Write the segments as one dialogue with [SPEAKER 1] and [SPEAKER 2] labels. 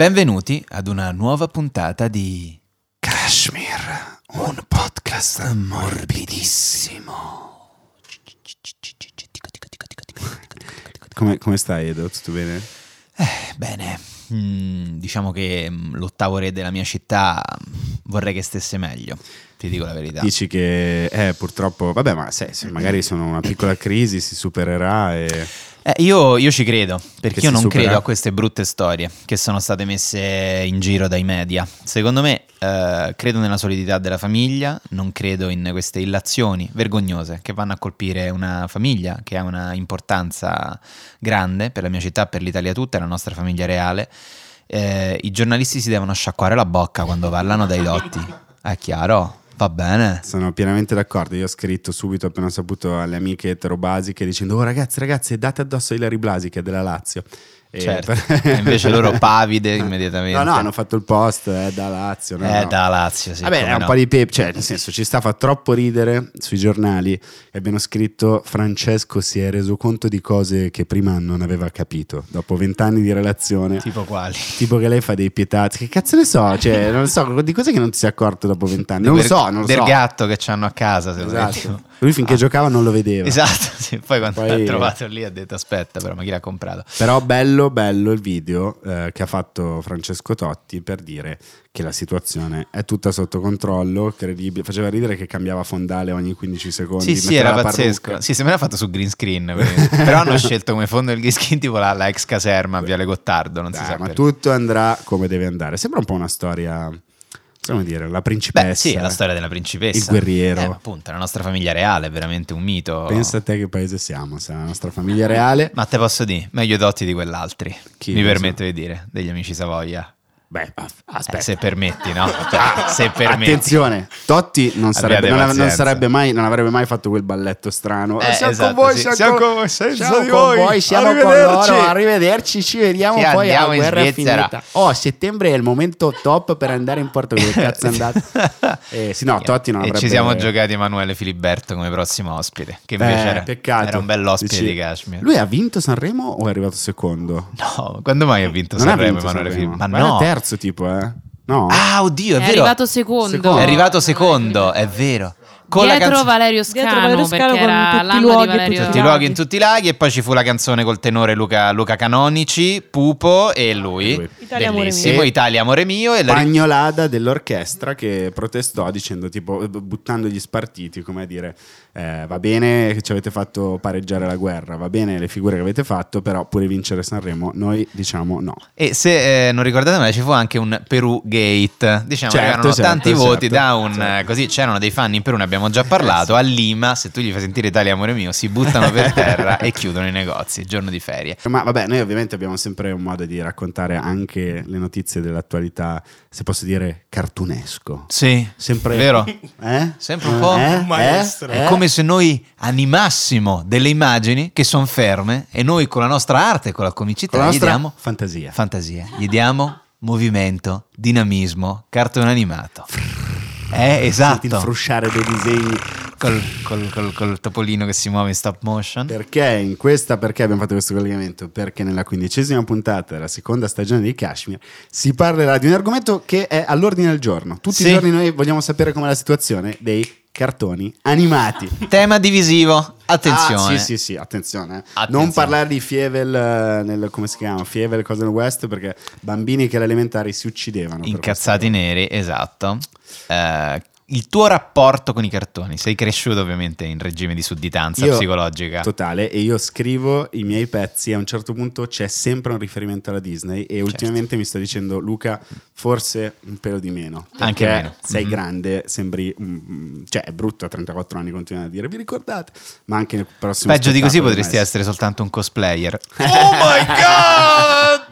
[SPEAKER 1] Benvenuti ad una nuova puntata di
[SPEAKER 2] Kashmir, un podcast morbidissimo. Come, come stai Edo? Tutto bene?
[SPEAKER 1] Eh, Bene, mm, diciamo che mm, l'ottavo re della mia città mm, vorrei che stesse meglio, ti dico la verità.
[SPEAKER 2] Dici che eh, purtroppo, vabbè ma se, se magari sono una piccola crisi si supererà e...
[SPEAKER 1] Eh, io, io ci credo, perché io
[SPEAKER 2] Che si
[SPEAKER 1] non
[SPEAKER 2] supera?
[SPEAKER 1] credo a queste brutte storie che sono state messe in giro dai media. Secondo me, eh, credo nella solidità della famiglia, non credo in queste illazioni vergognose che vanno a colpire una famiglia che ha una importanza grande per la mia città, per l'Italia tutta, e la nostra famiglia reale. Eh, I giornalisti si devono sciacquare la bocca quando parlano dai lotti. È chiaro? Va bene.
[SPEAKER 2] Sono pienamente d'accordo, io ho scritto subito appena ho saputo alle amiche eterobasiche dicendo oh ragazzi ragazzi date addosso a Ilari Blasi che è della Lazio. E
[SPEAKER 1] Certo. E invece loro pavide immediatamente.
[SPEAKER 2] Eh, No, no, hanno fatto il post, è da Lazio. no,
[SPEAKER 1] Eh,
[SPEAKER 2] no.
[SPEAKER 1] da Lazio, sì.
[SPEAKER 2] Vabbè,
[SPEAKER 1] come
[SPEAKER 2] è un
[SPEAKER 1] no.
[SPEAKER 2] po' di pepe, cioè, nel senso, ci sta fa troppo ridere sui giornali e abbiamo scritto Francesco si è reso conto di cose che prima non aveva capito, dopo vent'anni di relazione.
[SPEAKER 1] Tipo quali?
[SPEAKER 2] Tipo che lei fa dei pietati, che cazzo ne so, cioè, non lo so, di cose che non ti sei accorto dopo vent'anni. Non lo
[SPEAKER 1] Del-
[SPEAKER 2] so, non lo
[SPEAKER 1] del
[SPEAKER 2] so.
[SPEAKER 1] gatto che c'hanno a casa, se lo
[SPEAKER 2] Esatto.
[SPEAKER 1] metti.
[SPEAKER 2] Lui finché giocava non lo vedeva.
[SPEAKER 1] ecco. Ah. Esatto, sì. poi quando
[SPEAKER 2] Poi-
[SPEAKER 1] l'ha trovato lì ha detto aspetta però ma chi l'ha comprato?
[SPEAKER 2] Però bello, bello il video eh, che ha fatto Francesco Totti per dire che la situazione è tutta sotto controllo, credibile. Faceva ridere che cambiava fondale ogni 15 secondi.
[SPEAKER 1] Sì, sì,
[SPEAKER 2] metteva
[SPEAKER 1] era
[SPEAKER 2] la
[SPEAKER 1] pazzesco.
[SPEAKER 2] parrucca.
[SPEAKER 1] Sì, sembra fatto su green screen, quindi. però hanno scelto come fondo del green screen tipo la, la ex caserma a Viale Gottardo, non si
[SPEAKER 2] Dai,
[SPEAKER 1] sa
[SPEAKER 2] ma
[SPEAKER 1] perché.
[SPEAKER 2] tutto andrà come deve andare. Sembra un po' una storia, come dire, la principessa.
[SPEAKER 1] Beh, sì, è la storia della principessa.
[SPEAKER 2] Il guerriero.
[SPEAKER 1] Eh, appunto, la nostra famiglia reale, è veramente un mito.
[SPEAKER 2] Pensa a te che paese siamo, se la nostra famiglia reale.
[SPEAKER 1] Ma te posso dire, meglio dotti di quell'altri,
[SPEAKER 2] Chi
[SPEAKER 1] mi
[SPEAKER 2] lo sa?
[SPEAKER 1] permetto di dire, degli amici Savoia.
[SPEAKER 2] Beh, a-
[SPEAKER 1] Eh,
[SPEAKER 2] aspetta. Ah,
[SPEAKER 1] se permetti, no? se permetti.
[SPEAKER 2] Attenzione, Totti non, sarebbe,
[SPEAKER 1] Abbiate
[SPEAKER 2] non, av- non
[SPEAKER 1] pazienza.
[SPEAKER 2] sarebbe mai, non avrebbe mai fatto quel balletto strano.
[SPEAKER 1] Eh,
[SPEAKER 2] siamo
[SPEAKER 1] esatto,
[SPEAKER 2] con voi,
[SPEAKER 1] sì.
[SPEAKER 2] siamo,
[SPEAKER 1] Siamo
[SPEAKER 2] con,
[SPEAKER 1] con voi, senza
[SPEAKER 2] siamo
[SPEAKER 1] di
[SPEAKER 2] con
[SPEAKER 1] voi.
[SPEAKER 2] voi, siamo con
[SPEAKER 1] Arrivederci.
[SPEAKER 2] loro, arrivederci, ci vediamo
[SPEAKER 1] Sì,
[SPEAKER 2] poi
[SPEAKER 1] andiamo
[SPEAKER 2] a
[SPEAKER 1] in
[SPEAKER 2] guerra
[SPEAKER 1] Svizzera.
[SPEAKER 2] finita. Oh, settembre è il momento top per andare in Portogallo, cazzo è andato? Eh, sì, no, Totti non
[SPEAKER 1] e
[SPEAKER 2] avrebbe...
[SPEAKER 1] ci siamo giocati Emanuele Filiberto come prossimo ospite, che invece
[SPEAKER 2] Eh,
[SPEAKER 1] era,
[SPEAKER 2] peccato.
[SPEAKER 1] era un bell'ospite
[SPEAKER 2] Dici,
[SPEAKER 1] di Kashmir.
[SPEAKER 2] Lui ha vinto Sanremo o è arrivato secondo?
[SPEAKER 1] No, quando mai ha vinto
[SPEAKER 2] non ha
[SPEAKER 1] Sanremo
[SPEAKER 2] vinto
[SPEAKER 1] Emanuele
[SPEAKER 2] Sanremo.
[SPEAKER 1] Filiberto? Ma
[SPEAKER 2] era
[SPEAKER 1] no.
[SPEAKER 2] terzo tipo, eh? No.
[SPEAKER 1] Ah, oddio, è,
[SPEAKER 3] È
[SPEAKER 1] vero.
[SPEAKER 3] arrivato secondo.
[SPEAKER 2] Secondo.
[SPEAKER 1] È arrivato secondo, è vero. Con la
[SPEAKER 3] Dietro
[SPEAKER 1] canzone
[SPEAKER 3] Valerio Scano,
[SPEAKER 4] Dietro Valerio Scano
[SPEAKER 3] perché
[SPEAKER 4] con
[SPEAKER 3] era
[SPEAKER 4] tutti i
[SPEAKER 3] l'anno
[SPEAKER 4] luoghi
[SPEAKER 3] di
[SPEAKER 4] e tutti
[SPEAKER 3] Valerio
[SPEAKER 4] i
[SPEAKER 1] tutti i luoghi in tutti i laghi e poi ci fu la canzone col tenore Luca, Luca Canonici, Pupo e lui.
[SPEAKER 2] E lui.
[SPEAKER 4] Italia, amore
[SPEAKER 1] Bellissimo,
[SPEAKER 2] mio.
[SPEAKER 1] Italia amore mio e la ri-
[SPEAKER 2] Pagnolada dell'orchestra che protestò dicendo tipo buttando gli spartiti come a dire eh, va bene che ci avete fatto pareggiare la guerra va bene le figure che avete fatto però pure vincere Sanremo noi diciamo no
[SPEAKER 1] E se eh, non ricordate male, ci fu anche un Perù Gate. Diciamo che
[SPEAKER 2] Certo,
[SPEAKER 1] erano
[SPEAKER 2] certo,
[SPEAKER 1] tanti
[SPEAKER 2] certo,
[SPEAKER 1] voti da un.
[SPEAKER 2] certo.
[SPEAKER 1] eh, Così c'erano dei fan in Perù, ne abbiamo già parlato. A Lima, se tu gli fai sentire Italia amore mio, si buttano per terra e chiudono i negozi il giorno di ferie.
[SPEAKER 2] ma vabbè noi ovviamente abbiamo sempre un modo di raccontare anche le notizie dell'attualità se posso dire cartunesco
[SPEAKER 1] Sì,
[SPEAKER 2] sempre
[SPEAKER 1] vero.
[SPEAKER 2] eh?
[SPEAKER 1] Sempre un po'
[SPEAKER 2] Eh?
[SPEAKER 1] un
[SPEAKER 2] maestro
[SPEAKER 1] È come se noi animassimo delle immagini che sono ferme e noi con la nostra arte, con la comicità,
[SPEAKER 2] con la
[SPEAKER 1] gli
[SPEAKER 2] nostra
[SPEAKER 1] diamo
[SPEAKER 2] fantasia
[SPEAKER 1] fantasia, gli diamo movimento, dinamismo, cartone animato. Eh,
[SPEAKER 2] Senti il
[SPEAKER 1] esatto.
[SPEAKER 2] frusciare dei disegni
[SPEAKER 1] col, col- col- col topolino che si muove in stop motion.
[SPEAKER 2] Perché in questa, perché abbiamo fatto questo collegamento? Perché nella quindicesima puntata della seconda stagione di Kashmir si parlerà di un argomento che è all'ordine del giorno. Tutti
[SPEAKER 1] Sì.
[SPEAKER 2] i giorni noi vogliamo sapere com'è la situazione dei cartoni animati.
[SPEAKER 1] Tema divisivo, attenzione.
[SPEAKER 2] Eh. Ah, sì, sì, sì, attenzione. eh.
[SPEAKER 1] Attenzione.
[SPEAKER 2] Non parlare di Fievel, eh, nel, come si chiama? Fievel Cosa del West, perché bambini che alle elementari si uccidevano. per
[SPEAKER 1] Incazzati neri, esatto. Eh, il tuo rapporto con i cartoni, sei cresciuto ovviamente in regime di sudditanza
[SPEAKER 2] Io-
[SPEAKER 1] psicologica.
[SPEAKER 2] Totale, e io scrivo i miei pezzi. A un certo punto c'è sempre un riferimento alla Disney.
[SPEAKER 1] Certo.
[SPEAKER 2] E ultimamente mi sto dicendo, Luca, forse un pelo di meno. Perché
[SPEAKER 1] Anche meno.
[SPEAKER 2] Sei
[SPEAKER 1] Mhm.
[SPEAKER 2] grande, sembri. mm, cioè, è brutto a 34 anni continuare a dire, vi ricordate? Ma anche nel prossimo.
[SPEAKER 1] Peggio di così
[SPEAKER 2] spettacolo
[SPEAKER 1] potresti
[SPEAKER 2] di Maestro.
[SPEAKER 1] essere soltanto un cosplayer. Oh my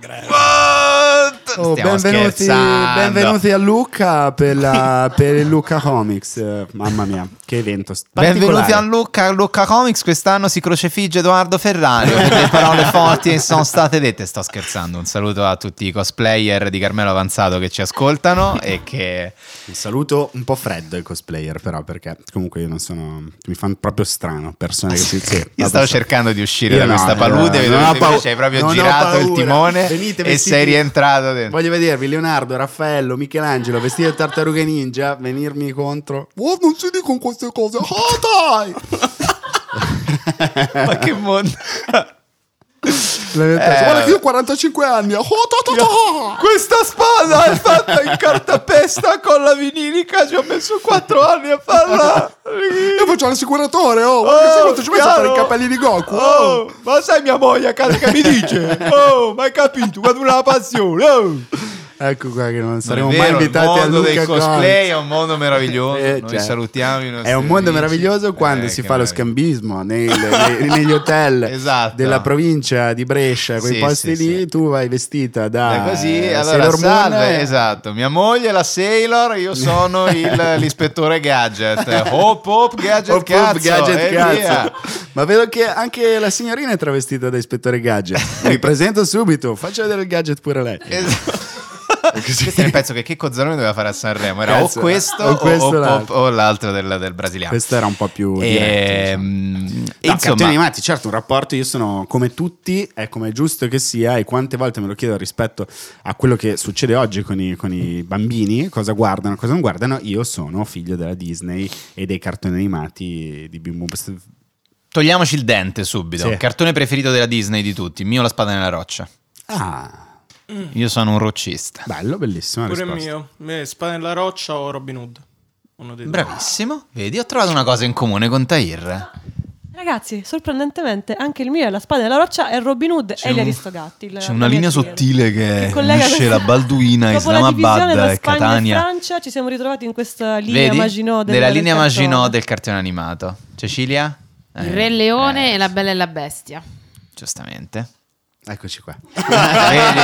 [SPEAKER 1] god! What?
[SPEAKER 2] Oh,
[SPEAKER 1] Stiamo
[SPEAKER 2] benvenuti,
[SPEAKER 1] scherzando.
[SPEAKER 2] benvenuti a Luca per, la- per il Luca Comics. Eh, Mamma mia, che evento! s-
[SPEAKER 1] Benvenuti
[SPEAKER 2] particolare.
[SPEAKER 1] a Lucca, Lucca Comics, quest'anno si crocefigge Edoardo Ferrario per le parole forti che sono state dette, sto scherzando, un saluto a tutti i cosplayer di Carmelo Avanzato che ci ascoltano e che...
[SPEAKER 2] Un saluto un po' freddo ai cosplayer, però, perché comunque io non sono. Mi fanno proprio strano persone che si. sì,
[SPEAKER 1] Io
[SPEAKER 2] vabbè,
[SPEAKER 1] stavo
[SPEAKER 2] so-
[SPEAKER 1] cercando di uscire
[SPEAKER 2] Io
[SPEAKER 1] da
[SPEAKER 2] no,
[SPEAKER 1] questa palude,
[SPEAKER 2] eh,
[SPEAKER 1] vedo
[SPEAKER 2] non
[SPEAKER 1] che
[SPEAKER 2] ho
[SPEAKER 1] invece
[SPEAKER 2] paura,
[SPEAKER 1] hai proprio
[SPEAKER 2] non ho
[SPEAKER 1] girato il
[SPEAKER 2] paura.
[SPEAKER 1] timone
[SPEAKER 2] Venite
[SPEAKER 1] e
[SPEAKER 2] vestiti-
[SPEAKER 1] sei rientrato bene.
[SPEAKER 2] Voglio vedervi Leonardo, Raffaello, Michelangelo vestito da tartaruga ninja venirmi contro. Oh, non si dicono queste cose. Ah, dai!
[SPEAKER 1] Eh. Ma che mondo.
[SPEAKER 2] La mia testa.
[SPEAKER 1] Eh,
[SPEAKER 2] Guarda
[SPEAKER 1] vabbè.
[SPEAKER 2] che io ho 45 anni. Oh, ta, ta, ta.
[SPEAKER 1] Questa spada è fatta in cartapesta con la vinilica, ci ho messo 4 anni a farla.
[SPEAKER 2] Io faccio l'assicuratore, oh, guarda che sai quanto ci metti a fare i capelli di Goku. oh.
[SPEAKER 1] Oh, ma sai mia moglie a casa che mi dice? Oh, ma hai capito? Guarda una passione. Oh.
[SPEAKER 2] Ecco qua che non saremo
[SPEAKER 1] Non è
[SPEAKER 2] mai
[SPEAKER 1] vero,
[SPEAKER 2] invitati a
[SPEAKER 1] Il mondo del
[SPEAKER 2] Luca
[SPEAKER 1] cosplay
[SPEAKER 2] Cosplayro.
[SPEAKER 1] è un mondo meraviglioso.
[SPEAKER 2] Eh,
[SPEAKER 1] Noi
[SPEAKER 2] cioè,
[SPEAKER 1] salutiamo i nostri
[SPEAKER 2] È un mondo
[SPEAKER 1] amici.
[SPEAKER 2] meraviglioso quando
[SPEAKER 1] Eh,
[SPEAKER 2] si
[SPEAKER 1] che
[SPEAKER 2] fa lo
[SPEAKER 1] meraviglia.
[SPEAKER 2] scambismo nei- nei- negli hotel
[SPEAKER 1] Esatto.
[SPEAKER 2] della provincia di Brescia, quei
[SPEAKER 1] Sì,
[SPEAKER 2] posti
[SPEAKER 1] sì,
[SPEAKER 2] lì,
[SPEAKER 1] sì.
[SPEAKER 2] tu vai vestita da
[SPEAKER 1] È così,
[SPEAKER 2] eh,
[SPEAKER 1] allora
[SPEAKER 2] Sailor Moon,
[SPEAKER 1] salve,
[SPEAKER 2] eh,
[SPEAKER 1] esatto. Mia moglie è la Sailor, io sono il- l'ispettore Gadget. Hop hop Gadget
[SPEAKER 2] Hop, hop,
[SPEAKER 1] cazzo,
[SPEAKER 2] gadget,
[SPEAKER 1] e
[SPEAKER 2] cazzo.
[SPEAKER 1] via.
[SPEAKER 2] Ma vedo che anche la signorina è travestita da ispettore gadget. Mi presento subito, faccia vedere il gadget pure lei.
[SPEAKER 1] Esatto.
[SPEAKER 2] Così.
[SPEAKER 1] Questo è il pezzo che Checco Zalone doveva fare a Sanremo. Era
[SPEAKER 2] Cazzo,
[SPEAKER 1] o questo
[SPEAKER 2] o
[SPEAKER 1] o,
[SPEAKER 2] questo
[SPEAKER 1] o- o-
[SPEAKER 2] l'altro.
[SPEAKER 1] o l'altro del, del brasiliano.
[SPEAKER 2] Questo era un po' più diretto,
[SPEAKER 1] Ehm,
[SPEAKER 2] diciamo.
[SPEAKER 1] e
[SPEAKER 2] No,
[SPEAKER 1] insomma,
[SPEAKER 2] cartoni animati, certo, un rapporto io sono come tutti, è come è giusto che sia e quante volte me lo chiedo rispetto a quello che succede oggi con i, con i bambini, cosa guardano, cosa non guardano, io sono figlio della Disney e dei cartoni animati di Bim Bum.
[SPEAKER 1] togliamoci il dente subito.
[SPEAKER 2] Sì.
[SPEAKER 1] Cartone preferito della Disney di tutti, mio La Spada nella Roccia.
[SPEAKER 2] Ah,
[SPEAKER 4] Mm.
[SPEAKER 1] Io sono un roccista.
[SPEAKER 2] bello, bellissimo.
[SPEAKER 3] Pure mio. Me, Spada nella roccia o Robin Hood. Uno dei due.
[SPEAKER 1] Bravissimo, vedi, ho trovato una cosa in comune con Tahir.
[SPEAKER 4] Ragazzi, sorprendentemente anche il mio è la spada della roccia e Robin Hood
[SPEAKER 1] C'è
[SPEAKER 4] e gli
[SPEAKER 1] un-
[SPEAKER 4] Aristogatti. il-
[SPEAKER 1] c'è una
[SPEAKER 4] la mia
[SPEAKER 1] linea
[SPEAKER 4] teoria.
[SPEAKER 1] sottile che
[SPEAKER 4] collega
[SPEAKER 1] unisce la
[SPEAKER 4] questa-
[SPEAKER 1] Balduina,
[SPEAKER 4] Dopo la
[SPEAKER 1] Islamabad
[SPEAKER 4] divisione tra
[SPEAKER 1] e
[SPEAKER 4] Spagna
[SPEAKER 1] eh, Catania.
[SPEAKER 4] E Francia ci siamo ritrovati in questa linea
[SPEAKER 1] Vedi?
[SPEAKER 4] Maginot. del-
[SPEAKER 1] Della
[SPEAKER 4] del
[SPEAKER 1] linea
[SPEAKER 4] cartone.
[SPEAKER 1] Maginot del cartone animato. Cecilia?
[SPEAKER 5] Il
[SPEAKER 1] Eh,
[SPEAKER 5] Re Leone
[SPEAKER 1] eh,
[SPEAKER 5] e la Bella e la Bestia.
[SPEAKER 1] Giustamente.
[SPEAKER 2] Eccoci qua.
[SPEAKER 1] Vedi?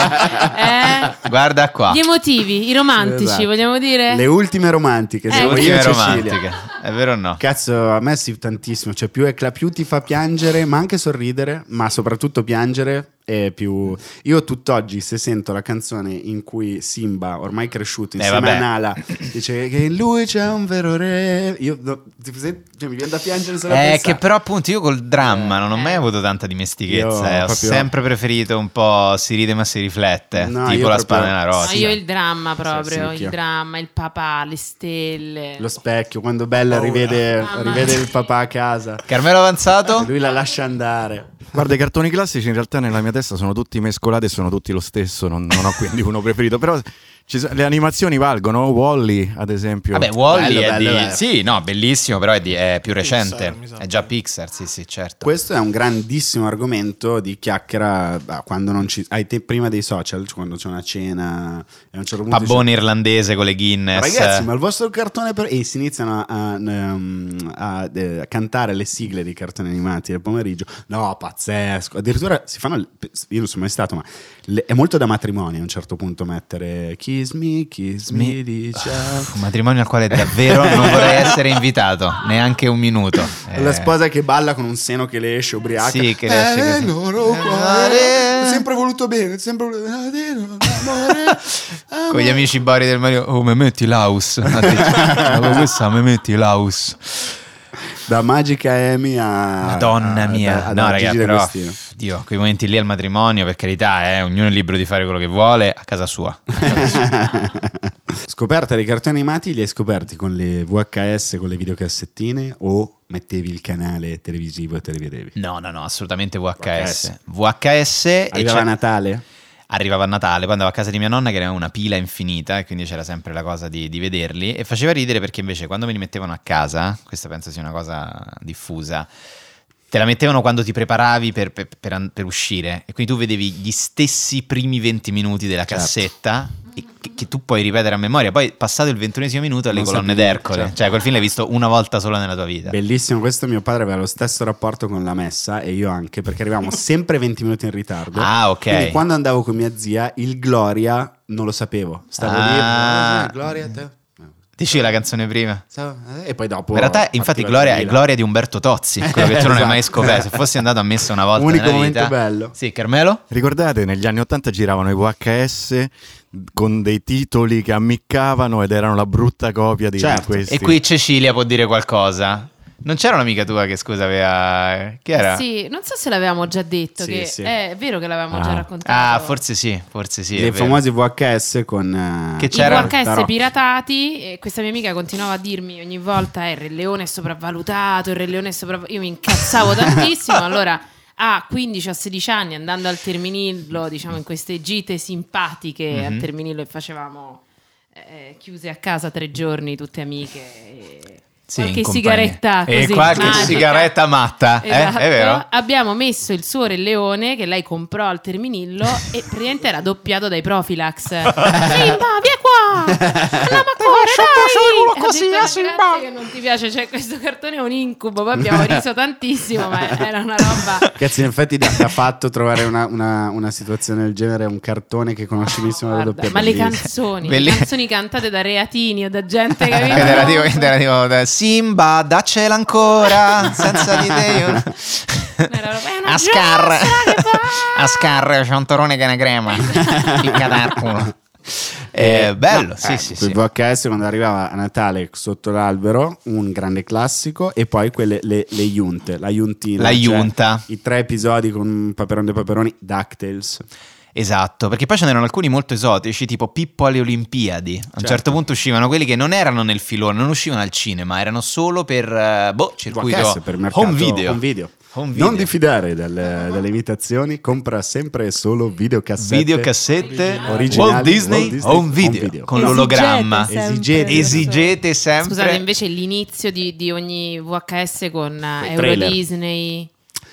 [SPEAKER 5] Eh?
[SPEAKER 1] Guarda qua.
[SPEAKER 5] Gli emotivi, i romantici,
[SPEAKER 2] Esatto.
[SPEAKER 5] vogliamo dire?
[SPEAKER 2] Le ultime romantiche,
[SPEAKER 5] Eh,
[SPEAKER 1] Le
[SPEAKER 2] siamo io
[SPEAKER 1] ultime
[SPEAKER 2] e
[SPEAKER 1] romantiche.
[SPEAKER 2] Cecilia.
[SPEAKER 1] È vero o no?
[SPEAKER 2] Cazzo, a me sì tantissimo, cioè più, è cla- più ti fa piangere, ma anche sorridere, ma soprattutto piangere è più... Io tutt'oggi se sento la canzone in cui Simba, ormai cresciuto
[SPEAKER 1] Eh,
[SPEAKER 2] insieme
[SPEAKER 1] vabbè.
[SPEAKER 2] a Nala, dice che in lui c'è un vero re, io no, ti- se- cioè, mi viene da piangere solo a
[SPEAKER 1] Eh,
[SPEAKER 2] pensare.
[SPEAKER 1] che però appunto io col dramma non ho mai
[SPEAKER 5] Eh.
[SPEAKER 1] avuto tanta dimestichezza.
[SPEAKER 2] Io
[SPEAKER 1] eh. Ho
[SPEAKER 2] proprio-
[SPEAKER 1] sempre preferito un po' si ride ma si riflette.
[SPEAKER 2] No,
[SPEAKER 1] tipo
[SPEAKER 2] io
[SPEAKER 1] la
[SPEAKER 2] proprio-
[SPEAKER 1] spada nella
[SPEAKER 5] No,
[SPEAKER 1] roccia.
[SPEAKER 2] Sì.
[SPEAKER 5] io il dramma
[SPEAKER 2] Sì,
[SPEAKER 5] proprio,
[SPEAKER 2] sì, anch'io.
[SPEAKER 5] il dramma, il papà, le stelle.
[SPEAKER 2] Lo specchio, quando Bella
[SPEAKER 3] Paura.
[SPEAKER 2] rivede,
[SPEAKER 5] Mamma
[SPEAKER 2] rivede
[SPEAKER 5] mia.
[SPEAKER 2] il papà a casa,
[SPEAKER 1] Carmelo Avanzato?
[SPEAKER 2] Eh, lui la lascia andare.
[SPEAKER 6] Guarda, i cartoni classici in realtà nella mia testa sono tutti mescolati e sono tutti lo stesso, non, non ho quindi uno preferito, però ci so- le animazioni valgono, Wally ad esempio.
[SPEAKER 1] Vabbè, Wally
[SPEAKER 2] Bello,
[SPEAKER 1] è
[SPEAKER 2] bello,
[SPEAKER 1] di...
[SPEAKER 2] bello.
[SPEAKER 1] Sì, no, bellissimo, però è, di- è più
[SPEAKER 3] Pixar,
[SPEAKER 1] recente.
[SPEAKER 3] mi sa.
[SPEAKER 1] è già Pixar, sì, sì, certo.
[SPEAKER 2] Questo è un grandissimo argomento di chiacchiera ah, quando non ci, ai te- prima dei social, cioè quando c'è una cena e a un certo punto dice,
[SPEAKER 1] Pabbone irlandese con le Guinness.
[SPEAKER 2] Ragazzi, ma il vostro cartone per... E si iniziano a, a- ehm, a, eh, a cantare le sigle dei cartoni animati del pomeriggio. No, pazzesco. Addirittura si fanno... Io non sono mai stato, ma le- è molto da matrimonio a un certo punto mettere Kiss me, kiss me, di ciao.
[SPEAKER 1] Un matrimonio al quale davvero non vorrei essere invitato neanche un minuto. Eh,
[SPEAKER 2] La sposa che balla con un seno che le esce ubriaca.
[SPEAKER 1] Sì, che
[SPEAKER 2] Eh,
[SPEAKER 1] le esce così.
[SPEAKER 2] loro qua,
[SPEAKER 1] Eh,
[SPEAKER 2] eh, sempre voluto bene, sempre voluto
[SPEAKER 6] Eh,
[SPEAKER 2] bene. amore,
[SPEAKER 1] Con gli amici Bari del Mario, oh, me metti l'aus. Ha detto, "Ma Questa me metti l'aus.
[SPEAKER 2] Da Magica Amy a
[SPEAKER 1] Madonna
[SPEAKER 2] a-
[SPEAKER 1] mia,
[SPEAKER 2] a- a-
[SPEAKER 1] no,
[SPEAKER 2] a
[SPEAKER 1] ragazzi,
[SPEAKER 2] ah, Gigi
[SPEAKER 1] però,
[SPEAKER 2] D'Agostino.
[SPEAKER 1] Dio, quei momenti lì al matrimonio, per carità, eh, ognuno è libero di fare quello che vuole a casa sua.
[SPEAKER 2] Scoperta dei cartoni animati li hai scoperti con le VHS, con le videocassettine o mettevi il canale televisivo e te li vedevi?
[SPEAKER 1] No, no, no, assolutamente VHS. VHS e
[SPEAKER 2] Arrivava
[SPEAKER 1] c'è-
[SPEAKER 2] Natale?
[SPEAKER 1] arrivava a Natale, poi andavo a casa di mia nonna che era una pila infinita e quindi c'era sempre la cosa di, di vederli e faceva ridere perché invece quando me li mettevano a casa, questa penso sia una cosa diffusa, te la mettevano quando ti preparavi per, per- per an- per uscire e quindi tu vedevi gli stessi primi 20 minuti della
[SPEAKER 2] Certo.
[SPEAKER 1] cassetta. e Che, che tu puoi ripetere a memoria, poi passato il ventunesimo minuto alle
[SPEAKER 2] Non
[SPEAKER 1] colonne
[SPEAKER 2] sapevi,
[SPEAKER 1] d'Ercole,
[SPEAKER 2] certo.
[SPEAKER 1] cioè quel film l'hai visto una volta sola nella tua vita.
[SPEAKER 2] Bellissimo, questo mio padre aveva lo stesso rapporto con la messa e io anche, perché arrivavamo sempre 20 minuti in ritardo.
[SPEAKER 1] Ah, ok.
[SPEAKER 2] Quindi quando andavo con mia zia, il Gloria non lo sapevo. Stavo
[SPEAKER 1] Ah.
[SPEAKER 2] lì, "Eh, Gloria, te. No,
[SPEAKER 1] Dici la canzone prima.
[SPEAKER 2] stavo- eh", E poi dopo.
[SPEAKER 1] In realtà, infatti,
[SPEAKER 2] partiva
[SPEAKER 1] Gloria è
[SPEAKER 2] Sibilla.
[SPEAKER 1] Gloria di Umberto Tozzi, quello che tu non hai mai
[SPEAKER 2] Esatto.
[SPEAKER 1] scoperto. Se fossi andato a messa una volta
[SPEAKER 2] Unico
[SPEAKER 1] nella
[SPEAKER 2] momento
[SPEAKER 1] vita.
[SPEAKER 2] bello.
[SPEAKER 1] Sì, Carmelo?
[SPEAKER 6] Ricordate, negli anni 80 giravano i VHS con dei titoli che ammiccavano ed erano la brutta copia di
[SPEAKER 2] Certo.
[SPEAKER 6] questi.
[SPEAKER 1] E qui Cecilia può dire qualcosa. Non c'era un'amica tua che, scusa, aveva... Chi era?
[SPEAKER 5] Sì, non so se l'avevamo già detto.
[SPEAKER 2] Sì,
[SPEAKER 5] che...
[SPEAKER 2] sì.
[SPEAKER 5] eh, è vero che l'avevamo
[SPEAKER 6] Ah.
[SPEAKER 5] già raccontato.
[SPEAKER 1] Ah, forse sì, forse sì. è
[SPEAKER 2] I
[SPEAKER 1] vero.
[SPEAKER 2] famosi VHS con... eh,
[SPEAKER 1] Che
[SPEAKER 5] I
[SPEAKER 1] c'era-
[SPEAKER 5] VHS
[SPEAKER 2] Tarocchi.
[SPEAKER 5] piratati, e questa mia amica continuava a dirmi ogni volta: eh, Il Re Leone è sopravvalutato. Il Re Leone è sopravvalutato. Io mi incazzavo tantissimo. Allora, a 15 o 16 anni, andando al Terminillo, diciamo in queste gite simpatiche al
[SPEAKER 1] Mhm.
[SPEAKER 5] Terminillo, e facevamo eh, chiuse a casa tre giorni, tutte amiche. e
[SPEAKER 1] Sì, in
[SPEAKER 5] qualche
[SPEAKER 1] compagnia.
[SPEAKER 5] sigaretta
[SPEAKER 1] E
[SPEAKER 5] così, Ah,
[SPEAKER 1] qualche
[SPEAKER 5] magica.
[SPEAKER 1] sigaretta matta, eh?
[SPEAKER 5] Esatto.
[SPEAKER 1] È vero?
[SPEAKER 5] Abbiamo messo il suo Re Leone che lei comprò al terminillo e praticamente era doppiato dai Profilax. Simba, vieni qua! Andiamo a correre, dai! E ho detto, "Ragazzi, che non ti piace, cioè, questo cartone è un incubo. Poi abbiamo riso tantissimo, ma era una roba...
[SPEAKER 2] Cazzo, in effetti da, da fatto trovare una, una- una situazione del genere, un cartone che conosci benissimo la
[SPEAKER 5] Guarda,
[SPEAKER 2] doppia.
[SPEAKER 5] ma le
[SPEAKER 2] bellissimo.
[SPEAKER 5] canzoni,
[SPEAKER 1] Belli-
[SPEAKER 5] le canzoni cantate da reatini o da gente che
[SPEAKER 1] Ed era tipo, ed era tipo, da- Simba, daccela ancora, senza di te io...
[SPEAKER 5] Era roba- "Eh, è una
[SPEAKER 1] Ascar,
[SPEAKER 5] giostra che fa!
[SPEAKER 1] Ascar, c'è un torone che ne crema, ficca d'arculo. Eh, bello,
[SPEAKER 2] No,
[SPEAKER 1] sì,
[SPEAKER 2] eh,
[SPEAKER 1] sì,
[SPEAKER 2] quel
[SPEAKER 1] sì.
[SPEAKER 2] VHS quando arrivava a Natale sotto l'albero, un grande classico, e poi quelle, le, le giunte, la giuntina.
[SPEAKER 1] La
[SPEAKER 2] cioè,
[SPEAKER 1] giunta.
[SPEAKER 2] I tre episodi con Paperone dei Paperoni, DuckTales.
[SPEAKER 1] Esatto, perché poi ce n'erano alcuni molto esotici, tipo Pippo alle Olimpiadi. A un certo,
[SPEAKER 2] Certo.
[SPEAKER 1] punto uscivano quelli che non erano nel filone, non uscivano al cinema, erano solo per eh, boh, circuito
[SPEAKER 2] VHS per il mercato
[SPEAKER 1] home video.
[SPEAKER 2] home video.
[SPEAKER 1] Home video.
[SPEAKER 2] Non diffidare dal- dalle imitazioni, compra sempre e solo videocassette.
[SPEAKER 1] videocassette
[SPEAKER 2] Originali.
[SPEAKER 1] Walt Disney,
[SPEAKER 2] Walt Disney
[SPEAKER 1] home video,
[SPEAKER 2] home video.
[SPEAKER 1] con
[SPEAKER 4] Esigete
[SPEAKER 1] l'ologramma.
[SPEAKER 4] sempre,
[SPEAKER 2] Esigete.
[SPEAKER 4] adesso.
[SPEAKER 1] Esigete sempre.
[SPEAKER 5] Scusate, invece l'inizio di, di ogni VHS con eh,
[SPEAKER 2] Quei
[SPEAKER 5] Euro
[SPEAKER 2] trailer.
[SPEAKER 5] Disney.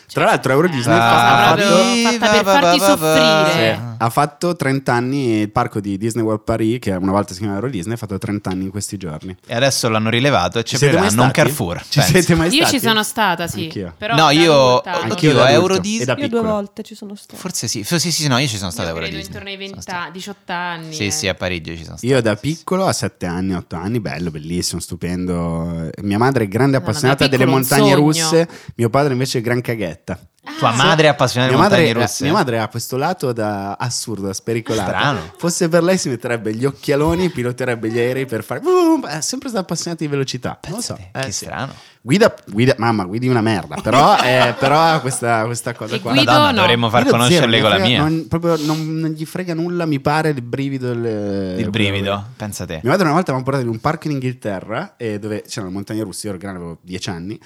[SPEAKER 2] Tra l'altro Euro Disney
[SPEAKER 5] Ah,
[SPEAKER 2] fa- ha,
[SPEAKER 5] proprio
[SPEAKER 2] fatto,
[SPEAKER 5] fatta per farti soffrire.
[SPEAKER 1] Sì.
[SPEAKER 2] Eh, ha fatto 30 anni il parco di Disney World Paris, che una volta si chiamava Euro Disney, ha fatto 30 anni in questi giorni.
[SPEAKER 1] E adesso l'hanno rilevato e ci
[SPEAKER 2] siete mai
[SPEAKER 1] apriranno un
[SPEAKER 2] stati?
[SPEAKER 1] Carrefour.
[SPEAKER 2] Ci
[SPEAKER 1] penso.
[SPEAKER 2] siete mai
[SPEAKER 5] Io
[SPEAKER 2] stati?
[SPEAKER 5] ci sono stata, sì.
[SPEAKER 2] Anch'io.
[SPEAKER 5] Però
[SPEAKER 1] No,
[SPEAKER 5] da
[SPEAKER 1] io-
[SPEAKER 5] adulta.
[SPEAKER 1] Anch'io
[SPEAKER 2] da
[SPEAKER 1] da
[SPEAKER 2] adulto
[SPEAKER 1] Euro
[SPEAKER 2] e
[SPEAKER 1] Disney-
[SPEAKER 2] da
[SPEAKER 4] Io due
[SPEAKER 2] piccolo.
[SPEAKER 4] volte ci sono stata.
[SPEAKER 1] Forse sì. F- sì, sì, no, io ci sono stato a
[SPEAKER 5] Io
[SPEAKER 1] Euro
[SPEAKER 5] credo
[SPEAKER 1] Disney.
[SPEAKER 5] intorno ai
[SPEAKER 1] Sono
[SPEAKER 5] 20,
[SPEAKER 1] stato.
[SPEAKER 5] 18 anni.
[SPEAKER 1] Sì,
[SPEAKER 5] eh.
[SPEAKER 1] sì, a Parigi ci sono stato.
[SPEAKER 2] Io da piccolo a 7 anni, 8 anni, bello, bellissimo, stupendo. Mia madre è grande
[SPEAKER 5] No, ma da
[SPEAKER 2] appassionata
[SPEAKER 5] piccolo
[SPEAKER 2] delle
[SPEAKER 5] un
[SPEAKER 2] montagne
[SPEAKER 5] sogno. Ah,
[SPEAKER 2] russe, mio padre invece è gran caghetta.
[SPEAKER 1] Tua madre è appassionata di
[SPEAKER 2] Mia madre,
[SPEAKER 1] montagne russe.
[SPEAKER 2] mia madre ha questo lato da assurdo, da spericolato.
[SPEAKER 1] Strano.
[SPEAKER 2] Fosse per lei si metterebbe gli occhialoni, piloterebbe gli aerei per fare... Vroom, È sempre stata appassionata di velocità. Non lo so.
[SPEAKER 1] Pensate,
[SPEAKER 2] eh,
[SPEAKER 1] che
[SPEAKER 2] sì.
[SPEAKER 1] strano.
[SPEAKER 2] Guida, guida, mamma, guidi una merda, però, eh, però ha questa, questa cosa
[SPEAKER 5] E
[SPEAKER 2] qua.
[SPEAKER 5] guida-
[SPEAKER 1] Madonna,
[SPEAKER 5] no.
[SPEAKER 1] dovremmo far
[SPEAKER 2] Io zero,
[SPEAKER 1] conoscerle
[SPEAKER 2] gli
[SPEAKER 1] con la
[SPEAKER 2] frega-
[SPEAKER 1] mia.
[SPEAKER 2] Non, proprio non, non gli frega nulla, mi pare, il brivido. Il,
[SPEAKER 1] Il brivido, pensa te.
[SPEAKER 2] Mia madre una volta mi ha portato in un parco in Inghilterra eh, dove c'erano montagne russe, io ero grande, avevo 10 anni.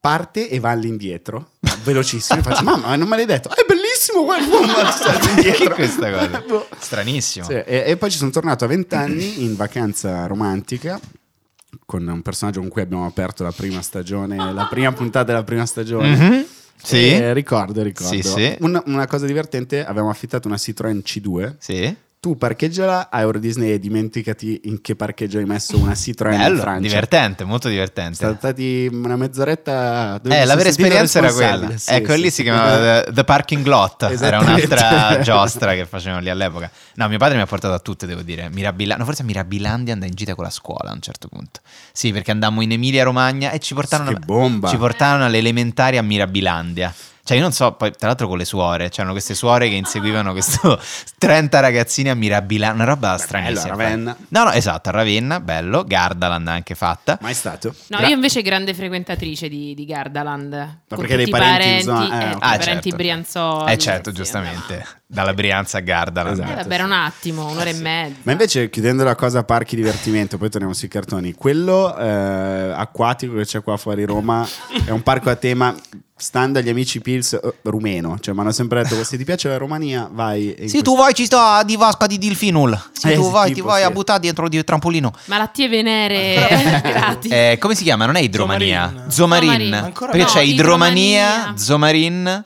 [SPEAKER 2] Parte e va all'indietro, velocissimo. e faccio, mamma, ma non me l'hai detto? È bellissimo, guarda, boom, ma sta
[SPEAKER 1] Che
[SPEAKER 2] all'indietro.
[SPEAKER 1] è questa cosa?
[SPEAKER 2] Boh.
[SPEAKER 1] Stranissimo.
[SPEAKER 2] Sì, e, e poi ci sono tornato a 20 anni in vacanza romantica con un personaggio con cui abbiamo aperto la prima stagione, la prima puntata della prima stagione.
[SPEAKER 1] Mhm. Sì.
[SPEAKER 2] Eh, ricordo, ricordo.
[SPEAKER 1] Sì, sì.
[SPEAKER 2] Un- una cosa divertente, avevamo affittato una Citroen C2.
[SPEAKER 1] Sì.
[SPEAKER 2] Tu parcheggiala a Euro Disney e dimenticati in che parcheggio hai messo una Citroen in
[SPEAKER 1] Bello,
[SPEAKER 2] Francia.
[SPEAKER 1] divertente, molto divertente.
[SPEAKER 2] Sono stati una mezz'oretta. dove mi
[SPEAKER 1] Eh, la
[SPEAKER 2] sono
[SPEAKER 1] vera
[SPEAKER 2] sentito
[SPEAKER 1] esperienza era
[SPEAKER 2] responsabile.
[SPEAKER 1] quella.
[SPEAKER 2] Sì,
[SPEAKER 1] ecco,
[SPEAKER 2] sì,
[SPEAKER 1] lì
[SPEAKER 2] sì.
[SPEAKER 1] si chiamava The, The Parking Lot. Era
[SPEAKER 2] Esattamente.
[SPEAKER 1] un'altra giostra che facevano lì all'epoca. No, mio padre mi ha portato a tutte, devo dire. Mirabila- no, forse a Mirabilandia andai in gita con la scuola a un certo punto. Sì, perché andammo in Emilia-Romagna e ci portarono,
[SPEAKER 2] Che bomba.
[SPEAKER 1] ci portarono alle elementari a Mirabilandia. Cioè, io non so, poi, tra l'altro con le suore, c'erano queste suore che inseguivano questo 30 ragazzini a Mirabilandia, una roba stranissima.
[SPEAKER 2] Ravenna.
[SPEAKER 1] No, no, esatto, a Ravenna, bello, Gardaland anche fatta.
[SPEAKER 2] Mai stato?
[SPEAKER 5] No,
[SPEAKER 1] Gra-
[SPEAKER 5] io invece grande frequentatrice di, di Gardaland. con
[SPEAKER 2] perché
[SPEAKER 5] tutti
[SPEAKER 2] dei
[SPEAKER 5] i
[SPEAKER 2] parenti in
[SPEAKER 5] parenti,
[SPEAKER 2] zona- eh,
[SPEAKER 5] eh,
[SPEAKER 2] ok.
[SPEAKER 5] tutti
[SPEAKER 1] Ah,
[SPEAKER 5] i parenti
[SPEAKER 1] certo.
[SPEAKER 5] Brianzoli.
[SPEAKER 1] Eh certo,
[SPEAKER 5] sì,
[SPEAKER 1] giustamente.
[SPEAKER 5] andavamo.
[SPEAKER 1] Dalla Brianza a Gardaland.
[SPEAKER 5] Eh,
[SPEAKER 2] Esatto,
[SPEAKER 5] vabbè, era
[SPEAKER 2] sì.
[SPEAKER 5] un attimo, un'ora e mezza.
[SPEAKER 2] Ma invece, chiudendo la cosa parchi divertimento, poi torniamo sui cartoni. Quello eh, acquatico che c'è qua fuori Roma è un parco a tema. Stando agli amici Pils eh, rumeno, cioè mi hanno sempre detto: se ti piace la Romania, vai. in
[SPEAKER 1] Se
[SPEAKER 2] questo-
[SPEAKER 1] tu vuoi ci sto a di vasca di Dilfinul. Se
[SPEAKER 2] Eh,
[SPEAKER 1] tu
[SPEAKER 2] sì,
[SPEAKER 1] vuoi ti
[SPEAKER 2] tipo,
[SPEAKER 1] vuoi
[SPEAKER 2] sì.
[SPEAKER 1] a buttare dentro di trampolino.
[SPEAKER 5] Malattie venere gratis.
[SPEAKER 1] Eh, come si chiama? Non è idromania.
[SPEAKER 3] Zomarin.
[SPEAKER 1] Zomarin.
[SPEAKER 5] Zomarin.
[SPEAKER 3] Ancora
[SPEAKER 1] Perché
[SPEAKER 5] no,
[SPEAKER 1] c'è idromania,
[SPEAKER 5] idromania.
[SPEAKER 1] zomarin.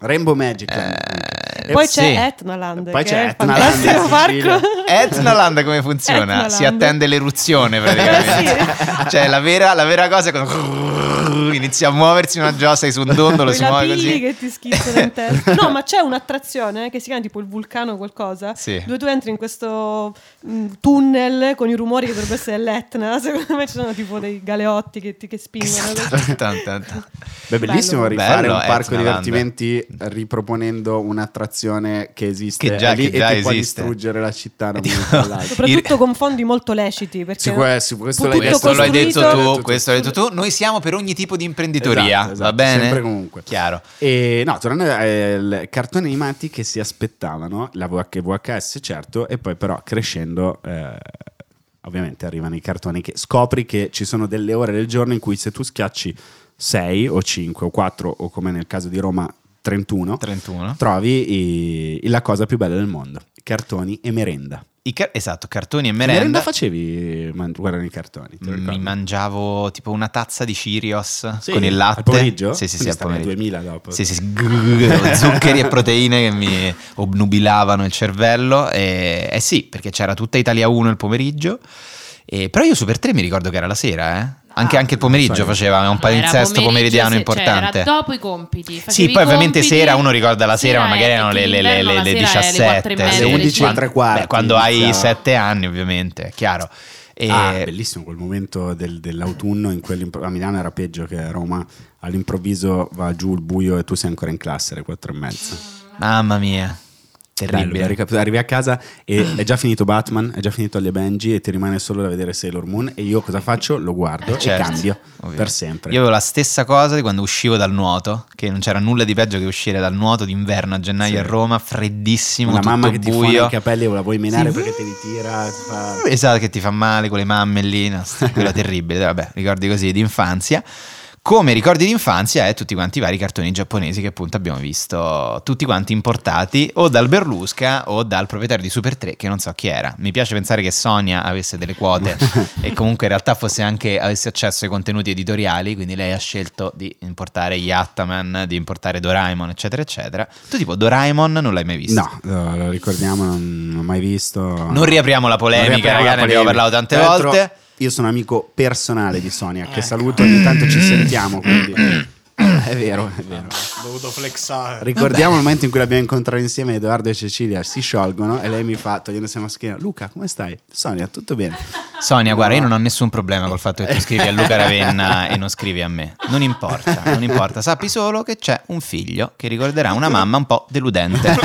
[SPEAKER 2] Rainbow Magic.
[SPEAKER 1] Eh,
[SPEAKER 4] Poi
[SPEAKER 1] sì.
[SPEAKER 4] c'è Etnaland,
[SPEAKER 2] Poi
[SPEAKER 4] che
[SPEAKER 2] c'è
[SPEAKER 4] è il
[SPEAKER 2] Etnaland,
[SPEAKER 4] fantastico
[SPEAKER 2] sì,
[SPEAKER 4] parco.
[SPEAKER 1] Etnaland come funziona?
[SPEAKER 4] Etnaland.
[SPEAKER 1] Si attende l'eruzione praticamente.
[SPEAKER 4] Eh,
[SPEAKER 1] Cioè la vera, la vera cosa è quando brrr, inizia a muoversi una giostra, sei su un dondolo,
[SPEAKER 4] Quella
[SPEAKER 1] si muove
[SPEAKER 4] Billy
[SPEAKER 1] così.
[SPEAKER 4] che ti schizza in testa. No, ma c'è un'attrazione eh, che si chiama tipo il vulcano o qualcosa.
[SPEAKER 1] Sì.
[SPEAKER 4] Dove tu entri in questo mh, tunnel con i rumori che dovrebbe essere l'Etna. Secondo me ci sono tipo dei galeotti che, ti- che spingono.
[SPEAKER 1] Tan, tan, tan.
[SPEAKER 2] Beh, bellissimo
[SPEAKER 1] Bello.
[SPEAKER 2] rifare
[SPEAKER 1] Bello,
[SPEAKER 2] un
[SPEAKER 1] eh,
[SPEAKER 2] parco
[SPEAKER 1] Etna Land.
[SPEAKER 2] divertimenti riproponendo un'attrazione che esiste
[SPEAKER 1] Che già-
[SPEAKER 2] è lì
[SPEAKER 1] che già
[SPEAKER 2] e che può
[SPEAKER 1] esiste.
[SPEAKER 2] distruggere la città. da un
[SPEAKER 1] Tipo-
[SPEAKER 2] momento all'altro.
[SPEAKER 4] Soprattutto con fondi molto leciti. Perché
[SPEAKER 2] Sì, questo- questo l'hai
[SPEAKER 4] tutto
[SPEAKER 2] detto-
[SPEAKER 1] Questo lo hai
[SPEAKER 4] costruito- Esatto,
[SPEAKER 1] detto tu,
[SPEAKER 2] Tutto.
[SPEAKER 1] questo l'hai detto tu. Noi siamo per ogni tipo di imprenditoria,
[SPEAKER 2] Esatto, esatto,
[SPEAKER 1] va bene?
[SPEAKER 2] Sempre comunque.
[SPEAKER 1] Chiaro.
[SPEAKER 2] E no, tornando ai cartoni animati che si aspettavano, la VH VHS certo, e poi però crescendo eh, ovviamente arrivano i cartoni che scopri che ci sono delle ore del giorno in cui se tu schiacci 6 o 5 o 4 o come nel caso di Roma 31,
[SPEAKER 1] 31.
[SPEAKER 2] trovi i- la cosa più bella del mondo, cartoni e merenda.
[SPEAKER 1] I car- esatto, cartoni e
[SPEAKER 2] Merenda,
[SPEAKER 1] merenda.
[SPEAKER 2] facevi man- guardare i cartoni, ti
[SPEAKER 1] Mm,
[SPEAKER 2] ricordi?
[SPEAKER 1] Mi mangiavo tipo una tazza di Cheerios
[SPEAKER 2] Sì,
[SPEAKER 1] con il
[SPEAKER 2] al
[SPEAKER 1] latte.
[SPEAKER 2] pomeriggio?
[SPEAKER 1] Sì, sì, sì,
[SPEAKER 2] Quindi
[SPEAKER 1] al
[SPEAKER 2] stavi a
[SPEAKER 1] pomeriggio.
[SPEAKER 2] 2000 dopo.
[SPEAKER 1] Sì, sì, sì, grrr, zuccheri e proteine che mi obnubilavano il cervello. E, eh sì, perché c'era tutta Italia 1 il pomeriggio. E- però io Super 3 mi ricordo che era la sera, eh. Anche, anche il pomeriggio
[SPEAKER 2] so io.
[SPEAKER 1] faceva un
[SPEAKER 5] No, era
[SPEAKER 1] palinsesto
[SPEAKER 5] pomeriggio,
[SPEAKER 1] pomeridiano
[SPEAKER 5] se-
[SPEAKER 1] importante.
[SPEAKER 5] Cioè, era dopo i compiti.
[SPEAKER 1] Sì,
[SPEAKER 5] facevi
[SPEAKER 1] poi
[SPEAKER 5] i
[SPEAKER 1] ovviamente
[SPEAKER 5] compiti,
[SPEAKER 1] sera uno ricorda la
[SPEAKER 5] sì,
[SPEAKER 1] sera, ma magari
[SPEAKER 5] eh,
[SPEAKER 1] erano le,
[SPEAKER 5] perché
[SPEAKER 1] le, le,
[SPEAKER 5] l'inverno la
[SPEAKER 1] le
[SPEAKER 5] sera è alle
[SPEAKER 1] 17,
[SPEAKER 5] 4:30,
[SPEAKER 2] alle 11 e
[SPEAKER 1] quando-
[SPEAKER 2] tre quarti
[SPEAKER 1] beh, Quando hai
[SPEAKER 2] iniziava.
[SPEAKER 1] 7 anni, ovviamente, è chiaro. E-
[SPEAKER 2] Ah, bellissimo quel momento del- dell'autunno in cui all'impro- a Milano era peggio che a Roma. All'improvviso va giù il buio e tu sei ancora in classe alle 4 e mezza.
[SPEAKER 1] mamma mia,
[SPEAKER 2] Bello,
[SPEAKER 1] terribile. Ah.
[SPEAKER 2] beh, ricap- arrivi a casa e è già finito Batman, è già finito Alle Benji e ti rimane solo da vedere Sailor Moon. E io cosa faccio? Lo guardo
[SPEAKER 1] Certo,
[SPEAKER 2] e cambio
[SPEAKER 1] ovvio.
[SPEAKER 2] per sempre.
[SPEAKER 1] Io avevo la stessa cosa di quando uscivo dal nuoto, che non c'era nulla di peggio che uscire dal nuoto d'inverno a gennaio
[SPEAKER 2] Sì.
[SPEAKER 1] a Roma, freddissimo,
[SPEAKER 2] Una
[SPEAKER 1] tutto
[SPEAKER 2] mamma che ti
[SPEAKER 1] buio.
[SPEAKER 2] fa i capelli e la vuoi menare
[SPEAKER 1] Sì.
[SPEAKER 2] perché te li tira. ti fa-
[SPEAKER 1] Esatto, che ti fa male con le mamme lì, no, st- quella terribile, vabbè, ricordi così di infanzia. Come ricordi di infanzia è tutti quanti i vari cartoni giapponesi che appunto abbiamo visto, tutti quanti importati o dal Berlusca o dal proprietario di Super 3 che non so chi era. Mi piace pensare che Sonia avesse delle quote e comunque in realtà fosse anche avesse accesso ai contenuti editoriali, quindi lei ha scelto di importare Yattaman, di importare Doraemon, eccetera eccetera. Tu tipo Doraemon non l'hai mai visto?
[SPEAKER 2] No, lo, lo ricordiamo, non l'ho mai visto.
[SPEAKER 1] Non riapriamo la polemica,
[SPEAKER 2] riapriamo
[SPEAKER 1] raga,
[SPEAKER 2] la
[SPEAKER 1] ne abbiamo
[SPEAKER 2] polemica.
[SPEAKER 1] parlato tante
[SPEAKER 2] Tra l'altro,
[SPEAKER 1] volte.
[SPEAKER 2] Io sono amico personale di Sonia, che
[SPEAKER 3] Ecco.
[SPEAKER 2] saluto, ogni tanto
[SPEAKER 1] Mm.
[SPEAKER 2] ci sentiamo, quindi è vero, è vero.
[SPEAKER 3] Ho dovuto flexare.
[SPEAKER 2] Ricordiamo il momento in cui l'abbiamo incontrato insieme, Edoardo e Cecilia si sciolgono e lei mi fa, togliendosi la mascherina, Luca, come stai? Sonia, tutto bene?
[SPEAKER 1] Sonia, guarda, io
[SPEAKER 2] No.
[SPEAKER 1] non ho nessun problema col fatto che tu scrivi a Luca Ravenna e non scrivi a me. Non importa, non importa. Sappi solo che c'è un figlio che ricorderà una mamma un po' deludente.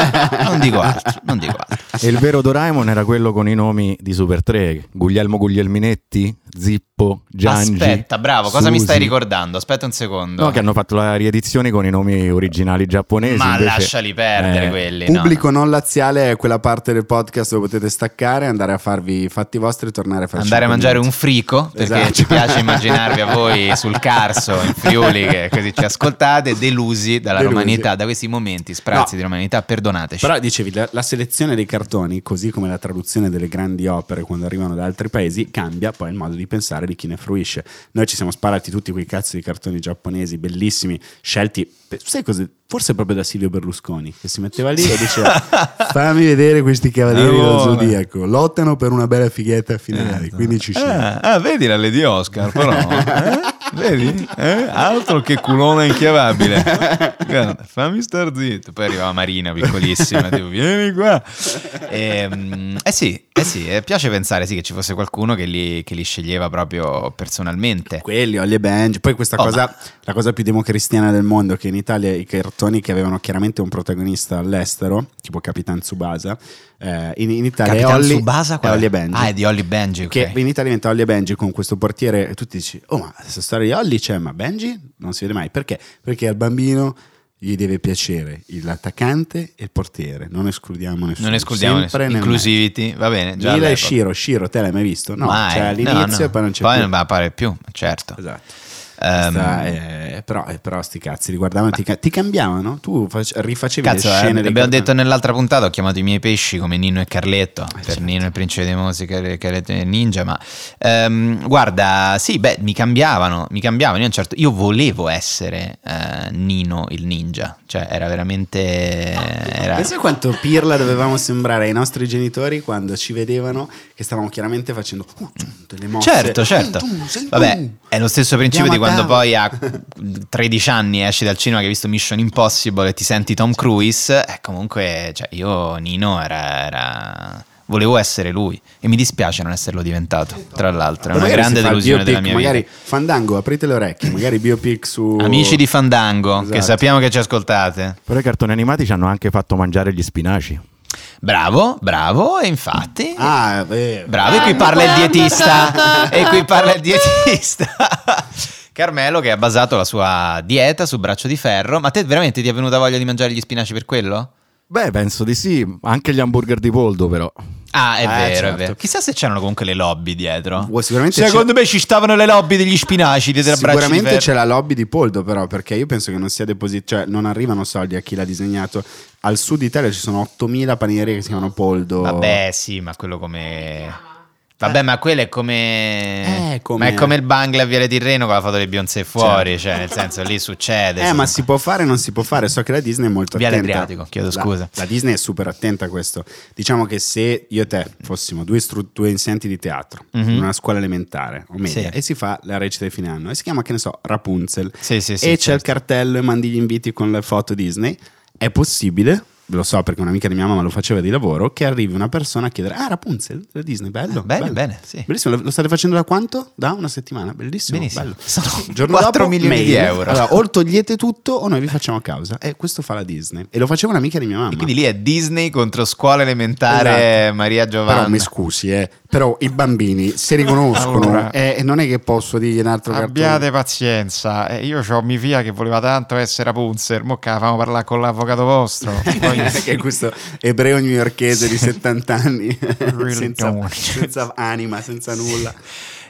[SPEAKER 1] Non dico altro, non dico altro.
[SPEAKER 6] E il vero Doraemon era quello con i nomi di Super 3, Guglielmo Guglielminetti, Zippo, Giangi.
[SPEAKER 1] Aspetta, bravo, cosa mi stai
[SPEAKER 6] Susi.
[SPEAKER 1] ricordando? Aspetta un secondo.
[SPEAKER 6] No, che hanno fatto la riedizione con i nomi originali giapponesi.
[SPEAKER 1] Ma
[SPEAKER 6] invece-
[SPEAKER 1] lasciali perdere
[SPEAKER 6] Eh,
[SPEAKER 1] quelli. no,
[SPEAKER 2] Pubblico non laziale è quella parte del podcast dove potete staccare, andare a farvi i fatti vostri e tornare a
[SPEAKER 1] no.
[SPEAKER 2] farci
[SPEAKER 1] Andare a mangiare un
[SPEAKER 2] commenti.
[SPEAKER 1] frico perché
[SPEAKER 2] Esatto.
[SPEAKER 1] ci piace immaginarvi a voi sul Carso, in Friuli, che così ci ascoltate, delusi dalla
[SPEAKER 2] Delusi.
[SPEAKER 1] romanità, da questi momenti sprazzi
[SPEAKER 2] No.
[SPEAKER 1] di romanità. Perdonateci.
[SPEAKER 2] Però dicevi, la, la selezione dei cartoni, così come la traduzione delle grandi opere quando arrivano da altri paesi, cambia poi il modo di pensare di chi ne fruisce. Noi ci siamo sparati tutti quei cazzo di cartoni giapponesi bellissimi, scelti, per- sai cos'è? Forse proprio da Silvio Berlusconi, che si metteva lì e diceva fammi vedere questi cavalieri
[SPEAKER 1] Ah,
[SPEAKER 2] del
[SPEAKER 1] buono.
[SPEAKER 2] zodiaco, lottano per una bella fighetta
[SPEAKER 1] Eh,
[SPEAKER 2] finale, quindi ci scelgo.
[SPEAKER 1] Ah, ah, vedi la Lady Oscar, però. eh? Vedi? Eh? Altro che culona inchiavabile. Guarda, fammi star zitto. Poi arrivava Marina, piccolissima, tipo, vieni qua. Ehm, eh sì, eh sì, eh, piace pensare sì, che ci fosse qualcuno che li, che li sceglieva proprio personalmente.
[SPEAKER 2] Eh. Quelli, Ollie e Benji. Poi questa
[SPEAKER 1] Oh,
[SPEAKER 2] cosa, la cosa più democristiana del mondo, che in Italia i cartoni che avevano chiaramente un protagonista all'estero, tipo Capitan Tsubasa, eh, in, in Italia è
[SPEAKER 1] Capitan
[SPEAKER 2] Ollie-
[SPEAKER 1] Tsubasa,
[SPEAKER 2] è
[SPEAKER 1] qual è?
[SPEAKER 2] Ollie e Benji.
[SPEAKER 1] Ah, è di Ollie e Benji, ok.
[SPEAKER 2] Che in Italia diventa Ollie e Benji con questo portiere e tu ti dici, oh ma questa storia di Ollie c'è, cioè, ma Benji non si vede mai. Perché? Perché al bambino gli deve piacere l'attaccante e il portiere, non escludiamo nessuno.
[SPEAKER 1] Non escludiamo
[SPEAKER 2] Sempre
[SPEAKER 1] nessuno.
[SPEAKER 2] nel
[SPEAKER 1] Inclusivity, va bene. Già
[SPEAKER 2] mezzo. Mila e
[SPEAKER 1] all'epoca.
[SPEAKER 2] Shiro, Shiro, te l'hai mai visto? No,
[SPEAKER 1] Mai.
[SPEAKER 2] c'è all'inizio
[SPEAKER 1] No, no.
[SPEAKER 2] e poi non c'è
[SPEAKER 1] Poi
[SPEAKER 2] più.
[SPEAKER 1] non va a appare più, certo.
[SPEAKER 2] Esatto.
[SPEAKER 1] Ehm,
[SPEAKER 2] Questa, eh, però, eh, però sti cazzi li guardavano, ti, ca- ti cambiavano, tu fac- rifacevi
[SPEAKER 1] Cazzo, eh,
[SPEAKER 2] le scene dei
[SPEAKER 1] abbiamo detto
[SPEAKER 2] cartoni.
[SPEAKER 1] nell'altra puntata, ho chiamato i miei pesci come Nino e Carletto, per
[SPEAKER 2] certo.
[SPEAKER 1] Nino il principe dei mozzi, Car- Carletto e Ninja, ma ehm, guarda, sì, beh, mi cambiavano, mi cambiavano, io, a un certo, io volevo essere eh, Nino il ninja, cioè era veramente... Era,
[SPEAKER 2] Pensa quanto pirla dovevamo sembrare ai nostri genitori quando ci vedevano che stavamo chiaramente facendo uh, delle mosse.
[SPEAKER 1] Certo, certo.
[SPEAKER 2] Uh, tu, sei tu.
[SPEAKER 1] Vabbè, è lo stesso principio
[SPEAKER 2] Andiamo
[SPEAKER 1] di
[SPEAKER 2] a
[SPEAKER 1] quando
[SPEAKER 6] bravo.
[SPEAKER 1] poi a 13 anni esci dal cinema che hai visto Mission Impossible e ti senti Tom Cruise, eh, comunque cioè, io Nino era, era- volevo essere lui e mi dispiace non esserlo diventato, tra l'altro, è una
[SPEAKER 2] Magari
[SPEAKER 1] grande
[SPEAKER 2] si fa il
[SPEAKER 1] delusione
[SPEAKER 2] biopic,
[SPEAKER 1] della mia
[SPEAKER 2] magari
[SPEAKER 1] vita.
[SPEAKER 2] Fandango, aprite le orecchie, magari biopic su
[SPEAKER 1] Amici di Fandango, che
[SPEAKER 2] Esatto.
[SPEAKER 1] sappiamo che ci ascoltate.
[SPEAKER 6] Però i cartoni animati ci hanno anche fatto mangiare gli spinaci.
[SPEAKER 1] Bravo, bravo, e infatti...
[SPEAKER 2] Ah, eh,
[SPEAKER 1] Bravo, e qui parla il dietista. e qui parla il dietista. Carmelo che ha basato la sua dieta su braccio di ferro. Ma te veramente ti è venuta voglia di mangiare gli spinaci per quello?
[SPEAKER 6] Beh, penso di sì. Anche gli hamburger di Poldo, però.
[SPEAKER 1] Ah, è
[SPEAKER 2] Eh,
[SPEAKER 1] vero, è
[SPEAKER 2] certo.
[SPEAKER 1] vero. Chissà se c'erano comunque le lobby dietro.
[SPEAKER 2] Vuoi sicuramente c'è-
[SPEAKER 1] Secondo me ci stavano le lobby degli spinaci dietro a braccio di
[SPEAKER 2] Sicuramente
[SPEAKER 1] ferro.
[SPEAKER 2] c'è la lobby di Poldo, però, perché io penso che non sia deposito, cioè non arrivano soldi a chi l'ha disegnato. Al sud Italia ci sono 8000 panieri che si chiamano Poldo.
[SPEAKER 1] Vabbè, sì, ma quello come... Vabbè, ma quello è come...
[SPEAKER 2] Eh, come- Certo.
[SPEAKER 1] Ma è come il bangla a Viale Tirreno con la foto di Beyoncé fuori, cioè, nel senso, lì succede.
[SPEAKER 2] Eh,
[SPEAKER 1] sì.
[SPEAKER 2] ma si può fare o non si può fare? So che la Disney è molto
[SPEAKER 1] Viale
[SPEAKER 2] attenta.
[SPEAKER 1] Adriatico, chiedo
[SPEAKER 2] La-
[SPEAKER 1] scusa.
[SPEAKER 2] La, Disney è super attenta a questo. Diciamo che se io e te fossimo due, istru- due insegnanti di teatro
[SPEAKER 1] Mhm.
[SPEAKER 2] in una scuola elementare o media
[SPEAKER 1] Sì.
[SPEAKER 2] e si fa la recita di fine anno e si chiama, che ne so, Rapunzel
[SPEAKER 1] Sì, sì, sì,
[SPEAKER 2] e c'è
[SPEAKER 1] certo.
[SPEAKER 2] il cartello e mandi gli inviti con le foto Disney, è possibile. Lo so perché un'amica di mia mamma lo faceva di lavoro. Che arrivi una persona a chiedere: Ah, Rapunzel, la Disney, bello.
[SPEAKER 1] Ah, bene,
[SPEAKER 2] bello.
[SPEAKER 1] bene, sì.
[SPEAKER 2] Bellissimo, lo- lo state facendo da quanto? Da una settimana, bellissimo.
[SPEAKER 1] Benissimo.
[SPEAKER 2] bello."
[SPEAKER 1] Sono
[SPEAKER 2] Il giorno
[SPEAKER 1] 4
[SPEAKER 2] dopo,
[SPEAKER 1] milioni di
[SPEAKER 2] mail.
[SPEAKER 1] euro.
[SPEAKER 2] Allora, o togliete tutto o noi vi facciamo causa. E questo fa la Disney. E lo faceva un'amica di mia mamma.
[SPEAKER 1] E quindi lì è Disney contro scuola elementare
[SPEAKER 2] Esatto.
[SPEAKER 1] Maria Giovanna.
[SPEAKER 2] Però mi scusi, eh, però i bambini si riconoscono
[SPEAKER 7] Allora.
[SPEAKER 2] eh, e non è che posso dirgli un altro
[SPEAKER 7] Abbiate pazienza, eh, io ho mia figlia che voleva tanto essere Rapunzel, mo che la famo parlare con l'avvocato vostro. Poi-
[SPEAKER 2] cartone. che è questo ebreo newyorchese di 70 anni
[SPEAKER 7] Really
[SPEAKER 2] senza,
[SPEAKER 7] don't.
[SPEAKER 2] senza anima, senza nulla.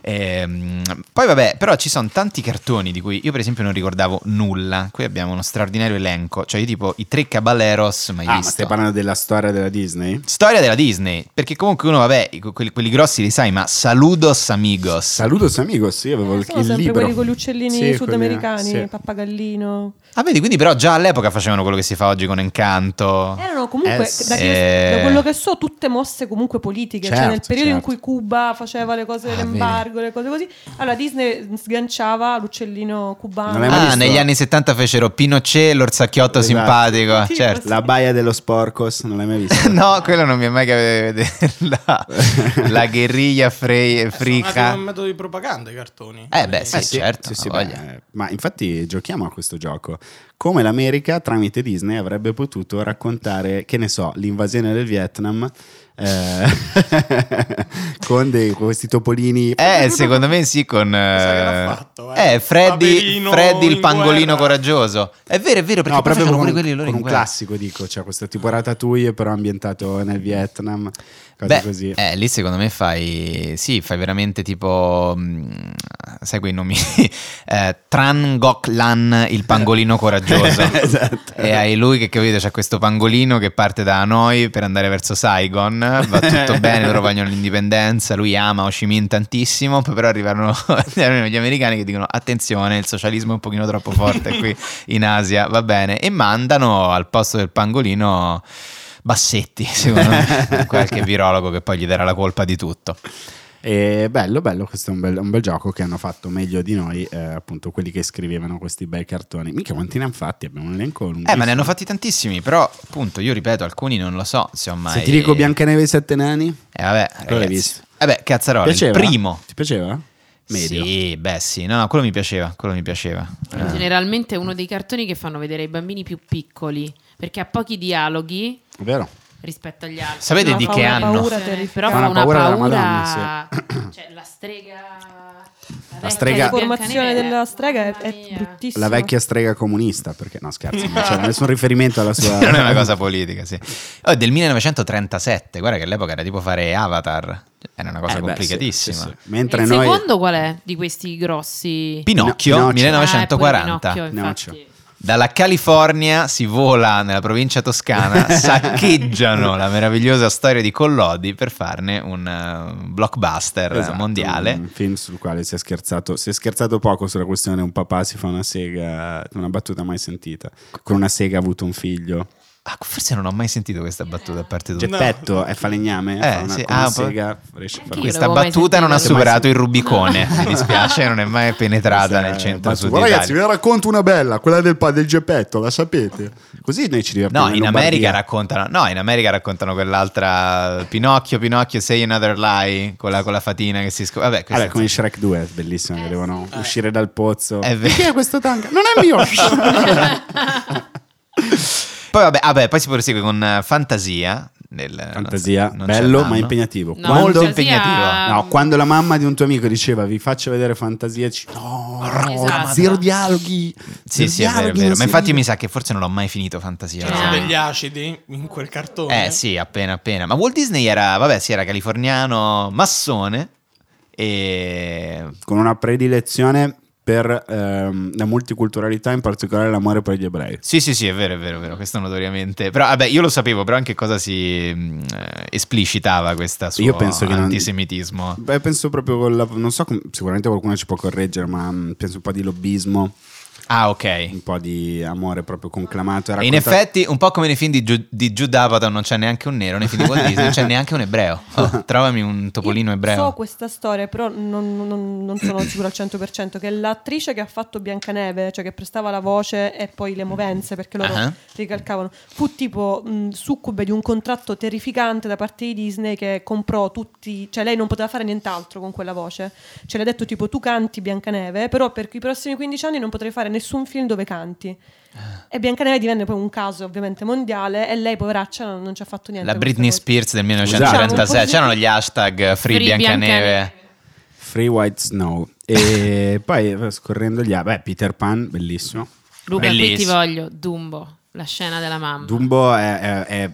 [SPEAKER 1] Ehm, poi vabbè, però ci sono tanti cartoni di cui io per esempio non ricordavo nulla. Qui abbiamo uno straordinario elenco, cioè io tipo i tre caballeros mai
[SPEAKER 2] Ah, ma
[SPEAKER 1] visto.
[SPEAKER 2] stai parlando della storia della Disney?
[SPEAKER 1] Storia della Disney, perché comunque uno vabbè, i- quelli, quelli grossi li sai, ma saludos amigos.
[SPEAKER 2] Saludos amigos, io avevo il,
[SPEAKER 4] Eh, Sono
[SPEAKER 2] il
[SPEAKER 4] sempre
[SPEAKER 2] libro.
[SPEAKER 4] quelli con gli uccellini
[SPEAKER 2] Sì, quelli-
[SPEAKER 4] sudamericani,
[SPEAKER 2] sì.
[SPEAKER 4] pappagallino.
[SPEAKER 1] Ah, vedi, quindi però già all'epoca facevano quello che si fa oggi con Encanto.
[SPEAKER 4] Erano comunque,
[SPEAKER 2] Eh, sì.
[SPEAKER 4] da, che- da quello che so, tutte mosse comunque politiche. cioè,
[SPEAKER 2] Certo,
[SPEAKER 4] nel periodo in
[SPEAKER 2] certo. Ah,
[SPEAKER 4] cui Cuba faceva le cose dell'embargo, le cose così, allora Disney sganciava l'uccellino
[SPEAKER 2] Non
[SPEAKER 4] cubano.
[SPEAKER 2] l'hai mai
[SPEAKER 1] Ah,
[SPEAKER 2] visto?
[SPEAKER 1] negli anni 70 fecero Pinochet, l'orsacchiotto
[SPEAKER 2] Esatto.
[SPEAKER 1] simpatico,
[SPEAKER 4] Sì,
[SPEAKER 1] certo.
[SPEAKER 2] La baia dello sporcos, non l'hai mai vista?
[SPEAKER 1] No, quello non mi è mai capitato di vederla. La guerriglia fre-
[SPEAKER 3] È un
[SPEAKER 1] frica.
[SPEAKER 3] metodo di propaganda i cartoni.
[SPEAKER 1] Eh, beh, sì.
[SPEAKER 2] Eh sì,
[SPEAKER 1] certo,
[SPEAKER 2] sì, sì,
[SPEAKER 1] ha
[SPEAKER 2] beh,
[SPEAKER 1] voglia.
[SPEAKER 2] eh, ma infatti giochiamo a questo gioco. Come l'America tramite Disney avrebbe potuto raccontare, che ne so, l'invasione del Vietnam eh, con dei- con questi topolini.
[SPEAKER 1] Eh, secondo me sì, con...
[SPEAKER 3] sa che l'ha
[SPEAKER 1] Eh,
[SPEAKER 3] fatto, eh.
[SPEAKER 1] eh, Freddy,
[SPEAKER 3] Paperino
[SPEAKER 1] Freddy il
[SPEAKER 3] in
[SPEAKER 1] pangolino
[SPEAKER 3] guerra.
[SPEAKER 1] coraggioso. È vero, è vero, perché
[SPEAKER 2] No,
[SPEAKER 1] poi
[SPEAKER 2] proprio
[SPEAKER 1] facevano
[SPEAKER 2] con,
[SPEAKER 1] pure quelli loro
[SPEAKER 2] con
[SPEAKER 1] in
[SPEAKER 2] un
[SPEAKER 1] guerra.
[SPEAKER 2] classico, dico, cioè questo tipo Ratatouille però ambientato nel Vietnam, cose
[SPEAKER 1] Beh,
[SPEAKER 2] così.
[SPEAKER 1] eh, lì secondo me fai... Sì, fai veramente tipo... mh, sai quei nomi? Eh, Tran Gok Lan, il pangolino coraggioso.
[SPEAKER 2] Esatto.
[SPEAKER 1] E hai lui che capito, c'è questo pangolino che parte da Hanoi per andare verso Saigon, va tutto bene, loro vogliono l'indipendenza, lui ama Ho Chi Minh tantissimo, poi però arrivarono, arrivano gli americani che dicono attenzione, il socialismo è un pochino troppo forte qui in Asia, va bene, e mandano al posto del pangolino Bassetti, secondo me, qualche virologo che poi gli darà la colpa di tutto.
[SPEAKER 2] E bello, bello, questo è un bel, un bel gioco che hanno fatto meglio di noi, eh, appunto quelli che scrivevano questi bei cartoni. Mica quanti ne hanno fatti, abbiamo un elenco lungo.
[SPEAKER 1] Eh, ma ne hanno fatti tantissimi, però appunto, io ripeto, alcuni non lo so se ho mai...
[SPEAKER 2] Se ti dico Biancaneve e i Sette Nani?
[SPEAKER 1] Eh vabbè,
[SPEAKER 2] Allora l'hai
[SPEAKER 1] ragazzi.
[SPEAKER 2] visto.
[SPEAKER 1] Eh beh, cazzarola, il
[SPEAKER 2] Piaceva?
[SPEAKER 1] primo.
[SPEAKER 2] Ti piaceva? Medio.
[SPEAKER 1] Sì, beh, sì, no, no, quello mi piaceva, quello mi piaceva.
[SPEAKER 2] Eh.
[SPEAKER 5] Generalmente è uno dei cartoni che fanno vedere ai bambini più piccoli perché ha pochi dialoghi
[SPEAKER 2] Vero?
[SPEAKER 5] rispetto agli altri.
[SPEAKER 1] Sapete
[SPEAKER 5] No,
[SPEAKER 1] di
[SPEAKER 5] fa
[SPEAKER 1] che
[SPEAKER 5] una
[SPEAKER 1] anno?
[SPEAKER 5] paura terribile. però
[SPEAKER 2] Fa
[SPEAKER 5] fa
[SPEAKER 2] una
[SPEAKER 5] una,
[SPEAKER 2] paura
[SPEAKER 5] paura,
[SPEAKER 2] della Madonna,
[SPEAKER 5] cioè la strega la,
[SPEAKER 2] strega-
[SPEAKER 5] vecchia
[SPEAKER 4] La
[SPEAKER 5] di
[SPEAKER 4] formazione
[SPEAKER 5] Biancaneve,
[SPEAKER 4] della strega è,
[SPEAKER 5] mamma
[SPEAKER 4] è
[SPEAKER 5] mia.
[SPEAKER 4] bruttissima.
[SPEAKER 2] La vecchia strega comunista, perché no scherzo, non c'era nessun riferimento alla sua...
[SPEAKER 1] non è una cosa politica, sì. Oh, è del 1937, guarda che all'epoca era tipo fare Avatar, era una
[SPEAKER 2] Eh,
[SPEAKER 1] cosa
[SPEAKER 2] beh,
[SPEAKER 1] complicatissima.
[SPEAKER 2] sì, sì, sì. Mentre
[SPEAKER 5] il
[SPEAKER 2] noi...
[SPEAKER 5] secondo qual è di questi grossi?
[SPEAKER 1] Pinocchio,
[SPEAKER 2] Pinocchio.
[SPEAKER 5] Ah,
[SPEAKER 1] 1940.
[SPEAKER 5] è pure Pinocchio,
[SPEAKER 2] Pinocchio.
[SPEAKER 5] infatti.
[SPEAKER 1] Dalla California si vola nella provincia toscana, saccheggiano la meravigliosa storia di Collodi per farne un eh, blockbuster eh,
[SPEAKER 2] Esatto,
[SPEAKER 1] mondiale.
[SPEAKER 2] Un film sul quale si è scherzato, si è scherzato poco sulla questione un papà si fa una sega, una battuta mai sentita, con una sega ha avuto un figlio.
[SPEAKER 1] Ah, forse non ho mai sentito questa battuta a parte tua.
[SPEAKER 2] Geppetto è falegname,
[SPEAKER 1] Eh,
[SPEAKER 2] fa una,
[SPEAKER 1] sì,
[SPEAKER 2] con una
[SPEAKER 1] ah, poi-
[SPEAKER 2] sega, riesce a
[SPEAKER 5] Anche
[SPEAKER 2] fare
[SPEAKER 5] io.
[SPEAKER 1] Questa
[SPEAKER 5] l'avevo mai
[SPEAKER 1] battuta non ha
[SPEAKER 5] sentita.
[SPEAKER 1] superato il Rubicone, mi dispiace, non è mai penetrata nel centro-sud
[SPEAKER 2] Guarda, eh, Ragazzi,
[SPEAKER 1] Italia.
[SPEAKER 2] vi racconto una bella, quella del padre del Geppetto, la sapete? Così noi ci divertiamo.
[SPEAKER 1] No, in
[SPEAKER 2] Lombardia.
[SPEAKER 1] America raccontano, no, in America raccontano quell'altra Pinocchio, Pinocchio, say another lie, con la, con la fatina che si scopre. Vabbè, questa-
[SPEAKER 2] Vabbè, come in Shrek 2, è bellissimo, che devono uscire dal pozzo.
[SPEAKER 1] È vero.
[SPEAKER 2] Chi è questo tank? Non è mio!
[SPEAKER 1] Poi vabbè, vabbè, poi si prosegue con eh, Fantasia. nel-
[SPEAKER 2] Fantasia,
[SPEAKER 1] non c'è
[SPEAKER 2] bello
[SPEAKER 1] l'anno.
[SPEAKER 2] ma impegnativo.
[SPEAKER 5] No,
[SPEAKER 2] Quando-
[SPEAKER 1] Molto
[SPEAKER 5] Fantasia-
[SPEAKER 1] impegnativo.
[SPEAKER 2] No, quando la mamma di un tuo amico diceva vi faccio vedere fantasia, ci... no, no,
[SPEAKER 6] Oh,
[SPEAKER 5] Esatto.
[SPEAKER 2] zero dialoghi.
[SPEAKER 1] Sì,
[SPEAKER 2] zero
[SPEAKER 1] sì, è vero, è
[SPEAKER 2] dialoghi,
[SPEAKER 1] vero.
[SPEAKER 2] non
[SPEAKER 1] Ma
[SPEAKER 2] si
[SPEAKER 1] infatti
[SPEAKER 2] ride.
[SPEAKER 1] mi sa che forse non l'ho mai finito Fantasia.
[SPEAKER 5] Cioè,
[SPEAKER 3] C'erano
[SPEAKER 5] Eh.
[SPEAKER 3] degli acidi in quel cartone.
[SPEAKER 1] Eh sì, appena appena. Ma Walt Disney era, vabbè, sì, era californiano massone e...
[SPEAKER 2] Con una predilezione per ehm, la multiculturalità, in particolare l'amore per gli ebrei.
[SPEAKER 1] Sì, sì, sì, è vero, è vero, è vero, questo notoriamente. Però, vabbè, io lo sapevo, però anche cosa si mh, eh, esplicitava questa suo
[SPEAKER 2] Io penso che non-
[SPEAKER 1] antisemitismo.
[SPEAKER 2] Beh, penso proprio con la- non so, com- sicuramente qualcuno ci può correggere, ma mh, penso un po' di lobbismo,
[SPEAKER 1] Ah, ok.
[SPEAKER 2] un po' di amore proprio conclamato. e
[SPEAKER 1] E in
[SPEAKER 2] raccontato-
[SPEAKER 1] effetti, un po' come nei film di, Giu- di Giudapata, non c'è neanche un nero, nei film di Walt Disney non c'è neanche un ebreo. Oh, trovami un topolino
[SPEAKER 4] Io
[SPEAKER 1] ebreo.
[SPEAKER 4] So questa storia, però non, non- non sono sicura al 100%. Che l'attrice che ha fatto Biancaneve, cioè che prestava la voce e poi le movenze perché loro
[SPEAKER 1] Ah.
[SPEAKER 4] ricalcavano, fu tipo mh, succube di un contratto terrificante da parte di Disney che comprò tutti, cioè lei non poteva fare nient'altro con quella voce. Ce l'ha detto tipo tu canti Biancaneve, però per i prossimi 15 anni non potrai fare nessun film dove canti.
[SPEAKER 1] Ah.
[SPEAKER 4] E Biancaneve divenne poi un caso ovviamente mondiale e lei poveraccia non, non ci ha fatto niente.
[SPEAKER 1] La
[SPEAKER 4] con questa
[SPEAKER 1] Britney Spears
[SPEAKER 4] cosa.
[SPEAKER 2] Esatto.
[SPEAKER 1] del
[SPEAKER 4] Diciamo,
[SPEAKER 1] 1936,
[SPEAKER 4] un po'
[SPEAKER 1] c'erano gli hashtag eh, Free,
[SPEAKER 5] Free
[SPEAKER 1] Biancaneve.
[SPEAKER 2] Free White Snow. E poi eh, scorrendo gli... Beh, Peter Pan, bellissimo.
[SPEAKER 5] Luca, qui ti
[SPEAKER 1] Bellissimo.
[SPEAKER 5] voglio. Dumbo, la scena della mamma.
[SPEAKER 2] Dumbo è, è- è-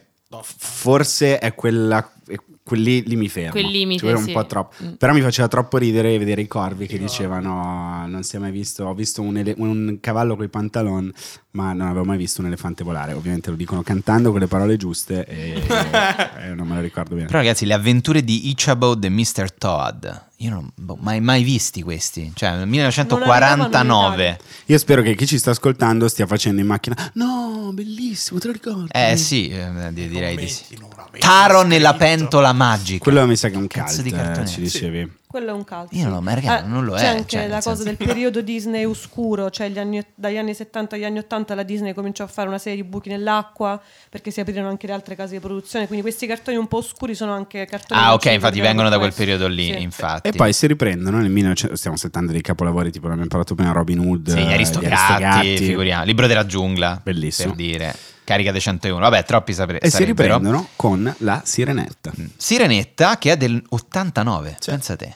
[SPEAKER 2] forse è quella. è- Quel lì, lì mi fermo.
[SPEAKER 5] Quel limite,
[SPEAKER 2] Cioè, era un
[SPEAKER 5] sì.
[SPEAKER 2] po' troppo.
[SPEAKER 5] Mm.
[SPEAKER 2] Però mi faceva troppo ridere vedere i corvi che dicevano: Non si è mai visto. Ho visto un, ele- un cavallo con i pantaloni, ma non avevo mai visto un elefante volare. Ovviamente lo dicono cantando con le parole giuste e, e non me lo ricordo bene.
[SPEAKER 1] Però ragazzi, le avventure di Ichabod e Mr. Todd, io non ho mai, mai visti questi, cioè nel
[SPEAKER 4] Non arrivavano in
[SPEAKER 1] 1949.
[SPEAKER 4] Italia.
[SPEAKER 2] Io spero che chi ci sta ascoltando stia facendo in macchina. No, bellissimo, te lo ricordo.
[SPEAKER 5] Mm.
[SPEAKER 1] Eh sì, eh, di- direi di sì.
[SPEAKER 3] Mettino una vecchia
[SPEAKER 1] Taro nella
[SPEAKER 3] scritta.
[SPEAKER 1] pentola magica.
[SPEAKER 2] Quello mi sa che è un cazzo
[SPEAKER 1] Cazzo di cartone.
[SPEAKER 2] ci
[SPEAKER 1] Sì.
[SPEAKER 2] dicevi.
[SPEAKER 4] Quello è un calcio.
[SPEAKER 1] Io non l'ho mai-
[SPEAKER 5] Ah,
[SPEAKER 1] raga, non lo
[SPEAKER 4] Ah, c'è
[SPEAKER 1] è,
[SPEAKER 4] anche
[SPEAKER 1] cioè, nel
[SPEAKER 4] la cosa
[SPEAKER 1] senso-
[SPEAKER 4] del periodo Disney oscuro, cioè gli anni- dagli anni 70 agli anni 80 la Disney cominciò a fare una serie di buchi nell'acqua perché si aprirono anche le altre case di produzione, quindi questi cartoni un po' oscuri sono anche cartoni
[SPEAKER 1] Ah
[SPEAKER 4] che
[SPEAKER 1] ok,
[SPEAKER 4] ci
[SPEAKER 1] infatti
[SPEAKER 4] ricordiamo
[SPEAKER 1] vengono da quel
[SPEAKER 4] questo.
[SPEAKER 1] periodo lì,
[SPEAKER 5] certo.
[SPEAKER 4] Sì.
[SPEAKER 1] infatti.
[SPEAKER 2] E poi si riprendono nel 1900, stiamo settando dei capolavori tipo l'abbiamo parlato prima Robin Hood,
[SPEAKER 1] Sì,
[SPEAKER 2] eh,
[SPEAKER 1] gli
[SPEAKER 2] di
[SPEAKER 1] aristocrati,
[SPEAKER 2] Aristogatti.
[SPEAKER 1] figuriamo. Libro della giungla,
[SPEAKER 2] Bellissimo.
[SPEAKER 1] per dire. Carica dei 101. Vabbè, troppi sapere.
[SPEAKER 2] E si
[SPEAKER 1] sarebbero.
[SPEAKER 2] riprendono con la sirenetta.
[SPEAKER 1] Mm. Sirenetta, che è del 89, pensa te.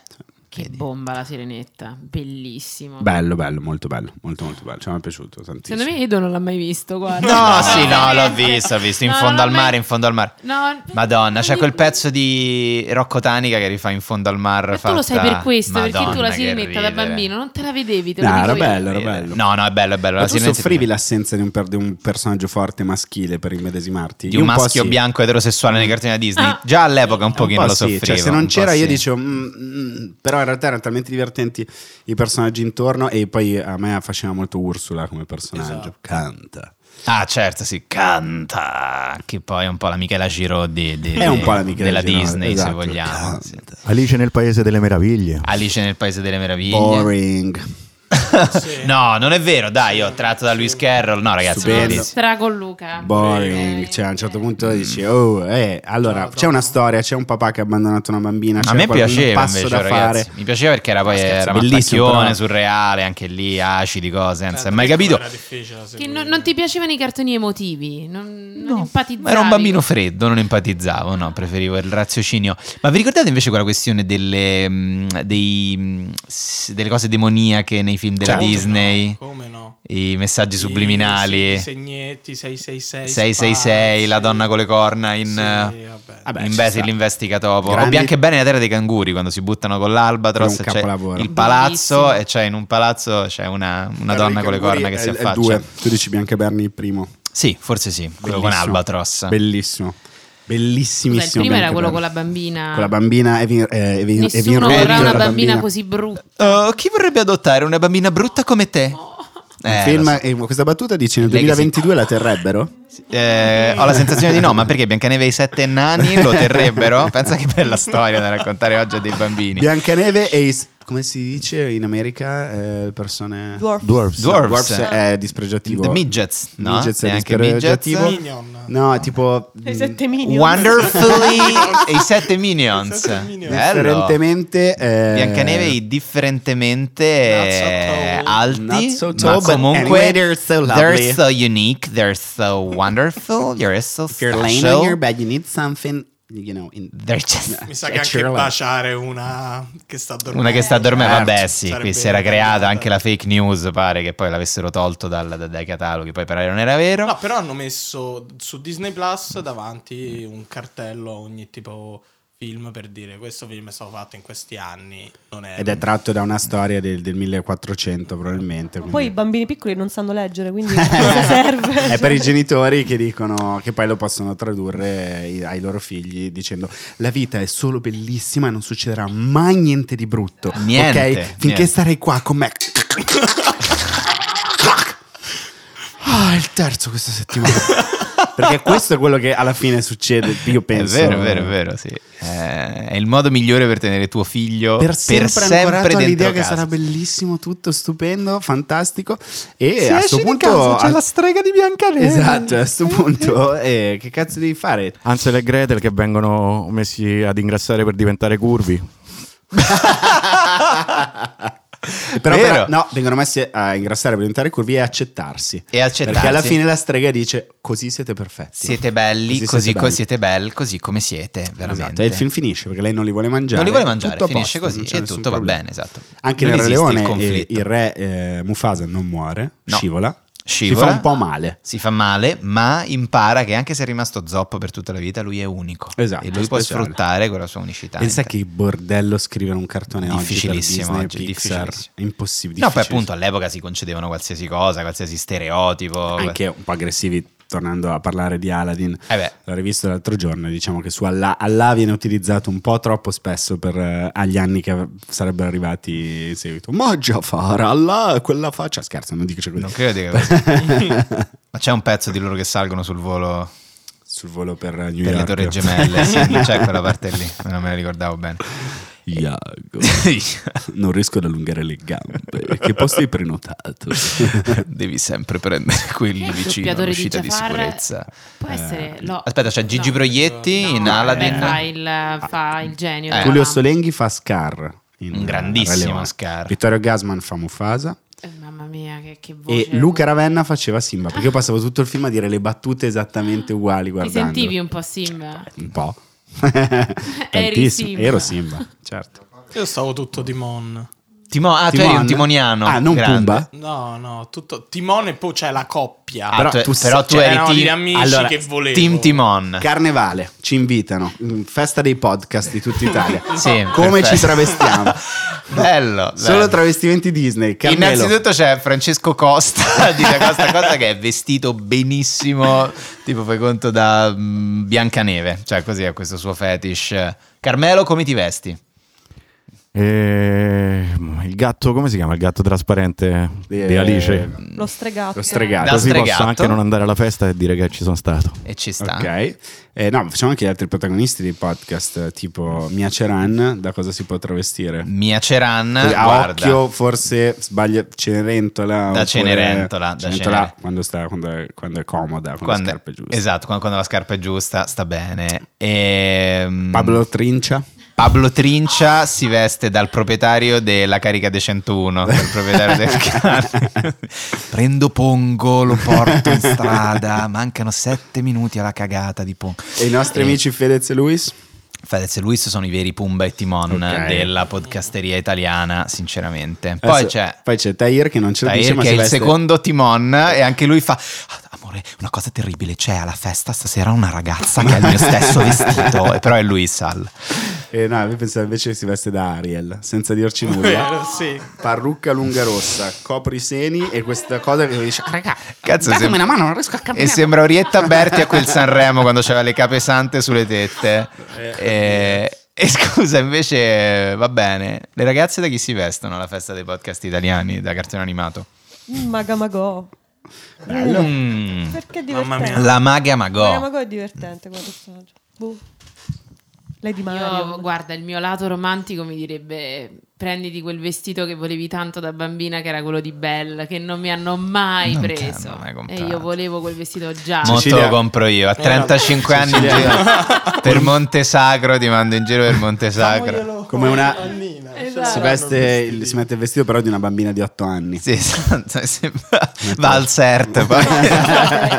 [SPEAKER 5] Che bomba la sirenetta, bellissimo.
[SPEAKER 2] Bello, bello, molto bello, molto molto bello, ci mi è piaciuto tantissimo.
[SPEAKER 5] Secondo me Edo non l'ha mai visto, guarda.
[SPEAKER 1] No, sì, no, l'ho visto, ho visto. In
[SPEAKER 5] No,
[SPEAKER 1] fondo
[SPEAKER 5] non
[SPEAKER 1] al
[SPEAKER 5] l'ho mai-
[SPEAKER 1] mare, in fondo al mare.
[SPEAKER 5] No,
[SPEAKER 1] Madonna, c'è
[SPEAKER 5] non
[SPEAKER 1] quel
[SPEAKER 5] mi-
[SPEAKER 1] pezzo di Rocco Tanica che rifà in fondo al mar.
[SPEAKER 5] Ma tu lo sai
[SPEAKER 1] fatta-
[SPEAKER 5] per questo, perché tu
[SPEAKER 1] Madonna,
[SPEAKER 5] la
[SPEAKER 1] che
[SPEAKER 5] sirenetta da
[SPEAKER 1] ridere.
[SPEAKER 5] bambino non te la vedevi, te lo
[SPEAKER 2] No,
[SPEAKER 5] dico
[SPEAKER 2] era
[SPEAKER 5] io.
[SPEAKER 2] bello, era
[SPEAKER 1] Ridere.
[SPEAKER 2] bello.
[SPEAKER 1] Eh, No, no, è bello, è bello.
[SPEAKER 2] Ma
[SPEAKER 1] la
[SPEAKER 2] tu
[SPEAKER 1] sirenetta-
[SPEAKER 2] soffrivi l'assenza di un, per- di un personaggio forte maschile per immedesimarti?
[SPEAKER 1] di
[SPEAKER 2] Io
[SPEAKER 1] un
[SPEAKER 2] po'
[SPEAKER 1] maschio
[SPEAKER 2] sì. Mm.
[SPEAKER 1] bianco eterosessuale nei cartoni da Disney. Già all'epoca un
[SPEAKER 2] Un
[SPEAKER 1] pochino
[SPEAKER 2] po'
[SPEAKER 1] lo
[SPEAKER 2] sì,
[SPEAKER 1] soffrivo.
[SPEAKER 2] cioè, se
[SPEAKER 1] un
[SPEAKER 2] non
[SPEAKER 1] po'
[SPEAKER 2] c'era io
[SPEAKER 1] sì.
[SPEAKER 2] dicevo, "Mm, mm", però in realtà erano talmente divertenti i personaggi intorno e poi a me affascina molto Ursula come personaggio.
[SPEAKER 1] Esatto.
[SPEAKER 2] Canta.
[SPEAKER 1] Ah, certo, sì, canta. Che poi è un po' la Michela Giro di, di-
[SPEAKER 2] È un po' la
[SPEAKER 1] di-
[SPEAKER 2] Michela
[SPEAKER 1] Eh, della
[SPEAKER 2] Giro,
[SPEAKER 1] Disney, se
[SPEAKER 2] esatto,
[SPEAKER 1] vogliamo. sì.
[SPEAKER 6] Alice nel Paese delle Meraviglie.
[SPEAKER 1] Alice nel Paese delle Meraviglie.
[SPEAKER 2] Boring.
[SPEAKER 3] Sì.
[SPEAKER 1] No, non è vero, dai, io ho tratto da Luis Carroll. No, ragazzi,
[SPEAKER 2] Stupendo.
[SPEAKER 1] bellissimo.
[SPEAKER 5] Stra con Luca. Eh,
[SPEAKER 2] Boring, cioè a un certo punto dici, oh, eh, allora
[SPEAKER 5] Certo.
[SPEAKER 2] c'è una storia, c'è un papà che ha abbandonato una bambina, c'è
[SPEAKER 1] A me
[SPEAKER 2] qualcuno- un
[SPEAKER 1] piaceva
[SPEAKER 2] passo
[SPEAKER 1] invece,
[SPEAKER 2] da
[SPEAKER 1] ragazzi.
[SPEAKER 2] fare.
[SPEAKER 1] Mi piaceva perché era poi
[SPEAKER 2] No, scherzo,
[SPEAKER 1] era
[SPEAKER 2] bellissimo,
[SPEAKER 1] mattacchione,
[SPEAKER 2] però.
[SPEAKER 1] surreale, anche lì, acidi, cose. Non si è
[SPEAKER 3] Eh,
[SPEAKER 1] mai
[SPEAKER 3] quello
[SPEAKER 1] capito.
[SPEAKER 3] Era difficile da
[SPEAKER 5] Che
[SPEAKER 3] seguire.
[SPEAKER 5] non, non ti piacevano i cartoni emotivi, non, non
[SPEAKER 1] ma
[SPEAKER 5] empatizzavi.
[SPEAKER 1] Era un bambino freddo, non empatizzavo, no, preferivo il raziocinio. Ma vi ricordate invece quella questione delle, mh, dei, mh, s- delle cose demoniache nei film della
[SPEAKER 2] Certo.
[SPEAKER 1] Disney?
[SPEAKER 3] Come no?
[SPEAKER 1] I messaggi subliminali?
[SPEAKER 3] I segnetti 666.
[SPEAKER 1] 666, la donna con le corna in...
[SPEAKER 3] Sì,
[SPEAKER 1] eh,
[SPEAKER 3] vabbè.
[SPEAKER 2] Vabbè, ci
[SPEAKER 1] Imbecille
[SPEAKER 2] sta.
[SPEAKER 1] investica topo.
[SPEAKER 2] Grandi-
[SPEAKER 1] O Bianca e Bene la terra dei canguri quando si buttano con l'albatros.
[SPEAKER 2] È un
[SPEAKER 1] c'è
[SPEAKER 2] capolavoro.
[SPEAKER 1] il palazzo
[SPEAKER 5] Bellissimo.
[SPEAKER 1] e c'è in un palazzo c'è una, una
[SPEAKER 2] Barney
[SPEAKER 1] donna con le
[SPEAKER 2] Canguri
[SPEAKER 1] corna che
[SPEAKER 2] è-
[SPEAKER 1] si
[SPEAKER 2] è il
[SPEAKER 1] affaccia.
[SPEAKER 2] due. Tu dici Bianca Berni il primo.
[SPEAKER 1] Sì, forse sì, quello con
[SPEAKER 2] Bellissimo.
[SPEAKER 1] albatros.
[SPEAKER 2] Bellissimo.
[SPEAKER 5] Scusa,
[SPEAKER 2] Bellissimissimo.
[SPEAKER 5] il primo era
[SPEAKER 2] Bianca
[SPEAKER 5] quello
[SPEAKER 2] Berni.
[SPEAKER 5] con la bambina.
[SPEAKER 2] Con la bambina Evin, eh, Evin, Evin
[SPEAKER 5] Nessuno
[SPEAKER 2] Roth,
[SPEAKER 5] vorrà
[SPEAKER 2] la
[SPEAKER 5] una bambina così brutta.
[SPEAKER 1] Oh, chi vorrebbe adottare una bambina brutta come te? Eh,
[SPEAKER 2] film,
[SPEAKER 1] lo so.
[SPEAKER 2] e questa battuta dice nel
[SPEAKER 1] Legacy.
[SPEAKER 2] 2022 la terrebbero?
[SPEAKER 1] Eh, ho la sensazione di no, ma perché Biancaneve e i sette nani lo terrebbero? Pensa che bella storia da raccontare oggi a dei bambini.
[SPEAKER 2] Biancaneve e i s- come si dice in America eh, persone
[SPEAKER 4] Dwarf.
[SPEAKER 6] Dwarfs.
[SPEAKER 1] Dwarf. Dwarfs.
[SPEAKER 2] Dwarfs
[SPEAKER 5] Ah.
[SPEAKER 2] è dispregiativo.
[SPEAKER 1] The midgets, no?
[SPEAKER 2] Midgets è
[SPEAKER 1] Neanche
[SPEAKER 2] dispregiativo.
[SPEAKER 1] midgets?
[SPEAKER 3] Minion.
[SPEAKER 2] No, è tipo
[SPEAKER 4] I
[SPEAKER 2] Mm,
[SPEAKER 4] sette minion.
[SPEAKER 1] Wonderfully e i sette minions.
[SPEAKER 3] I sette minions.
[SPEAKER 1] Bello.
[SPEAKER 2] differentemente eh,
[SPEAKER 1] Biancaneve e i differentemente
[SPEAKER 3] Not so
[SPEAKER 1] eh,
[SPEAKER 3] tall.
[SPEAKER 1] alti,
[SPEAKER 2] Not so
[SPEAKER 1] ma
[SPEAKER 2] tall, but
[SPEAKER 1] comunque
[SPEAKER 2] anyway, they're
[SPEAKER 1] they're
[SPEAKER 2] so lovely.
[SPEAKER 1] so unique, they're so wonderful, you're so
[SPEAKER 2] If you're laying on your
[SPEAKER 1] special.
[SPEAKER 2] bed, you need something, you know, in-
[SPEAKER 1] They're just-
[SPEAKER 3] Mi sa che
[SPEAKER 2] Eh,
[SPEAKER 3] anche
[SPEAKER 2] Sherlock.
[SPEAKER 3] baciare una che sta dormendo.
[SPEAKER 1] Una che sta dormendo,
[SPEAKER 2] Certo.
[SPEAKER 1] vabbè sì,
[SPEAKER 3] Sarebbe
[SPEAKER 1] qui si era creata
[SPEAKER 3] cambiata.
[SPEAKER 1] anche la fake news, pare che poi l'avessero tolto dal- da- dai cataloghi, poi per non era vero.
[SPEAKER 3] No, però hanno messo su Disney Plus davanti un cartello a ogni tipo film per dire questo film è stato fatto in questi anni, non è...
[SPEAKER 2] ed è tratto da una storia del, del 1400 probabilmente.
[SPEAKER 4] Ma
[SPEAKER 2] quindi-
[SPEAKER 4] Poi i bambini piccoli non sanno leggere, quindi cosa serve?
[SPEAKER 2] è per i genitori che dicono che poi lo possono tradurre ai- ai loro figli dicendo la vita è solo bellissima e non succederà mai niente di brutto.
[SPEAKER 1] Niente,
[SPEAKER 2] ok? Finché
[SPEAKER 1] niente.
[SPEAKER 2] starai qua con me. Ah, il terzo questa settimana. Perché questo è quello che alla fine succede, io penso.
[SPEAKER 1] È vero, è vero, è vero, sì. Eh, è il modo migliore per tenere tuo figlio
[SPEAKER 2] per sempre, ancorato
[SPEAKER 1] dentro
[SPEAKER 2] all'idea che
[SPEAKER 1] casa.
[SPEAKER 2] sarà bellissimo tutto, stupendo, fantastico. E
[SPEAKER 1] Se
[SPEAKER 2] a
[SPEAKER 1] esci
[SPEAKER 2] sto
[SPEAKER 1] di
[SPEAKER 2] punto
[SPEAKER 1] casa c'è
[SPEAKER 2] a-
[SPEAKER 1] la strega di Biancaneve.
[SPEAKER 2] Esatto, a sto punto eh, che cazzo devi fare?
[SPEAKER 6] Ansel e Gretel che vengono messi ad ingrassare per diventare curvi.
[SPEAKER 2] Però,
[SPEAKER 1] Vero.
[SPEAKER 2] però- no, vengono messi a ingrassare per diventare curvi e accettarsi.
[SPEAKER 1] E accettarsi.
[SPEAKER 2] Perché alla fine la strega dice così siete perfetti.
[SPEAKER 1] Siete belli, così,
[SPEAKER 2] siete
[SPEAKER 1] co-
[SPEAKER 2] belli.
[SPEAKER 1] siete belli, così come siete, veramente.
[SPEAKER 2] Esatto, e il film finisce perché lei non li vuole mangiare.
[SPEAKER 1] non li vuole mangiare,
[SPEAKER 2] Tutto a
[SPEAKER 1] finisce
[SPEAKER 2] posto, non
[SPEAKER 1] così
[SPEAKER 2] c'è
[SPEAKER 1] e
[SPEAKER 2] nessun
[SPEAKER 1] tutto va
[SPEAKER 2] problema.
[SPEAKER 1] bene, esatto.
[SPEAKER 2] Anche
[SPEAKER 1] Non
[SPEAKER 2] nel Re
[SPEAKER 1] esiste il
[SPEAKER 2] Leone eh,
[SPEAKER 1] conflitto.
[SPEAKER 2] il, re eh, Mufasa non muore,
[SPEAKER 1] No.
[SPEAKER 2] scivola,
[SPEAKER 1] Scivola.
[SPEAKER 2] si fa un po' male.
[SPEAKER 1] Si fa male, ma impara che anche se è rimasto zoppo per tutta la vita, lui è unico.
[SPEAKER 2] Esatto,
[SPEAKER 1] e lui può
[SPEAKER 2] speciale.
[SPEAKER 1] sfruttare quella sua unicità.
[SPEAKER 2] Pensa che bordello scrivere un cartone oggi per
[SPEAKER 1] Difficilissimo
[SPEAKER 2] Disney,
[SPEAKER 1] oggi,
[SPEAKER 2] Pixar,
[SPEAKER 1] difficilissimo.
[SPEAKER 2] impossibile.
[SPEAKER 1] No, poi
[SPEAKER 2] difficilissimo.
[SPEAKER 1] appunto all'epoca si concedevano qualsiasi cosa, qualsiasi stereotipo.
[SPEAKER 2] anche un po' aggressivi tornando a parlare di Aladdin
[SPEAKER 1] Eh beh.
[SPEAKER 2] l'ho rivisto l'altro giorno e diciamo che su Allah, Allah viene utilizzato un po' troppo spesso per, eh, agli anni che av- sarebbero arrivati in seguito ma Jafar Allah quella faccia scherzo non dico cioè, c'è
[SPEAKER 1] Non
[SPEAKER 2] quello
[SPEAKER 1] credo che Ma c'è un pezzo di loro che salgono sul volo
[SPEAKER 2] sul volo per New
[SPEAKER 1] per
[SPEAKER 2] York
[SPEAKER 1] le Torre Gemelle. sì, c'è quella parte lì, non me la ricordavo bene.
[SPEAKER 2] Iago, non riesco ad allungare le gambe che posto hai prenotato
[SPEAKER 5] Eh,
[SPEAKER 1] Devi sempre prendere quelli
[SPEAKER 5] Il
[SPEAKER 1] vicino
[SPEAKER 5] doppiatore di
[SPEAKER 1] all'uscita di,
[SPEAKER 5] Jafar
[SPEAKER 1] sicurezza.
[SPEAKER 5] Può essere. no.
[SPEAKER 1] Aspetta, c'è Gigi
[SPEAKER 5] No.
[SPEAKER 1] Proietti
[SPEAKER 5] No,
[SPEAKER 1] in
[SPEAKER 5] no,
[SPEAKER 1] Aladdin.
[SPEAKER 5] beh, fa il, fa il genio.
[SPEAKER 1] Eh.
[SPEAKER 5] della
[SPEAKER 2] Ah. Giulio
[SPEAKER 5] lamp-
[SPEAKER 2] Solenghi fa Scar in,
[SPEAKER 1] Un
[SPEAKER 2] eh,
[SPEAKER 1] grandissimo
[SPEAKER 2] Re Leone.
[SPEAKER 1] Scar.
[SPEAKER 2] Vittorio Gasman fa Mufasa
[SPEAKER 5] Eh, Mamma mia, che, che voce.
[SPEAKER 2] E Luca Ravenna faceva Simba perché io passavo tutto il film a dire le battute esattamente uguali.
[SPEAKER 5] Ti
[SPEAKER 2] Guardando.
[SPEAKER 5] sentivi un po' Simba?
[SPEAKER 2] un po'?
[SPEAKER 5] Eri
[SPEAKER 2] Tantissimo.
[SPEAKER 5] Simba.
[SPEAKER 2] Ero Simba, certo.
[SPEAKER 3] Io stavo tutto Timon.
[SPEAKER 1] Timo- ah, tu eri un timoniano.
[SPEAKER 2] Ah, non
[SPEAKER 1] grande.
[SPEAKER 2] Pumba?
[SPEAKER 3] No, no, tutto Timon e poi c'è la coppia.
[SPEAKER 1] Ah,
[SPEAKER 2] Però
[SPEAKER 1] tu-
[SPEAKER 2] tu
[SPEAKER 1] però
[SPEAKER 2] sei-
[SPEAKER 1] tu
[SPEAKER 3] cioè,
[SPEAKER 1] eri
[SPEAKER 3] erano
[SPEAKER 1] team-
[SPEAKER 3] degli amici
[SPEAKER 1] allora,
[SPEAKER 3] che volevo.
[SPEAKER 1] Team Timon.
[SPEAKER 2] Carnevale, ci invitano, mm, festa dei podcast di tutta Italia.
[SPEAKER 1] Sì,
[SPEAKER 2] Come
[SPEAKER 1] perfetto.
[SPEAKER 2] ci travestiamo?
[SPEAKER 1] bello,
[SPEAKER 2] Solo
[SPEAKER 1] bello.
[SPEAKER 2] travestimenti Disney. Carmelo.
[SPEAKER 1] Innanzitutto c'è Francesco Costa di Da Costa a Costa che è vestito benissimo, tipo fai conto da mm, Biancaneve, cioè così è questo suo fetish. Carmelo, come ti vesti?
[SPEAKER 2] Ah,
[SPEAKER 6] E... Il gatto, come si chiama? Il gatto trasparente
[SPEAKER 2] Eh,
[SPEAKER 6] di Alice.
[SPEAKER 4] Lo stregato.
[SPEAKER 2] Lo stregato.
[SPEAKER 1] Da
[SPEAKER 6] Così posso
[SPEAKER 1] stregato.
[SPEAKER 6] anche non andare alla festa e dire che ci sono stato.
[SPEAKER 1] E ci sta.
[SPEAKER 2] Ok, Eh, no, facciamo anche gli altri protagonisti dei podcast, eh, tipo Mia Ceran, da cosa si può travestire?
[SPEAKER 1] Mia Ceran,
[SPEAKER 2] a
[SPEAKER 1] guarda,
[SPEAKER 2] occhio forse sbaglio Cenerentola oppure-
[SPEAKER 1] Cenerentola, da Cenerentola.
[SPEAKER 2] quando, sta, quando, è, quando è comoda con le scarpe giuste
[SPEAKER 1] Esatto, quando, quando la scarpa è giusta sta bene. Ehm,
[SPEAKER 2] Pablo Trincia
[SPEAKER 1] Pablo Trincia si veste dal proprietario della carica de 101, dal proprietario del cane. Prendo Pongo, lo porto in strada, mancano sette minuti alla cagata di Pongo.
[SPEAKER 2] e i nostri
[SPEAKER 1] Eh.
[SPEAKER 2] amici Fedez e Luis
[SPEAKER 1] Fedez e Luis sono i veri Pumba e Timon
[SPEAKER 2] Ok.
[SPEAKER 1] della podcasteria italiana, sinceramente. Poi
[SPEAKER 2] Adesso-
[SPEAKER 1] c'è
[SPEAKER 2] poi c'è Tahir che non ce lo
[SPEAKER 1] Tahir,
[SPEAKER 2] dice ma
[SPEAKER 1] che è
[SPEAKER 2] si
[SPEAKER 1] il
[SPEAKER 2] veste-
[SPEAKER 1] secondo Timon e anche lui fa "Ah, amore una cosa terribile c'è alla festa stasera una ragazza che ha il mio stesso vestito e però è lui Sal
[SPEAKER 2] eh, no io pensavo invece che si veste da Ariel senza dirci
[SPEAKER 3] Vero,
[SPEAKER 2] nulla
[SPEAKER 3] sì.
[SPEAKER 2] parrucca lunga rossa copri i seni e questa cosa che dice "Ah, raga
[SPEAKER 1] Cazzo,
[SPEAKER 2] datemi
[SPEAKER 1] sembra-
[SPEAKER 2] una mano non riesco a
[SPEAKER 1] e
[SPEAKER 2] camminare
[SPEAKER 1] sembra Orietta Berti a quel Sanremo quando c'aveva le cape sante sulle tette e, e scusa invece va bene le ragazze da chi si vestono alla festa dei podcast italiani da cartone animato
[SPEAKER 4] Magamagò.
[SPEAKER 1] Mm.
[SPEAKER 4] Perché è
[SPEAKER 3] Mamma
[SPEAKER 4] divertente.
[SPEAKER 1] La maga Magò.
[SPEAKER 4] Magamagò è divertente come personaggio. Boh. Lei di Mario.
[SPEAKER 5] Io, guarda, il mio lato romantico mi direbbe prenditi quel vestito che volevi tanto da bambina, che era quello di Belle, che non mi hanno mai
[SPEAKER 1] Non ti
[SPEAKER 5] preso.
[SPEAKER 1] hanno mai
[SPEAKER 5] e
[SPEAKER 1] comprato.
[SPEAKER 5] io volevo quel vestito giallo.
[SPEAKER 1] Mo te
[SPEAKER 2] Cecilia-
[SPEAKER 1] lo compro io. A 35 anni in giro per Montesacro ti mando in giro per Montesacro.
[SPEAKER 2] Come una-
[SPEAKER 3] cioè,
[SPEAKER 5] Esatto.
[SPEAKER 2] Si, veste il- si mette il vestito però di una bambina di 8 anni.
[SPEAKER 1] Sì, esatto, mi sembra- va al cert poi.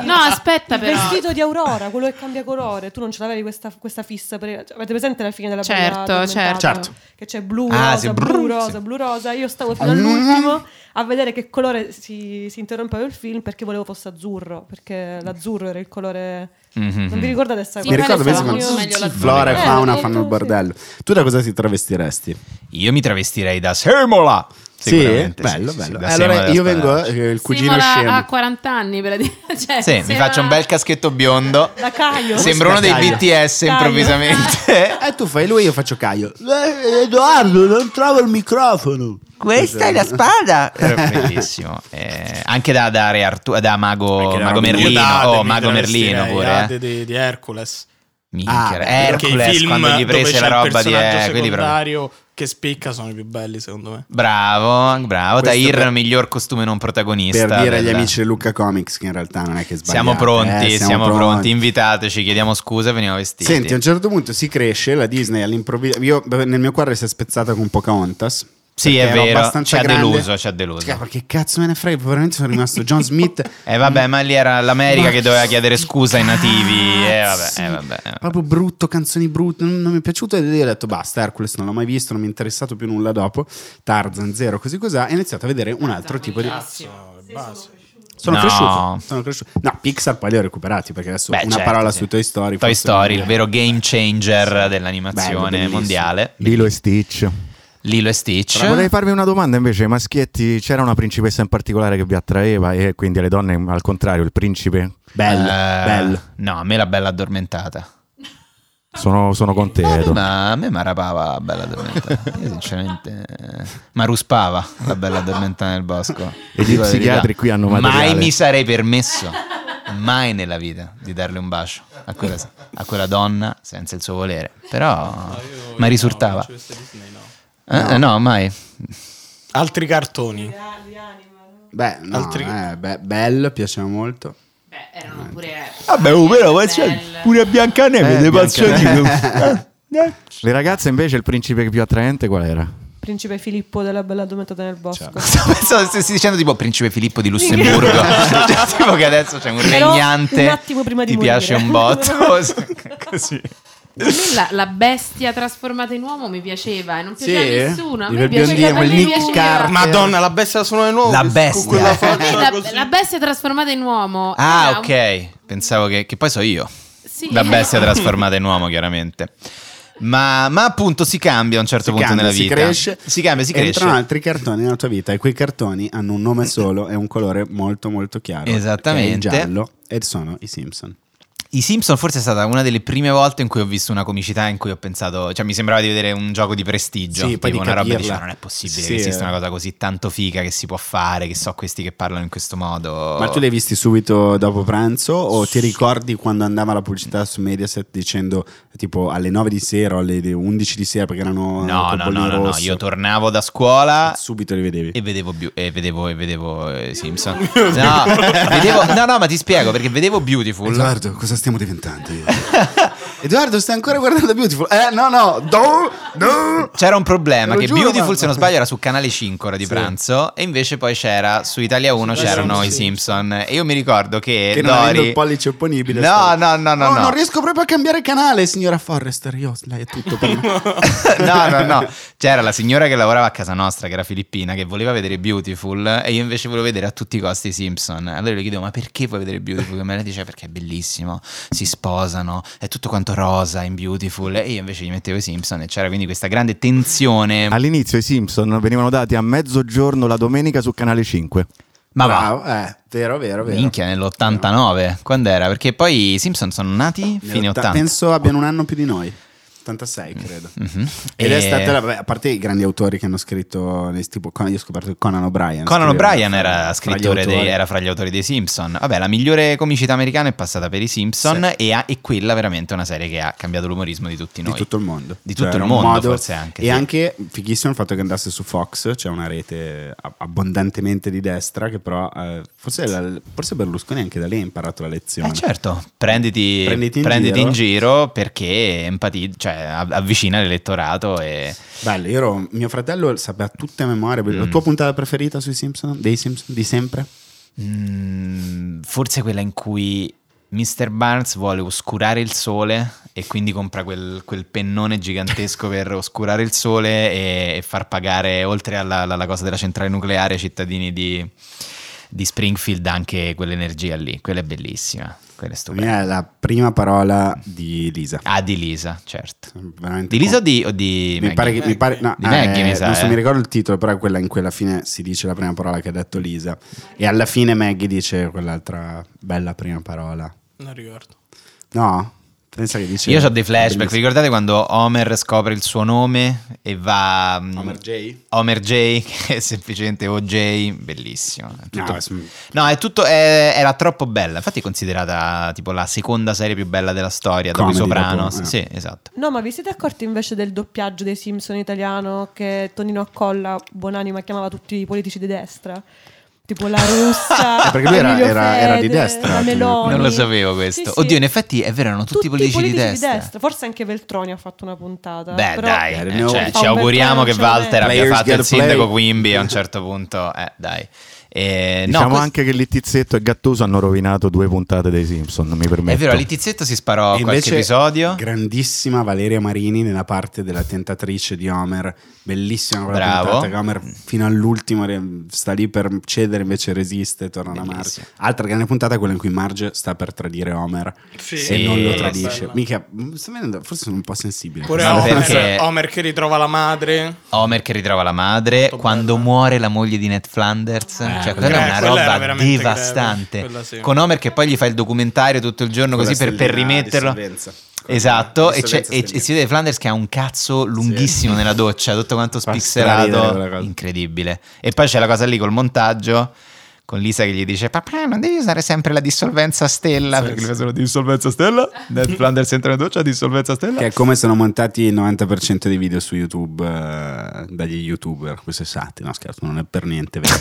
[SPEAKER 5] No, aspetta
[SPEAKER 4] Il
[SPEAKER 5] però.
[SPEAKER 4] vestito di Aurora, quello che cambia colore, tu non ce l'avevi questa, questa fissa. per- cioè, avete presente la fine della
[SPEAKER 5] Certo,
[SPEAKER 4] prima tormentata?
[SPEAKER 5] certo.
[SPEAKER 4] Che c'è blu,
[SPEAKER 1] Ah,
[SPEAKER 4] rosa,
[SPEAKER 1] sì, brrr,
[SPEAKER 4] blu, rosa,
[SPEAKER 1] sì.
[SPEAKER 4] blu, rosa. Io stavo fino all'ultimo a vedere che colore si, si interrompeva il film perché volevo fosse azzurro. Perché l'azzurro era il colore.
[SPEAKER 1] Mhm.
[SPEAKER 4] Non vi ricordate questa
[SPEAKER 5] Sì,
[SPEAKER 2] Mi
[SPEAKER 5] ma
[SPEAKER 2] ricordo
[SPEAKER 5] adesso
[SPEAKER 2] pensi,
[SPEAKER 5] va molto
[SPEAKER 2] quando
[SPEAKER 5] meglio la
[SPEAKER 2] Flora e
[SPEAKER 4] zona.
[SPEAKER 2] fauna
[SPEAKER 4] Eh,
[SPEAKER 2] fanno il
[SPEAKER 4] sì.
[SPEAKER 2] bordello. Tu da cosa ti travestiresti?
[SPEAKER 1] Io mi travestirei da Semola.
[SPEAKER 2] Sì,
[SPEAKER 1] Sicuramente,
[SPEAKER 2] bello,
[SPEAKER 1] sì, sì,
[SPEAKER 2] bello.
[SPEAKER 1] da
[SPEAKER 2] Eh,
[SPEAKER 1] Semola
[SPEAKER 2] allora
[SPEAKER 1] da
[SPEAKER 2] io vengo
[SPEAKER 1] Spadaccio.
[SPEAKER 2] eh, il cugino
[SPEAKER 5] Sembra
[SPEAKER 2] scemo.
[SPEAKER 5] a 40 anni per la cioè,
[SPEAKER 1] Sì, mi
[SPEAKER 5] sembra-
[SPEAKER 1] faccio un bel caschetto biondo.
[SPEAKER 4] Da Caio.
[SPEAKER 1] Sembro uno dei
[SPEAKER 2] Caio.
[SPEAKER 1] BTS
[SPEAKER 4] Caio.
[SPEAKER 1] improvvisamente.
[SPEAKER 2] Eh, tu fai lui, io faccio Caio. Eh, Edoardo, non trovo il microfono.
[SPEAKER 1] Questa è la
[SPEAKER 2] Esatto.
[SPEAKER 1] spada. Era bellissimo. Eh, anche da, da Re Artù- da Mago,
[SPEAKER 2] Perché
[SPEAKER 1] Mago
[SPEAKER 2] era
[SPEAKER 1] Merlino.
[SPEAKER 3] Io
[SPEAKER 1] Oh,
[SPEAKER 3] date, mi
[SPEAKER 1] Mago
[SPEAKER 3] travestirei
[SPEAKER 1] Merlino pure.
[SPEAKER 3] Ade
[SPEAKER 1] Eh.
[SPEAKER 3] di, di Hercules.
[SPEAKER 1] Minchia,
[SPEAKER 2] Ah,
[SPEAKER 3] Perché i
[SPEAKER 1] Hercules
[SPEAKER 3] film
[SPEAKER 1] quando gli
[SPEAKER 3] dove
[SPEAKER 1] prese
[SPEAKER 3] c'è
[SPEAKER 1] la
[SPEAKER 3] il
[SPEAKER 1] roba di
[SPEAKER 3] personaggio
[SPEAKER 1] eh, quelli proprio-
[SPEAKER 3] secondario che spicca sono i più belli secondo me.
[SPEAKER 1] Bravo, bravo.
[SPEAKER 2] Questo
[SPEAKER 1] Tahir,
[SPEAKER 2] per-
[SPEAKER 1] miglior costume non protagonista.
[SPEAKER 2] Per dire agli
[SPEAKER 1] della-
[SPEAKER 2] amici di Luca Comics che in realtà non è che sbagliate.
[SPEAKER 1] Siamo pronti,
[SPEAKER 2] eh,
[SPEAKER 1] siamo, pronti. Invitateci, chiediamo scusa, veniamo vestiti.
[SPEAKER 2] Senti, a un certo punto si cresce, la Disney all'improvviso... Io, beh, nel mio cuore si è spezzata con Pocahontas.
[SPEAKER 1] Sì, è
[SPEAKER 2] perché ero
[SPEAKER 1] vero, ci
[SPEAKER 2] abbastanza
[SPEAKER 1] ha
[SPEAKER 2] grande.
[SPEAKER 1] deluso, ci ha deluso.
[SPEAKER 2] Cioè, ma che cazzo me ne frega, veramente sono rimasto John Smith.
[SPEAKER 1] Eh vabbè, ma lì era l'America
[SPEAKER 2] Ma
[SPEAKER 1] che doveva chiedere scusa ai nativi. Eh vabbè,
[SPEAKER 2] Cazzi.
[SPEAKER 1] eh vabbè. eh, vabbè.
[SPEAKER 2] Proprio brutto, canzoni brutte, non, non mi è piaciuto. E io ho detto basta, Hercules non l'ho mai visto, non mi è interessato più nulla dopo. Tarzan, zero, così cos'ha. E ho iniziato a vedere un altro tipo di...
[SPEAKER 3] Sono le basi.
[SPEAKER 2] Sono
[SPEAKER 1] No.
[SPEAKER 2] cresciuto, sono cresciuto. No, Pixar poi li ho recuperati perché adesso
[SPEAKER 1] Beh,
[SPEAKER 2] una
[SPEAKER 1] certo,
[SPEAKER 2] parola
[SPEAKER 1] sì.
[SPEAKER 2] su Toy
[SPEAKER 1] Toy
[SPEAKER 2] Story. forse
[SPEAKER 1] Story,
[SPEAKER 2] non-
[SPEAKER 1] il vero game changer
[SPEAKER 2] Bello,
[SPEAKER 1] dell'animazione
[SPEAKER 2] bellissimo.
[SPEAKER 1] mondiale.
[SPEAKER 6] Lilo e Stitch.
[SPEAKER 1] Lilo e Stitch.
[SPEAKER 6] Però vorrei farvi una domanda invece, maschietti, c'era una principessa in particolare che vi attraeva e quindi alle donne al contrario, il principe?
[SPEAKER 2] Bello,
[SPEAKER 1] Eh,
[SPEAKER 2] bello.
[SPEAKER 1] No, a me la bella addormentata.
[SPEAKER 6] Sono, sono con te. Edo.
[SPEAKER 1] Ma a me mi rapava la bella addormentata. Io sinceramente... Ma ruspava la bella addormentata nel bosco.
[SPEAKER 6] E gli
[SPEAKER 1] Dico la
[SPEAKER 6] psichiatri
[SPEAKER 1] verità,
[SPEAKER 6] qui hanno
[SPEAKER 1] Mai
[SPEAKER 6] materiale.
[SPEAKER 1] mi sarei permesso, mai nella vita, di darle un bacio a quella, a quella donna senza il suo volere. Però mi risultava. Eh, eh, no, mai.
[SPEAKER 3] Altri cartoni.
[SPEAKER 2] Beh, no,
[SPEAKER 3] Altri-
[SPEAKER 2] eh, be- bello, piaceva molto.
[SPEAKER 5] Beh, erano pure
[SPEAKER 1] Vabbè, oh, però
[SPEAKER 5] Belle.
[SPEAKER 1] pure a Biancaneve Eh,
[SPEAKER 2] le passioni-
[SPEAKER 6] Eh, Le ragazze invece il principe più attraente qual era?
[SPEAKER 4] Principe Filippo della Bella Addormentata nel Bosco.
[SPEAKER 1] Pensavo stessi dicendo tipo Principe Filippo di Lussemburgo, Cioè, tipo che adesso c'è un
[SPEAKER 4] Però
[SPEAKER 1] regnante.
[SPEAKER 4] un attimo prima di
[SPEAKER 1] ti
[SPEAKER 4] morire.
[SPEAKER 1] piace un botto. Così.
[SPEAKER 5] A me la, la bestia trasformata in uomo mi piaceva e non piaceva
[SPEAKER 2] Sì?
[SPEAKER 5] a nessuno. A
[SPEAKER 2] Il
[SPEAKER 5] me
[SPEAKER 2] biondino,
[SPEAKER 5] piaceva, a
[SPEAKER 2] il
[SPEAKER 5] me
[SPEAKER 2] Nick
[SPEAKER 5] piaceva.
[SPEAKER 2] Carter.
[SPEAKER 3] Madonna, la bestia sono di
[SPEAKER 6] Oh,
[SPEAKER 3] nuovo.
[SPEAKER 1] La
[SPEAKER 3] con
[SPEAKER 1] bestia.
[SPEAKER 3] quella
[SPEAKER 5] A me
[SPEAKER 3] faccia
[SPEAKER 5] la,
[SPEAKER 3] così.
[SPEAKER 5] la bestia trasformata in uomo.
[SPEAKER 1] Ah,
[SPEAKER 5] era un-
[SPEAKER 1] ok. Pensavo che, che poi so io.
[SPEAKER 5] Sì.
[SPEAKER 1] La bestia trasformata in uomo, chiaramente. Ma, ma appunto si cambia a un certo
[SPEAKER 2] Si
[SPEAKER 1] punto
[SPEAKER 2] cambia,
[SPEAKER 1] nella
[SPEAKER 2] si
[SPEAKER 1] vita.
[SPEAKER 2] cresce.
[SPEAKER 1] si cambia, si
[SPEAKER 2] Entrano
[SPEAKER 1] cresce.
[SPEAKER 2] altri cartoni nella tua vita e quei cartoni hanno un nome solo e un colore molto molto chiaro. che è il
[SPEAKER 1] Esattamente.
[SPEAKER 2] giallo e sono i Simpson.
[SPEAKER 1] I Simpson forse è stata una delle prime volte in cui ho visto una comicità in cui ho pensato, cioè mi sembrava di vedere un gioco di prestigio,
[SPEAKER 2] Sì, poi
[SPEAKER 1] tipo
[SPEAKER 2] di
[SPEAKER 1] una roba e
[SPEAKER 2] capirla.
[SPEAKER 1] diceva non è possibile
[SPEAKER 2] Sì,
[SPEAKER 1] che esista
[SPEAKER 2] eh.
[SPEAKER 1] una cosa così tanto figa che si può fare, che so questi che parlano in questo modo.
[SPEAKER 2] Ma tu li hai visti subito dopo pranzo o ti ricordi quando andava la pubblicità su Mediaset dicendo tipo alle 9 di sera o alle 11 di sera perché erano
[SPEAKER 1] No,
[SPEAKER 2] col
[SPEAKER 1] no,
[SPEAKER 2] bollino
[SPEAKER 1] no, no, no,
[SPEAKER 2] rosso? Ah,
[SPEAKER 1] io tornavo da scuola
[SPEAKER 2] subito li vedevi.
[SPEAKER 1] E vedevo, Beau- e vedevo, e vedevo eh, Simpson. No, vedevo- no, no, ma ti spiego perché vedevo Beautiful.
[SPEAKER 2] Edoardo, cosa stiamo diventando? Edoardo, stai ancora guardando Beautiful? Eh, no, no, no, no.
[SPEAKER 1] C'era un problema
[SPEAKER 2] Te lo
[SPEAKER 1] che
[SPEAKER 2] giuro,
[SPEAKER 1] Beautiful,
[SPEAKER 2] guarda.
[SPEAKER 1] se non sbaglio, era su Canale 5 ora di
[SPEAKER 2] Sì.
[SPEAKER 1] pranzo e invece poi c'era su Italia 1 c'erano i Simpson e io mi ricordo che,
[SPEAKER 2] Che non avendo
[SPEAKER 1] Dori
[SPEAKER 2] il pollice opponibile.
[SPEAKER 1] No,
[SPEAKER 2] stavo-
[SPEAKER 1] no, no, no,
[SPEAKER 2] Oh,
[SPEAKER 1] no.
[SPEAKER 2] Non riesco proprio a cambiare canale, signora Forrester. Io, lei è tutto per me.
[SPEAKER 1] no, no, no. C'era la signora che lavorava a casa nostra, che era filippina, che voleva vedere Beautiful e io invece volevo vedere a tutti i costi i Simpson. Allora le chiedevo, ma perché vuoi vedere Beautiful? E me lei diceva, perché è bellissimo, si sposano, è tutto quanto rosa in Beautiful. E io invece gli mettevo i Simpson e c'era quindi questa grande tensione.
[SPEAKER 6] All'inizio i Simpson venivano dati a mezzogiorno la domenica su Canale 5.
[SPEAKER 1] Ma va.
[SPEAKER 2] Bravo, eh, vero, vero, vero.
[SPEAKER 1] Minchia, nell'89, quando era? Perché poi i Simpson sono nati
[SPEAKER 2] Nel
[SPEAKER 1] fine
[SPEAKER 2] otta-
[SPEAKER 1] 80.
[SPEAKER 2] Penso abbiano un anno più di noi. 86 credo.
[SPEAKER 1] Mhm.
[SPEAKER 2] Ed
[SPEAKER 1] E-
[SPEAKER 2] è stata, la- beh, a parte i grandi autori che hanno scritto, le- tipo, Conan- io ho scoperto che Conan O'Brien.
[SPEAKER 1] Conan
[SPEAKER 2] scriveva
[SPEAKER 1] O'Brien
[SPEAKER 2] fra- fra
[SPEAKER 1] era
[SPEAKER 2] gli
[SPEAKER 1] scrittore,
[SPEAKER 2] autori.
[SPEAKER 1] dei- era fra gli autori dei Simpson. Vabbè, la migliore comicità americana è passata per i Simpson e, ha- e quella veramente è una serie che ha cambiato l'umorismo di tutti
[SPEAKER 2] di
[SPEAKER 1] noi.
[SPEAKER 2] tutto il mondo.
[SPEAKER 1] Di tutto
[SPEAKER 2] Cioè,
[SPEAKER 1] il
[SPEAKER 2] era un
[SPEAKER 1] mondo,
[SPEAKER 2] modo-
[SPEAKER 1] forse anche.
[SPEAKER 2] E
[SPEAKER 1] sì.
[SPEAKER 2] anche fighissimo il fatto che andasse su Fox, c'è una rete a- abbondantemente di destra, che però eh, forse, la- forse Berlusconi anche da lì ha imparato la lezione.
[SPEAKER 1] Eh certo, prenditi, prenditi,
[SPEAKER 2] Prenditi
[SPEAKER 1] in,
[SPEAKER 2] in
[SPEAKER 1] giro.
[SPEAKER 2] giro.
[SPEAKER 1] perché empati- cioè, av- avvicina l'elettorato e...
[SPEAKER 2] Bello, io ero- mio fratello sapeva tutte a memoria. La tua puntata preferita sui Simpson? Dei Simpson? Di sempre?
[SPEAKER 1] Mm, forse quella in cui Mr. Barnes vuole oscurare il sole e quindi compra quel, quel pennone gigantesco per oscurare il sole e, e far pagare, oltre alla, alla- alla cosa della centrale nucleare, ai cittadini di, di Springfield anche quell'energia lì. Quella è bellissima, quella è
[SPEAKER 2] La
[SPEAKER 1] stupenda.
[SPEAKER 2] mia è la prima parola di Lisa.
[SPEAKER 1] Ah, di Lisa, certo.
[SPEAKER 2] Veramente
[SPEAKER 1] Di Lisa o
[SPEAKER 2] con-
[SPEAKER 1] di, o di
[SPEAKER 2] mi pare
[SPEAKER 1] Maggie?
[SPEAKER 2] che mi pare, no,
[SPEAKER 1] Di Maggie,
[SPEAKER 2] eh,
[SPEAKER 1] mi sa,
[SPEAKER 2] non so,
[SPEAKER 1] eh.
[SPEAKER 2] mi ricordo il titolo, però è quella in cui alla fine si dice la prima parola che ha detto Lisa. E alla fine Maggie dice quell'altra bella prima parola.
[SPEAKER 3] Non ricordo.
[SPEAKER 2] No? Pensa che dice.
[SPEAKER 1] Io ho dei flashback. Vi
[SPEAKER 2] Bellissimo.
[SPEAKER 1] ricordate quando Homer scopre il suo nome e va. mm,
[SPEAKER 2] Homer J?
[SPEAKER 1] Homer J, che è semplicemente OJ, bellissimo. È tutto-
[SPEAKER 2] No, sm-
[SPEAKER 1] no, è tutto. è- era troppo bella. Infatti, è considerata tipo la seconda serie più bella della storia dopo i
[SPEAKER 2] Comedy,
[SPEAKER 1] Sopranos.
[SPEAKER 2] dopo, eh.
[SPEAKER 1] Sì, esatto.
[SPEAKER 4] No, ma vi siete accorti invece del doppiaggio dei Simpson italiano che Tonino Accolla, buonanima, chiamava tutti i politici di destra? Tipo la russa,
[SPEAKER 2] Eh, perché lui era-
[SPEAKER 4] Emilio
[SPEAKER 2] era- era di
[SPEAKER 4] Fede,
[SPEAKER 2] destra,
[SPEAKER 4] la
[SPEAKER 2] Tonino.
[SPEAKER 4] Meloni.
[SPEAKER 1] Non lo sapevo questo.
[SPEAKER 4] Sì, sì.
[SPEAKER 1] Oddio, in effetti è vero, erano tutti,
[SPEAKER 4] Tutti i
[SPEAKER 1] politici, di destra.
[SPEAKER 4] Forse anche Veltroni ha fatto una puntata.
[SPEAKER 1] Beh,
[SPEAKER 4] però-
[SPEAKER 1] dai,
[SPEAKER 2] Era
[SPEAKER 1] eh,
[SPEAKER 2] il mio-
[SPEAKER 1] cioè,
[SPEAKER 4] Fa
[SPEAKER 1] ci
[SPEAKER 4] un bel
[SPEAKER 1] auguriamo che
[SPEAKER 4] calcio,
[SPEAKER 2] eh.
[SPEAKER 4] vabbè.
[SPEAKER 1] Walter abbia
[SPEAKER 2] Players
[SPEAKER 1] fatto
[SPEAKER 2] get
[SPEAKER 1] il sindaco
[SPEAKER 2] play.
[SPEAKER 1] Quimby a un certo punto. Eh, dai. Eh, no,
[SPEAKER 6] Diciamo
[SPEAKER 1] questo-
[SPEAKER 6] anche che Littizzetto e Gattuso hanno rovinato due puntate dei Simpson, mi
[SPEAKER 1] È
[SPEAKER 6] permetto.
[SPEAKER 1] vero, Litizzetto si sparò
[SPEAKER 2] E
[SPEAKER 1] qualche episodio.
[SPEAKER 2] grandissima Valeria Marini nella parte della tentatrice di Homer, bellissima quella
[SPEAKER 1] Bravo.
[SPEAKER 2] puntata che Homer fino all'ultimo re- sta lì per cedere, invece resiste, torna alla Marge.
[SPEAKER 1] Bellissima.
[SPEAKER 2] Altra grande puntata è quella in cui Marge sta per tradire Homer
[SPEAKER 3] Sì.
[SPEAKER 1] Sì,
[SPEAKER 2] e non lo
[SPEAKER 1] bella.
[SPEAKER 2] tradisce. Mica, mh, sta venendo- forse sono un po' sensibile.
[SPEAKER 3] Pure
[SPEAKER 1] Ma
[SPEAKER 3] Homer,
[SPEAKER 1] perché-
[SPEAKER 3] Homer che ritrova la madre.
[SPEAKER 1] Homer che ritrova la madre,
[SPEAKER 3] Molto
[SPEAKER 1] quando
[SPEAKER 3] bella.
[SPEAKER 1] muore la moglie di Ned Flanders, cioè quella è una
[SPEAKER 3] grave, Eh, quella era
[SPEAKER 1] roba
[SPEAKER 3] veramente
[SPEAKER 1] devastante.
[SPEAKER 3] grave, quella sì.
[SPEAKER 1] Con Homer che poi gli fa il documentario tutto il giorno
[SPEAKER 2] Con
[SPEAKER 1] così
[SPEAKER 2] la
[SPEAKER 1] per, per
[SPEAKER 2] stellina di
[SPEAKER 1] rimetterlo.
[SPEAKER 2] solvenza. Con
[SPEAKER 1] Esatto,
[SPEAKER 2] la
[SPEAKER 1] e, c'è-
[SPEAKER 2] dissolvenza
[SPEAKER 1] e, e
[SPEAKER 2] stellina.
[SPEAKER 1] si vede Flanders che ha un cazzo lunghissimo nella doccia, tutto quanto
[SPEAKER 2] Fa straridere quella
[SPEAKER 1] spixelato,
[SPEAKER 2] cosa.
[SPEAKER 1] incredibile. E poi c'è la cosa lì col montaggio, con Lisa che gli dice papà non devi usare sempre la dissolvenza stella, perché lui fa solo dissolvenza stella, Ned Flanders entra in doccia, dissolvenza stella.
[SPEAKER 2] Che è come sono montati il 90% dei video su YouTube eh, dagli youtuber, questo è sati, no scherzo, non è per niente vero.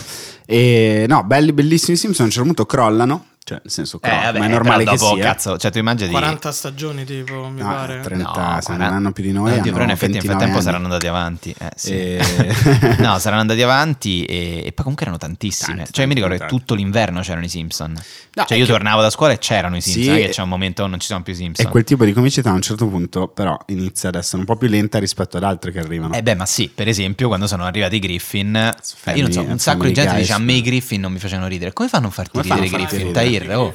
[SPEAKER 2] e, no, belli, bellissimi Simpson, a un certo punto crollano, cioè nel senso
[SPEAKER 1] Eh,
[SPEAKER 2] crollano,
[SPEAKER 1] vabbè,
[SPEAKER 2] ma è normale
[SPEAKER 1] però
[SPEAKER 2] che
[SPEAKER 1] dopo,
[SPEAKER 2] sia.
[SPEAKER 1] cazzo, cioè tu immagini
[SPEAKER 3] 40 stagioni, tipo, mi
[SPEAKER 2] No,
[SPEAKER 3] pare.
[SPEAKER 2] 30, se non hanno più di noi,
[SPEAKER 1] Oddio,
[SPEAKER 2] hanno
[SPEAKER 1] però in effetti nel
[SPEAKER 2] 29
[SPEAKER 1] frattempo
[SPEAKER 2] anni.
[SPEAKER 1] saranno andati avanti. eh, sì.
[SPEAKER 2] E-
[SPEAKER 1] no, saranno andati avanti e, e poi comunque erano tantissime.
[SPEAKER 2] Tante,
[SPEAKER 1] cioè, mi ricordo
[SPEAKER 2] tante,
[SPEAKER 1] che
[SPEAKER 2] tante.
[SPEAKER 1] tutto l'inverno c'erano i Simpson.
[SPEAKER 2] No,
[SPEAKER 1] cioè,
[SPEAKER 2] è
[SPEAKER 1] io
[SPEAKER 2] che-
[SPEAKER 1] tornavo da scuola e c'erano i
[SPEAKER 2] Sì,
[SPEAKER 1] Simpson. non è che
[SPEAKER 2] e-
[SPEAKER 1] c'è un momento oh, non ci sono più Simpson.
[SPEAKER 2] E quel tipo di comicità a un certo punto però inizia ad essere un po' più lenta rispetto ad altre che arrivano.
[SPEAKER 1] Eh beh, ma sì, per esempio, quando sono arrivati i Griffin, eh, io non so,
[SPEAKER 2] Family-
[SPEAKER 1] un sacco di
[SPEAKER 2] Family
[SPEAKER 1] gente
[SPEAKER 2] Guys.
[SPEAKER 1] dice a me i Griffin non mi facevano ridere. Come fanno a non farti
[SPEAKER 2] Come fanno
[SPEAKER 1] ridere
[SPEAKER 2] a
[SPEAKER 1] i
[SPEAKER 2] farti
[SPEAKER 1] Griffin?
[SPEAKER 2] ridere? Ah,
[SPEAKER 1] Tahir, oh.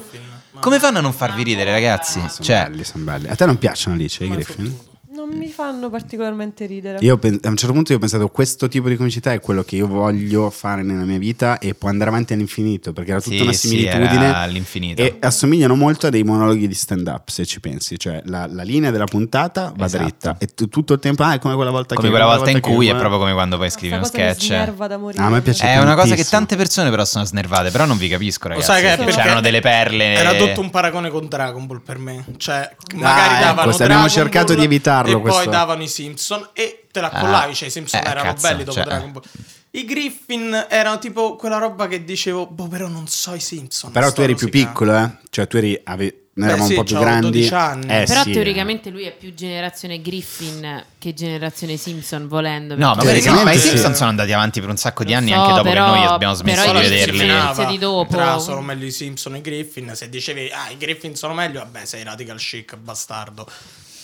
[SPEAKER 1] Come fanno a non farvi ridere, ragazzi?
[SPEAKER 2] sono
[SPEAKER 1] Cioè,
[SPEAKER 2] belli, sono belli. A te non piacciono Alice, i Griffin?
[SPEAKER 4] Non mi fanno particolarmente ridere.
[SPEAKER 2] Io pen- a un certo punto io ho pensato questo tipo di comicità è quello che io voglio fare nella mia vita e può andare avanti all'infinito perché era tutta
[SPEAKER 1] Sì,
[SPEAKER 2] una
[SPEAKER 1] sì,
[SPEAKER 2] similitudine
[SPEAKER 1] era all'infinito.
[SPEAKER 2] e assomigliano molto a dei monologhi di stand up se ci pensi, cioè la, la linea della puntata va
[SPEAKER 1] Esatto.
[SPEAKER 2] dritta e tu- tutto il tempo ah, è come quella volta
[SPEAKER 1] come
[SPEAKER 2] che
[SPEAKER 1] quella volta in
[SPEAKER 2] che-
[SPEAKER 1] cui è proprio come quando poi scrivi
[SPEAKER 4] Questa
[SPEAKER 1] uno
[SPEAKER 4] cosa mi
[SPEAKER 1] sketch.
[SPEAKER 4] snerva da morire.
[SPEAKER 2] Ah, a me piace
[SPEAKER 1] È una cosa che
[SPEAKER 2] tantissimo.
[SPEAKER 1] tante persone però sono snervate, però non vi capisco
[SPEAKER 3] Lo
[SPEAKER 1] ragazzi.
[SPEAKER 3] sai che è
[SPEAKER 1] perché
[SPEAKER 3] perché
[SPEAKER 1] c'erano delle perle.
[SPEAKER 3] Era tutto un paragone con Dragon Ball per me. Cioè,
[SPEAKER 2] ecco,
[SPEAKER 3] magari davano
[SPEAKER 2] se abbiamo
[SPEAKER 3] Dragon
[SPEAKER 2] cercato
[SPEAKER 3] Ball
[SPEAKER 2] di evitarlo
[SPEAKER 3] E
[SPEAKER 2] questo.
[SPEAKER 3] poi davano i Simpson e te la
[SPEAKER 1] Ah,
[SPEAKER 3] collavi. Cioè, i Simpson
[SPEAKER 1] eh,
[SPEAKER 3] erano
[SPEAKER 1] cazzo,
[SPEAKER 3] belli dopo
[SPEAKER 1] cioè.
[SPEAKER 3] Dragon Ball. I Griffin erano tipo quella roba che dicevo, boh, però non so i Simpson.
[SPEAKER 2] Però tu
[SPEAKER 3] sto
[SPEAKER 2] eri più
[SPEAKER 3] rosicando.
[SPEAKER 2] piccolo, eh? Cioè tu eri ave- noi
[SPEAKER 3] Beh,
[SPEAKER 2] eravamo
[SPEAKER 3] sì,
[SPEAKER 2] un po' più
[SPEAKER 3] c'avevo
[SPEAKER 2] grandi.
[SPEAKER 3] 12 anni.
[SPEAKER 2] Eh,
[SPEAKER 5] Però
[SPEAKER 2] sì.
[SPEAKER 5] teoricamente lui è più generazione Griffin che generazione Simpson, volendo.
[SPEAKER 1] No, ma,
[SPEAKER 5] perché-
[SPEAKER 1] per esempio, ma
[SPEAKER 2] Teoricamente
[SPEAKER 1] i
[SPEAKER 2] sì.
[SPEAKER 1] Simpson sono andati avanti per un sacco di
[SPEAKER 5] Lo
[SPEAKER 1] anni
[SPEAKER 5] so,
[SPEAKER 1] anche dopo
[SPEAKER 5] però-
[SPEAKER 1] che noi abbiamo smesso
[SPEAKER 5] però
[SPEAKER 1] di
[SPEAKER 5] io ci
[SPEAKER 1] vederli.
[SPEAKER 5] sono- inizio di dopo.
[SPEAKER 3] Tra sono meglio i Simpson e i Griffin. Se dicevi, ah, i Griffin sono meglio, vabbè, sei radical chic, bastardo.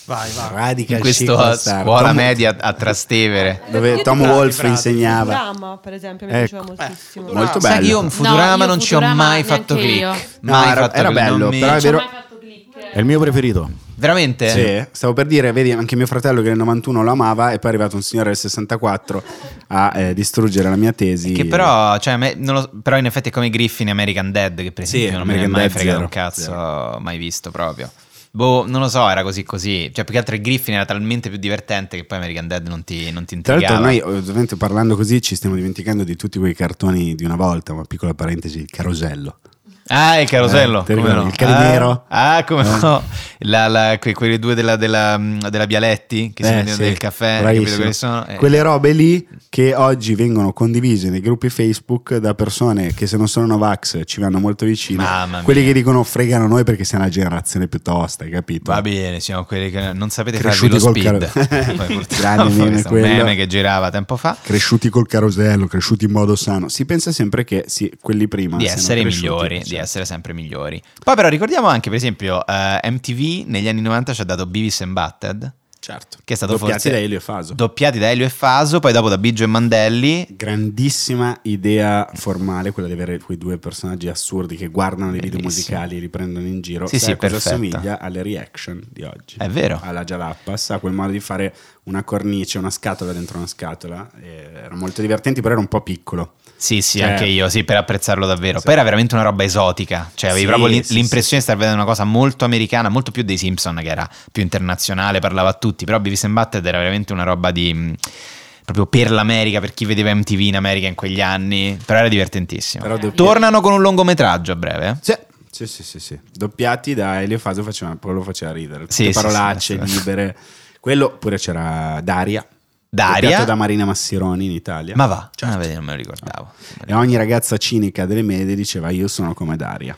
[SPEAKER 3] Vai, vai.
[SPEAKER 1] In
[SPEAKER 2] Radical chic
[SPEAKER 1] questa
[SPEAKER 2] bastard.
[SPEAKER 1] scuola
[SPEAKER 2] Tom-
[SPEAKER 1] media a Trastevere.
[SPEAKER 2] dove
[SPEAKER 4] Io
[SPEAKER 2] Tom
[SPEAKER 3] ti-
[SPEAKER 2] Wolfe
[SPEAKER 3] Bravi, bravi.
[SPEAKER 2] insegnava.
[SPEAKER 4] Futurama, Eh, per esempio, mi
[SPEAKER 6] Ecco.
[SPEAKER 4] piaceva moltissimo.
[SPEAKER 3] Eh,
[SPEAKER 2] Molto
[SPEAKER 1] Sai
[SPEAKER 2] bello.
[SPEAKER 1] che io in Futurama
[SPEAKER 5] No, io
[SPEAKER 1] non ci ho
[SPEAKER 5] Futurama
[SPEAKER 1] mai fatto
[SPEAKER 5] neanche
[SPEAKER 1] click.
[SPEAKER 5] io.
[SPEAKER 2] No,
[SPEAKER 1] Mai
[SPEAKER 2] era-
[SPEAKER 1] fatto
[SPEAKER 2] era
[SPEAKER 1] click, non
[SPEAKER 2] bello,
[SPEAKER 1] mi-
[SPEAKER 2] però è
[SPEAKER 5] Non ci ho
[SPEAKER 2] vero-
[SPEAKER 5] mai fatto click.
[SPEAKER 6] È il mio preferito.
[SPEAKER 1] Veramente?
[SPEAKER 2] Sì, stavo per dire, vedi, anche mio fratello che nel 91 lo amava e poi è arrivato un signore del 64 a eh, distruggere la mia tesi.
[SPEAKER 1] Che però, cioè, me- non lo so- però in effetti è come i Griffin e American Dead, che per
[SPEAKER 2] Sì,
[SPEAKER 1] esempio non me ne è
[SPEAKER 2] American
[SPEAKER 1] mai
[SPEAKER 2] Dead
[SPEAKER 1] fregato un
[SPEAKER 2] zero,
[SPEAKER 1] cazzo, mai visto proprio. Boh, non lo so, era così così. Cioè, più che altro il Griffin era talmente più divertente che poi American Dead non ti, non ti
[SPEAKER 2] Tra l'altro
[SPEAKER 1] intrigava.
[SPEAKER 2] noi ovviamente parlando così ci stiamo dimenticando di tutti quei cartoni di una volta, una piccola parentesi, il carosello.
[SPEAKER 1] Ah, il carosello.
[SPEAKER 2] Eh, te
[SPEAKER 1] come
[SPEAKER 2] ricordi,
[SPEAKER 1] no?
[SPEAKER 2] il Calimero?
[SPEAKER 1] Ah, ah, come
[SPEAKER 2] Eh.
[SPEAKER 1] no? La- la- que- quelli due della, della, della Bialetti che si
[SPEAKER 2] Eh,
[SPEAKER 1] prendono
[SPEAKER 2] sì,
[SPEAKER 1] del caffè.
[SPEAKER 2] bravissimo.
[SPEAKER 1] capito quelli sono? Eh.
[SPEAKER 2] Quelle robe lì che oggi vengono condivise nei gruppi Facebook da persone che se non sono Novax ci vanno molto vicino.
[SPEAKER 1] Mamma
[SPEAKER 2] Quelli
[SPEAKER 1] mia.
[SPEAKER 2] che dicono fregano noi perché siamo una generazione piuttosto, hai capito?
[SPEAKER 1] Va bene, siamo quelli che non sapete farvi
[SPEAKER 2] Cresciuti
[SPEAKER 1] lo
[SPEAKER 2] col
[SPEAKER 1] speed.
[SPEAKER 2] caro-
[SPEAKER 1] Poi purtroppo
[SPEAKER 2] Grande meme
[SPEAKER 1] questo è un
[SPEAKER 2] quello.
[SPEAKER 1] meme che girava tempo fa.
[SPEAKER 2] Cresciuti col carosello, cresciuti in modo sano. Si pensa sempre che sì, quelli prima
[SPEAKER 1] di
[SPEAKER 2] siano
[SPEAKER 1] essere
[SPEAKER 2] cresciuti,
[SPEAKER 1] migliori,
[SPEAKER 2] cioè.
[SPEAKER 1] di essere sempre migliori. Poi però ricordiamo anche, per esempio, eh, MTV negli anni 90 ci ha dato Beavis and Butted,
[SPEAKER 2] Certo.
[SPEAKER 1] che è stato
[SPEAKER 2] Doppiati
[SPEAKER 1] forse
[SPEAKER 2] da Elio e Faso.
[SPEAKER 1] doppiati da Elio e Faso, poi dopo da Biggio e Mandelli.
[SPEAKER 2] Grandissima idea formale quella di avere quei due personaggi assurdi che guardano i video
[SPEAKER 1] Bellissimo.
[SPEAKER 2] musicali e li prendono in giro.
[SPEAKER 1] Sì,
[SPEAKER 2] Sai
[SPEAKER 1] sì,
[SPEAKER 2] a cosa
[SPEAKER 1] perfetta.
[SPEAKER 2] assomiglia alle reaction di oggi.
[SPEAKER 1] È vero.
[SPEAKER 2] Alla Jalappas, a quel modo di fare una cornice, una scatola dentro una scatola. Eh, Era molto divertente, però era un po' piccolo.
[SPEAKER 1] Sì, sì,
[SPEAKER 2] Cioè-
[SPEAKER 1] anche io, sì, per apprezzarlo davvero.
[SPEAKER 2] Sì.
[SPEAKER 1] Poi era veramente una roba esotica, cioè avevi
[SPEAKER 2] Sì,
[SPEAKER 1] proprio l'im-
[SPEAKER 2] sì,
[SPEAKER 1] l'impressione di star vedendo una cosa molto americana, molto più dei Simpson che era più internazionale, parlava a tutti, però Beavis and Butted era veramente una roba di... mh, proprio per l'America, per chi vedeva MTV in America in quegli anni, però era divertentissimo.
[SPEAKER 2] Però doppi-
[SPEAKER 1] Tornano con un lungometraggio a breve, eh?
[SPEAKER 2] Sì. Sì, sì, sì, sì. Doppiati da Elio Faso faceva, poi lo faceva ridere.
[SPEAKER 1] Sì,
[SPEAKER 2] Tutte
[SPEAKER 1] sì,
[SPEAKER 2] parolacce
[SPEAKER 1] sì, sì.
[SPEAKER 2] libere. Quello pure c'era Daria.
[SPEAKER 1] Daria.
[SPEAKER 2] Doppiato da Marina Massironi in Italia.
[SPEAKER 1] Ma va,
[SPEAKER 2] Certo.
[SPEAKER 1] Ah, vedi, non me lo ricordavo.
[SPEAKER 2] E ogni ragazza cinica delle medie diceva io sono come Daria.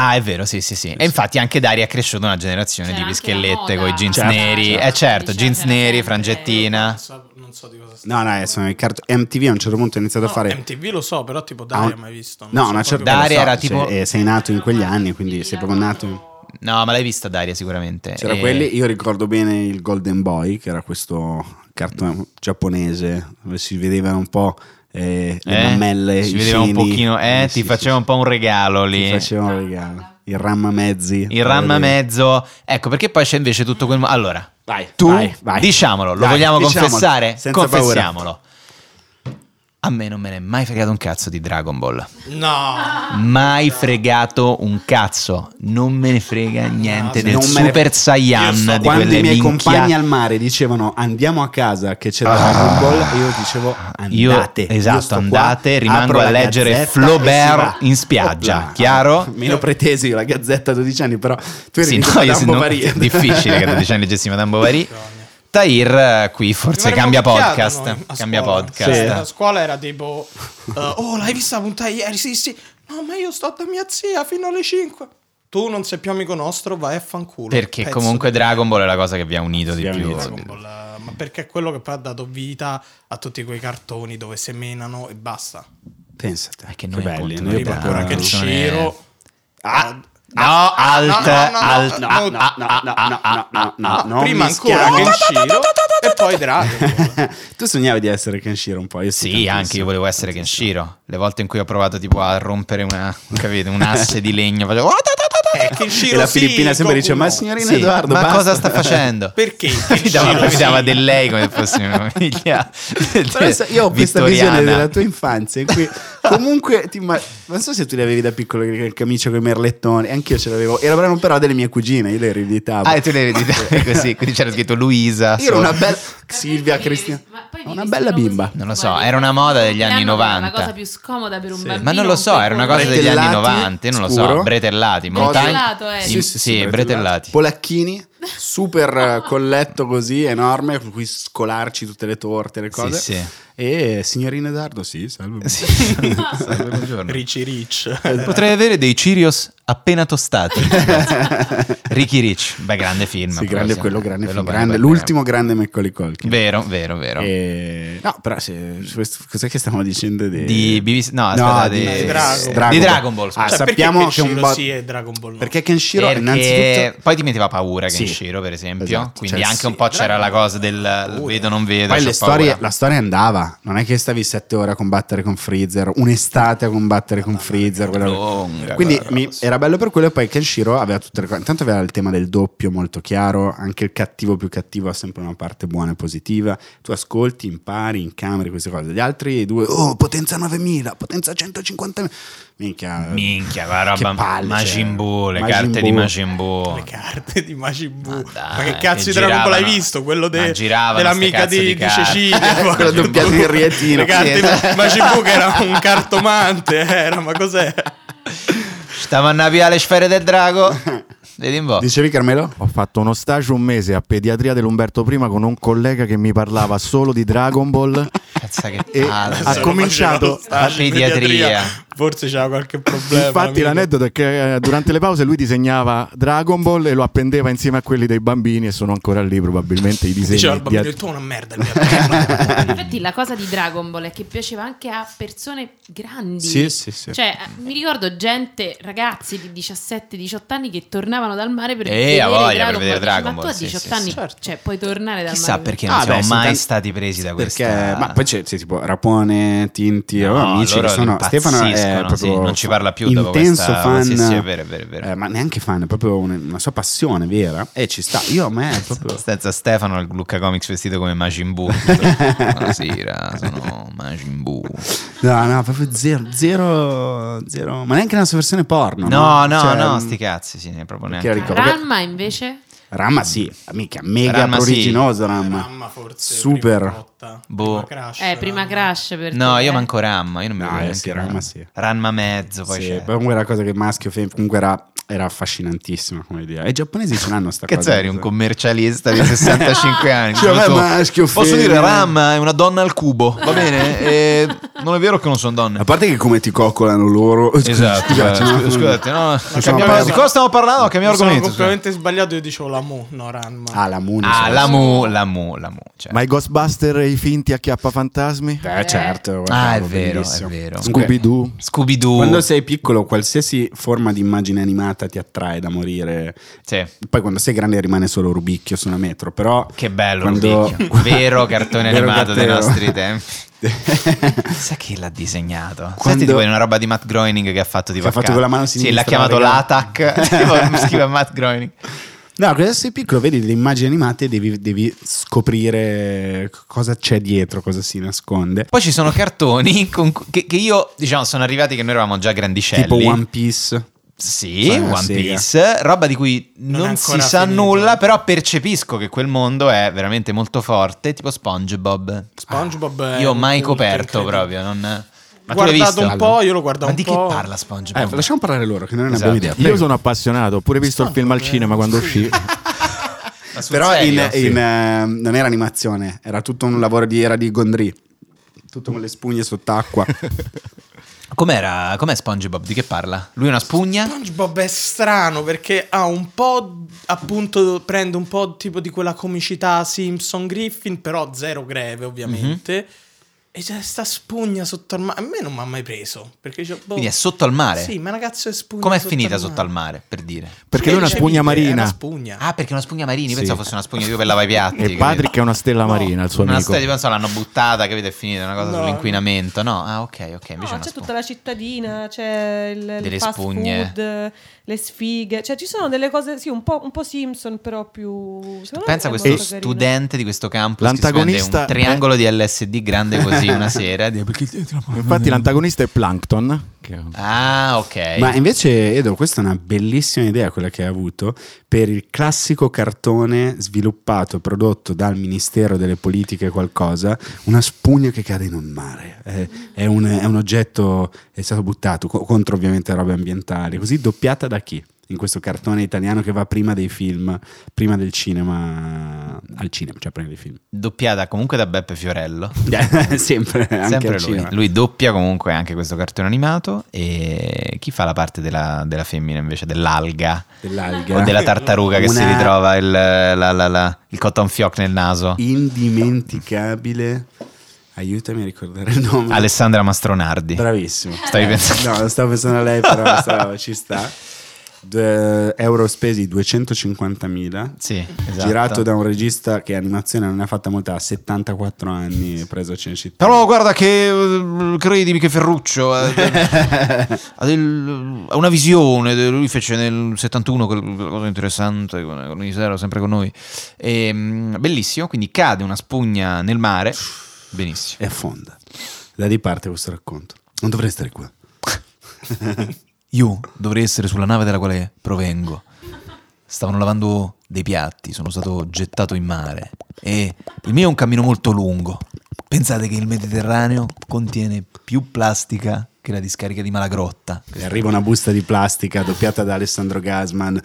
[SPEAKER 1] Ah, è vero, sì, sì, sì. E infatti anche Daria è cresciuta una generazione
[SPEAKER 5] C'era
[SPEAKER 1] di
[SPEAKER 5] anche la
[SPEAKER 1] pischellette
[SPEAKER 5] moda
[SPEAKER 1] con i jeans
[SPEAKER 5] a Daria,
[SPEAKER 1] neri.
[SPEAKER 5] certo.
[SPEAKER 1] Eh certo,
[SPEAKER 5] Diceva,
[SPEAKER 1] jeans
[SPEAKER 5] c'era
[SPEAKER 1] neri,
[SPEAKER 5] sempre-
[SPEAKER 3] Non
[SPEAKER 1] frangettina.
[SPEAKER 3] so, non so di cosa stai
[SPEAKER 2] No, no, adesso il cart- MTV a un certo punto ha iniziato a fare...
[SPEAKER 3] MTV lo so, però tipo
[SPEAKER 2] a
[SPEAKER 3] Daria
[SPEAKER 2] un-
[SPEAKER 3] mai visto. Non
[SPEAKER 2] No,
[SPEAKER 3] so
[SPEAKER 2] una certa...
[SPEAKER 3] proprio-
[SPEAKER 1] Daria
[SPEAKER 2] lo
[SPEAKER 1] era
[SPEAKER 2] se-
[SPEAKER 1] tipo- Eh.
[SPEAKER 2] eh, sei nato in quegli anni, quindi sei proprio nato... in-
[SPEAKER 1] No, ma l'hai vista Daria sicuramente. Eh,
[SPEAKER 2] C'era
[SPEAKER 1] E-
[SPEAKER 2] quelli, io ricordo bene il Golden Boy, che era questo cartone giapponese, dove si vedevano un po' eh, le
[SPEAKER 1] Eh,
[SPEAKER 2] mammelle,
[SPEAKER 1] ci
[SPEAKER 2] i
[SPEAKER 1] vedeva un
[SPEAKER 2] seni.
[SPEAKER 1] pochino, eh, ti
[SPEAKER 2] sì,
[SPEAKER 1] faceva
[SPEAKER 2] sì,
[SPEAKER 1] un po' un regalo
[SPEAKER 2] sì.
[SPEAKER 1] lì.
[SPEAKER 2] Ti faceva un regalo. Il ramma mezzi.
[SPEAKER 1] Il ramma mezzo. Ecco, perché poi c'è invece tutto quel... Allora,
[SPEAKER 2] Vai,
[SPEAKER 1] tu,
[SPEAKER 2] vai, vai.
[SPEAKER 1] diciamolo, lo
[SPEAKER 2] Dai,
[SPEAKER 1] vogliamo
[SPEAKER 2] diciamolo,
[SPEAKER 1] confessare?
[SPEAKER 2] senza paura.
[SPEAKER 1] Confessiamolo. A me non me ne è mai fregato un cazzo di Dragon Ball.
[SPEAKER 3] No.
[SPEAKER 1] Mai fregato un cazzo, non me ne frega niente del
[SPEAKER 2] Non me ne-
[SPEAKER 1] Super Saiyan
[SPEAKER 3] Io so-
[SPEAKER 1] di
[SPEAKER 2] Quando
[SPEAKER 1] quelle
[SPEAKER 2] i miei
[SPEAKER 1] minchia-
[SPEAKER 2] compagni al mare dicevano andiamo a casa che c'è Dragon Ball, io dicevo andate.
[SPEAKER 1] Ah. Io- esatto,
[SPEAKER 2] sto
[SPEAKER 1] andate, rimango
[SPEAKER 2] apro
[SPEAKER 1] a
[SPEAKER 2] la
[SPEAKER 1] leggere
[SPEAKER 2] gazzetta
[SPEAKER 1] Flaubert
[SPEAKER 2] e si va.
[SPEAKER 1] in spiaggia,
[SPEAKER 2] Opla.
[SPEAKER 1] chiaro?
[SPEAKER 2] Meno pretesi io la gazzetta a 12 anni, però tu eri
[SPEAKER 1] Sì,
[SPEAKER 2] in
[SPEAKER 1] no, io
[SPEAKER 2] Madame
[SPEAKER 1] se no-
[SPEAKER 2] Bovary.
[SPEAKER 1] è difficile che a 12 anni leggessi Madame Bovary. Tahir, eh, qui forse cambia podcast. Cambia podcast.
[SPEAKER 2] Sì.
[SPEAKER 3] La scuola era tipo eh, Oh, l'hai vista la puntata ieri? Sì, sì. No, ma io sto da mia zia fino alle 5. Tu non sei più amico nostro, vai a fanculo.
[SPEAKER 1] Perché
[SPEAKER 3] Pezzo
[SPEAKER 1] comunque
[SPEAKER 3] di-
[SPEAKER 1] Dragon Ball è la cosa che vi ha unito di
[SPEAKER 2] Sì,
[SPEAKER 1] più.
[SPEAKER 2] unito.
[SPEAKER 3] Dragon Ball, eh, ma perché è quello che poi ha dato vita a tutti quei cartoni dove semenano e basta.
[SPEAKER 2] Pensate,
[SPEAKER 1] È che noi appunto
[SPEAKER 2] Eh, noi
[SPEAKER 1] noi
[SPEAKER 3] Prima
[SPEAKER 2] proprio
[SPEAKER 1] abbiamo-
[SPEAKER 3] ancora
[SPEAKER 2] raga-
[SPEAKER 3] che
[SPEAKER 1] non so
[SPEAKER 3] Shiro.
[SPEAKER 2] Ah,
[SPEAKER 1] No, alt,
[SPEAKER 3] no, no, no,
[SPEAKER 1] alt,
[SPEAKER 3] no,
[SPEAKER 1] ah,
[SPEAKER 3] no,
[SPEAKER 1] ah, ah, ah, ah, ah,
[SPEAKER 2] no, no,
[SPEAKER 3] Ah, prima
[SPEAKER 2] non
[SPEAKER 3] ancora
[SPEAKER 2] mischiamo.
[SPEAKER 3] che Shiro e poi Dragon Ball.
[SPEAKER 2] tu sognavi di essere Kenshiro un po', io
[SPEAKER 1] Sì, anche io volevo essere Kenshiro. Le volte in cui ho provato tipo a rompere una, capite, un asse di legno, facevo...
[SPEAKER 3] Eh, Kenshiro
[SPEAKER 2] E la
[SPEAKER 3] sì,
[SPEAKER 2] Filippina sempre dice,
[SPEAKER 3] Goku
[SPEAKER 2] ma
[SPEAKER 3] no."
[SPEAKER 2] signorina
[SPEAKER 1] Sì,
[SPEAKER 2] Edoardo,
[SPEAKER 1] ma
[SPEAKER 2] basta."
[SPEAKER 1] cosa sta facendo?
[SPEAKER 3] Perché
[SPEAKER 1] mi dava,
[SPEAKER 3] Kenshiro
[SPEAKER 1] mi dava
[SPEAKER 3] sì?
[SPEAKER 1] del lei come fosse una famiglia
[SPEAKER 2] Però se- io ho questa visione
[SPEAKER 1] Cioè, vittoriana.
[SPEAKER 2] della tua infanzia in cui comunque ti imma- non so se tu le avevi da piccolo il camicio con i merlettoni, anch'io ce l'avevo, erano però delle mie cugine, io le ereditavo.
[SPEAKER 1] Ah, e tu le ereditavi così, quindi c'era scritto Luisa.
[SPEAKER 2] io ero
[SPEAKER 1] sopra.
[SPEAKER 2] una bella Silvia Cristina, una bella bimba.
[SPEAKER 1] Non lo so, era una moda degli anni
[SPEAKER 5] La
[SPEAKER 1] 90.
[SPEAKER 5] cosa più scomoda per un bambino.
[SPEAKER 1] Ma non lo so, era una cosa degli
[SPEAKER 2] Bretellati,
[SPEAKER 1] anni 90, io non lo so,
[SPEAKER 2] scuro.
[SPEAKER 1] bretellati,
[SPEAKER 5] Cosa-
[SPEAKER 1] montagna.
[SPEAKER 5] Bretellato, eh.
[SPEAKER 1] in-
[SPEAKER 5] Sì,
[SPEAKER 1] sì, bretellati.
[SPEAKER 2] Polacchini, super eh, colletto così enorme con cui scolarci tutte le torte, le cose.
[SPEAKER 1] Sì, sì.
[SPEAKER 2] E signorina Edoardo, sì, salve.
[SPEAKER 1] Salve, buongiorno.
[SPEAKER 3] Richie Rich.
[SPEAKER 1] Potrei avere dei Cirios appena tostati. Ricky Rich, beh, grande film.
[SPEAKER 2] Sì, grande
[SPEAKER 1] proprio,
[SPEAKER 2] quello,
[SPEAKER 1] sì. eh,
[SPEAKER 2] grande,
[SPEAKER 1] Quello
[SPEAKER 2] film,
[SPEAKER 1] proprio,
[SPEAKER 2] grande,
[SPEAKER 1] proprio.
[SPEAKER 2] l'ultimo grande Macaulay Culkin.
[SPEAKER 1] Vero, vero, vero.
[SPEAKER 2] Eh, no, però se, su questo- cos'è che stavamo dicendo? Di,
[SPEAKER 1] Di BBC no, aspetta,
[SPEAKER 2] di,
[SPEAKER 1] di-
[SPEAKER 3] Dragon
[SPEAKER 1] Ball. di Dragon Ball,
[SPEAKER 2] Ah,
[SPEAKER 1] scusa.
[SPEAKER 3] Cioè, perché
[SPEAKER 2] sappiamo che
[SPEAKER 3] Kenshiro
[SPEAKER 2] un bot-
[SPEAKER 3] sì e Dragon Ball no?
[SPEAKER 2] Perché Kenshiro
[SPEAKER 1] Perché
[SPEAKER 2] innanzitutto
[SPEAKER 1] poi ti metteva paura che
[SPEAKER 2] sì,
[SPEAKER 1] Shiro, per esempio.
[SPEAKER 2] Esatto,
[SPEAKER 1] Quindi
[SPEAKER 2] cioè,
[SPEAKER 1] anche
[SPEAKER 2] sì,
[SPEAKER 1] un po' c'era la cosa del vedo, non vedo.
[SPEAKER 2] Poi
[SPEAKER 1] c'ho
[SPEAKER 2] le storie,
[SPEAKER 1] paura.
[SPEAKER 2] la storia andava, non è che stavi sette ore a combattere con Freezer, un'estate a combattere con Freezer. quella-
[SPEAKER 1] Lunga,
[SPEAKER 2] Quindi
[SPEAKER 1] quella
[SPEAKER 2] mi-
[SPEAKER 1] roba.
[SPEAKER 2] era bello per quello e poi Kenshiro aveva tutte le cose. Intanto aveva il tema del doppio molto chiaro, anche il cattivo più cattivo ha sempre una parte buona e positiva. Tu ascolti, impari, incameri queste cose. Gli altri due, oh, potenza 9000, potenza 150.000. Minchia.
[SPEAKER 1] Minchia, quella
[SPEAKER 2] Eh, Che
[SPEAKER 1] roba.
[SPEAKER 2] palle,
[SPEAKER 1] Majin
[SPEAKER 2] cioè.
[SPEAKER 1] Buu, le
[SPEAKER 2] Majin
[SPEAKER 1] carte di
[SPEAKER 2] Buu.
[SPEAKER 1] Majin Buu.
[SPEAKER 3] Le carte di Majin Buu. Ma,
[SPEAKER 1] dai,
[SPEAKER 3] che cazzo di Dragon
[SPEAKER 1] giravano-
[SPEAKER 3] Ball hai visto? Quello de-
[SPEAKER 1] ma giravano ste
[SPEAKER 3] dell'amica
[SPEAKER 1] cazzo
[SPEAKER 3] di,
[SPEAKER 1] di
[SPEAKER 3] di
[SPEAKER 1] carte.
[SPEAKER 3] Cecilia. poi.
[SPEAKER 2] Quello doppiato in rietino.
[SPEAKER 3] Le carte
[SPEAKER 2] Sì,
[SPEAKER 3] di Majin Buu che era un cartomante, eh, era, ma cos'è?
[SPEAKER 1] Stavano a via le sfere del drago. Vedi un po'.
[SPEAKER 2] Dicevi Carmelo?
[SPEAKER 6] Ho fatto uno stage un mese a pediatria dell'Umberto Prima con un collega che mi parlava solo di Dragon Ball.
[SPEAKER 1] Cazzo che
[SPEAKER 6] E
[SPEAKER 1] palle.
[SPEAKER 6] ha cominciato-
[SPEAKER 3] Faceva lo stage in
[SPEAKER 1] La pediatria.
[SPEAKER 3] Forse c'era qualche problema.
[SPEAKER 6] Infatti,
[SPEAKER 3] amico.
[SPEAKER 6] l'aneddoto è che eh, durante le pause lui disegnava Dragon Ball e lo appendeva insieme a quelli dei bambini, e sono ancora lì, probabilmente i disegni.
[SPEAKER 3] Diceva al
[SPEAKER 6] di-
[SPEAKER 3] bambino, tu una merda, il mio amico".
[SPEAKER 1] Eh.
[SPEAKER 5] Infatti, la cosa di Dragon Ball è che piaceva anche a persone grandi.
[SPEAKER 2] Sì, sì, sì.
[SPEAKER 5] Cioè, eh, mi ricordo gente, ragazzi di 17-18 anni che tornavano dal mare per
[SPEAKER 1] Eh,
[SPEAKER 5] vedere,
[SPEAKER 1] ha voglia,
[SPEAKER 5] Dragon
[SPEAKER 1] per vedere
[SPEAKER 5] Ball.
[SPEAKER 1] Dragon
[SPEAKER 5] Ma tu
[SPEAKER 1] Ball,
[SPEAKER 5] a
[SPEAKER 1] sì,
[SPEAKER 5] 18
[SPEAKER 1] sì,
[SPEAKER 5] anni,
[SPEAKER 1] sì.
[SPEAKER 5] cioè, puoi tornare dal
[SPEAKER 1] Chissà
[SPEAKER 5] mare.
[SPEAKER 1] perché non
[SPEAKER 2] Ah,
[SPEAKER 1] siamo
[SPEAKER 2] beh,
[SPEAKER 1] mai
[SPEAKER 2] intanto-
[SPEAKER 1] stati presi da
[SPEAKER 2] Perché,
[SPEAKER 1] questa.
[SPEAKER 2] ma poi c'è, c'è tipo Rapone, Tinti,
[SPEAKER 1] No,
[SPEAKER 2] oh, amici che
[SPEAKER 1] loro
[SPEAKER 2] sono.
[SPEAKER 1] impazziscono,
[SPEAKER 2] Stefano è proprio
[SPEAKER 1] sì, non ci parla più dopo
[SPEAKER 2] intenso
[SPEAKER 1] questa-
[SPEAKER 2] fan,
[SPEAKER 1] sì, sì, è vero, è vero, è vero.
[SPEAKER 2] eh, ma neanche fan, è proprio un- una sua passione vera. E ci sta. Io a me è proprio.
[SPEAKER 1] Senza Stefano, il Luca Comics vestito come Majin Buu. Buonasera, sono Majin Buu.
[SPEAKER 2] No, no, proprio zero, zero, zero. Ma neanche nella sua versione porno.
[SPEAKER 1] No, no,
[SPEAKER 2] Cioè,
[SPEAKER 1] no,
[SPEAKER 2] mh,
[SPEAKER 1] sti cazzi, sì, ne proprio
[SPEAKER 2] perché
[SPEAKER 1] neanche.
[SPEAKER 2] ricordo che-
[SPEAKER 5] Ranma invece?
[SPEAKER 2] Ramma sì, mica mega
[SPEAKER 1] Ramma sì.
[SPEAKER 2] originoso Ramma.
[SPEAKER 3] Mamma forse.
[SPEAKER 2] Super.
[SPEAKER 3] prima cotta,
[SPEAKER 1] Boh.
[SPEAKER 3] prima Crash,
[SPEAKER 5] Eh, prima
[SPEAKER 3] mamma.
[SPEAKER 5] Crash per
[SPEAKER 1] No,
[SPEAKER 5] te,
[SPEAKER 1] io
[SPEAKER 5] eh.
[SPEAKER 1] manco Ramma, io non mi
[SPEAKER 2] No,
[SPEAKER 1] ricordo.
[SPEAKER 2] eh,
[SPEAKER 1] neanche
[SPEAKER 2] sì, Ramma sì.
[SPEAKER 1] Ranma mezzo, poi
[SPEAKER 2] Sì,
[SPEAKER 1] c'è.
[SPEAKER 2] poi comunque era cosa che maschio fem- comunque era, era affascinantissima come idea. E i giapponesi ce l'hanno sta
[SPEAKER 1] Che
[SPEAKER 2] cosa.
[SPEAKER 1] sei un commercialista di 65 anni?
[SPEAKER 2] Cioè,
[SPEAKER 1] Solo
[SPEAKER 2] ma-
[SPEAKER 1] tu.
[SPEAKER 2] maschio,
[SPEAKER 1] Posso
[SPEAKER 2] femmina.
[SPEAKER 1] dire Ramma è una donna al cubo, va bene? E non è vero che non sono donne.
[SPEAKER 2] A parte che come ti coccolano loro.
[SPEAKER 1] Esatto, eh,
[SPEAKER 2] Scusate, no?
[SPEAKER 1] scu- scusate, no,
[SPEAKER 2] cambiamo
[SPEAKER 1] cambiamo- di
[SPEAKER 2] argomento.
[SPEAKER 1] cosa stiamo parlando?
[SPEAKER 3] Mi
[SPEAKER 1] Cambiamo
[SPEAKER 3] sono
[SPEAKER 1] argomento. scusa.
[SPEAKER 3] completamente sbagliato, io dicevo la mu, no Ranma.
[SPEAKER 2] Ah, la Moon.
[SPEAKER 1] Ah,
[SPEAKER 2] sì.
[SPEAKER 1] la mu, la mu, la mu. cioè.
[SPEAKER 6] Ma i Ghostbuster e i finti acchiappa fantasmi?
[SPEAKER 3] Cioè,
[SPEAKER 2] Eh, certo.
[SPEAKER 1] Ah, è
[SPEAKER 2] guardavo,
[SPEAKER 1] vero, è
[SPEAKER 2] bellissimo.
[SPEAKER 1] vero.
[SPEAKER 2] Comunque,
[SPEAKER 6] Scooby-Doo.
[SPEAKER 1] Scooby-Doo.
[SPEAKER 2] Quando sei piccolo, qualsiasi forma di immagine animata ti attrae da morire.
[SPEAKER 1] Sì.
[SPEAKER 2] Poi quando sei grande rimane solo Rubicchio su una metro, però...
[SPEAKER 1] Che bello
[SPEAKER 2] quando-
[SPEAKER 1] Rubicchio. Vero cartone
[SPEAKER 2] Vero
[SPEAKER 1] animato dei
[SPEAKER 2] cartone.
[SPEAKER 1] nostri tempi. Sai chi l'ha disegnato?
[SPEAKER 2] Quando-
[SPEAKER 1] Senti tipo in una roba di Matt Groening che ha fatto tipo
[SPEAKER 2] Che ha
[SPEAKER 1] a
[SPEAKER 2] fatto
[SPEAKER 1] caso.
[SPEAKER 2] con la mano sinistra,
[SPEAKER 1] Sì, l'ha chiamato
[SPEAKER 2] raga.
[SPEAKER 1] l'Atac. tipo, scrive a Matt Groening.
[SPEAKER 2] No, quando sei piccolo vedi delle immagini animate e devi, devi scoprire c- cosa c'è dietro, cosa si nasconde.
[SPEAKER 1] Poi ci sono cartoni con- che, che io, diciamo, sono arrivati che noi eravamo già grandicelli.
[SPEAKER 2] Tipo One Piece.
[SPEAKER 1] Sì,
[SPEAKER 2] Cioè,
[SPEAKER 1] One
[SPEAKER 2] Sega.
[SPEAKER 1] Piece, roba di cui
[SPEAKER 3] Non è
[SPEAKER 1] non, si
[SPEAKER 3] ancora
[SPEAKER 1] sa
[SPEAKER 3] finito.
[SPEAKER 1] nulla, però percepisco che quel mondo è veramente molto forte, tipo SpongeBob. Ah,
[SPEAKER 3] SpongeBob è
[SPEAKER 1] Io ho
[SPEAKER 3] un
[SPEAKER 1] mai
[SPEAKER 3] culto
[SPEAKER 1] coperto
[SPEAKER 3] incredibile.
[SPEAKER 1] proprio, non... Ma tu l'hai visto?
[SPEAKER 3] Guardato un po', io lo guardavo
[SPEAKER 1] Ma
[SPEAKER 3] un
[SPEAKER 1] di
[SPEAKER 3] po'.
[SPEAKER 1] che parla
[SPEAKER 2] Eh,
[SPEAKER 1] SpongeBob?
[SPEAKER 2] lasciamo parlare loro, che noi non
[SPEAKER 1] Esatto.
[SPEAKER 2] abbiamo idea.
[SPEAKER 6] Io sono appassionato, ho pure visto il film al cinema quando uscì.
[SPEAKER 1] Ma sul
[SPEAKER 2] Però
[SPEAKER 1] serio?
[SPEAKER 2] in- in, eh, non era animazione, era tutto un lavoro di era di Gondry. Tutto con le spugne sott'acqua.
[SPEAKER 1] Com'era, com'è SpongeBob? Di che parla? Lui è una spugna?
[SPEAKER 3] SpongeBob è strano perché ha un po', appunto, prende un po' tipo di quella comicità Simpson Griffin, però zero greve ovviamente.
[SPEAKER 1] Mhm.
[SPEAKER 3] E c'è sta spugna sotto al mare. A me non mi ha mai preso. Perché dice, boh,
[SPEAKER 1] Quindi è sotto al mare?
[SPEAKER 3] Sì, ma ragazzo è spugna.
[SPEAKER 1] Com'è
[SPEAKER 3] sotto
[SPEAKER 1] finita
[SPEAKER 3] al
[SPEAKER 1] sotto al mare, per dire?
[SPEAKER 6] Perché lui è una
[SPEAKER 3] Cioè,
[SPEAKER 6] spugna
[SPEAKER 3] vite, È
[SPEAKER 6] marina.
[SPEAKER 3] una spugna.
[SPEAKER 1] Ah, perché è una spugna marina, io
[SPEAKER 6] Sì.
[SPEAKER 1] pensavo fosse una spugna tipo per lavapiatti.
[SPEAKER 6] E Patrick è una stella marina, il suo
[SPEAKER 1] Una
[SPEAKER 6] amico.
[SPEAKER 1] storia, tipo, non so, l'hanno buttata, capito? È finita una cosa
[SPEAKER 3] No.
[SPEAKER 1] sull'inquinamento, no? Ah, ok, ok, invece è
[SPEAKER 4] No,
[SPEAKER 1] una
[SPEAKER 4] c'è
[SPEAKER 1] spugna.
[SPEAKER 4] tutta la cittadina, c'è il, il
[SPEAKER 1] Delle
[SPEAKER 4] fast
[SPEAKER 1] spugne.
[SPEAKER 4] food, le sfighe, cioè ci sono delle cose, sì, un po', un po' Simpson, però più... secondo me
[SPEAKER 1] Pensa
[SPEAKER 4] è
[SPEAKER 1] a questo
[SPEAKER 4] molto carino.
[SPEAKER 1] studente di questo campus che si
[SPEAKER 6] L'antagonista-
[SPEAKER 1] prende un triangolo di LSD grande così una sera. e dice, "Perché-"
[SPEAKER 6] Infatti l'antagonista è Plankton, che è un-
[SPEAKER 3] Eh,
[SPEAKER 1] Ah, ok.
[SPEAKER 2] Ma invece, Edo, questa è una bellissima idea quella che hai avuto per il classico cartone sviluppato, prodotto dal Ministero delle Politiche qualcosa, una spugna che cade in un mare. È, è un, è un oggetto, è stato buttato co- contro ovviamente robe ambientali, così doppiata da chi? In questo cartone italiano che va prima dei film, prima del cinema, al cinema, cioè prima dei film.
[SPEAKER 1] Doppiata comunque da Beppe Fiorello.
[SPEAKER 2] Sempre,
[SPEAKER 1] Sempre
[SPEAKER 2] anche al
[SPEAKER 1] lui.
[SPEAKER 2] cinema.
[SPEAKER 1] Lui doppia comunque anche questo cartone animato. E chi fa la parte della, della femmina invece? Dell'alga
[SPEAKER 2] Dell'alga.
[SPEAKER 1] o della tartaruga che si
[SPEAKER 2] Una-
[SPEAKER 1] ritrova il, la- la- la- il cotton fioc nel naso.
[SPEAKER 2] indimenticabile. Aiutami a ricordare il nome. Eh,
[SPEAKER 1] Alessandra Mastronardi.
[SPEAKER 2] Bravissimo.
[SPEAKER 1] Stavi pensando.
[SPEAKER 2] No, non stavo pensando a lei, però stavo- ci sta. d- euro spesi 250.000
[SPEAKER 1] Sì, esatto.
[SPEAKER 2] girato da un regista che animazione non ne ha fatta molta a 74 anni preso a Cinecittà
[SPEAKER 7] Però guarda che eh, credimi che Ferruccio ha, ha del- ha una visione, de- lui fece nel 71 quel- quella cosa interessante con con Isero sempre con noi. ehm,
[SPEAKER 1] E, mm, bellissimo, quindi cade una spugna nel mare. Benissimo.
[SPEAKER 2] e affonda da lì parte questo racconto non dovrei stare qua
[SPEAKER 1] Io dovrei essere sulla nave dalla quale provengo. Stavano lavando dei piatti, sono stato gettato in mare e il mio è un cammino molto lungo. Pensate che il Mediterraneo contiene più plastica che la discarica di Malagrotta.
[SPEAKER 2] e arriva una busta di plastica doppiata da Alessandro Gasman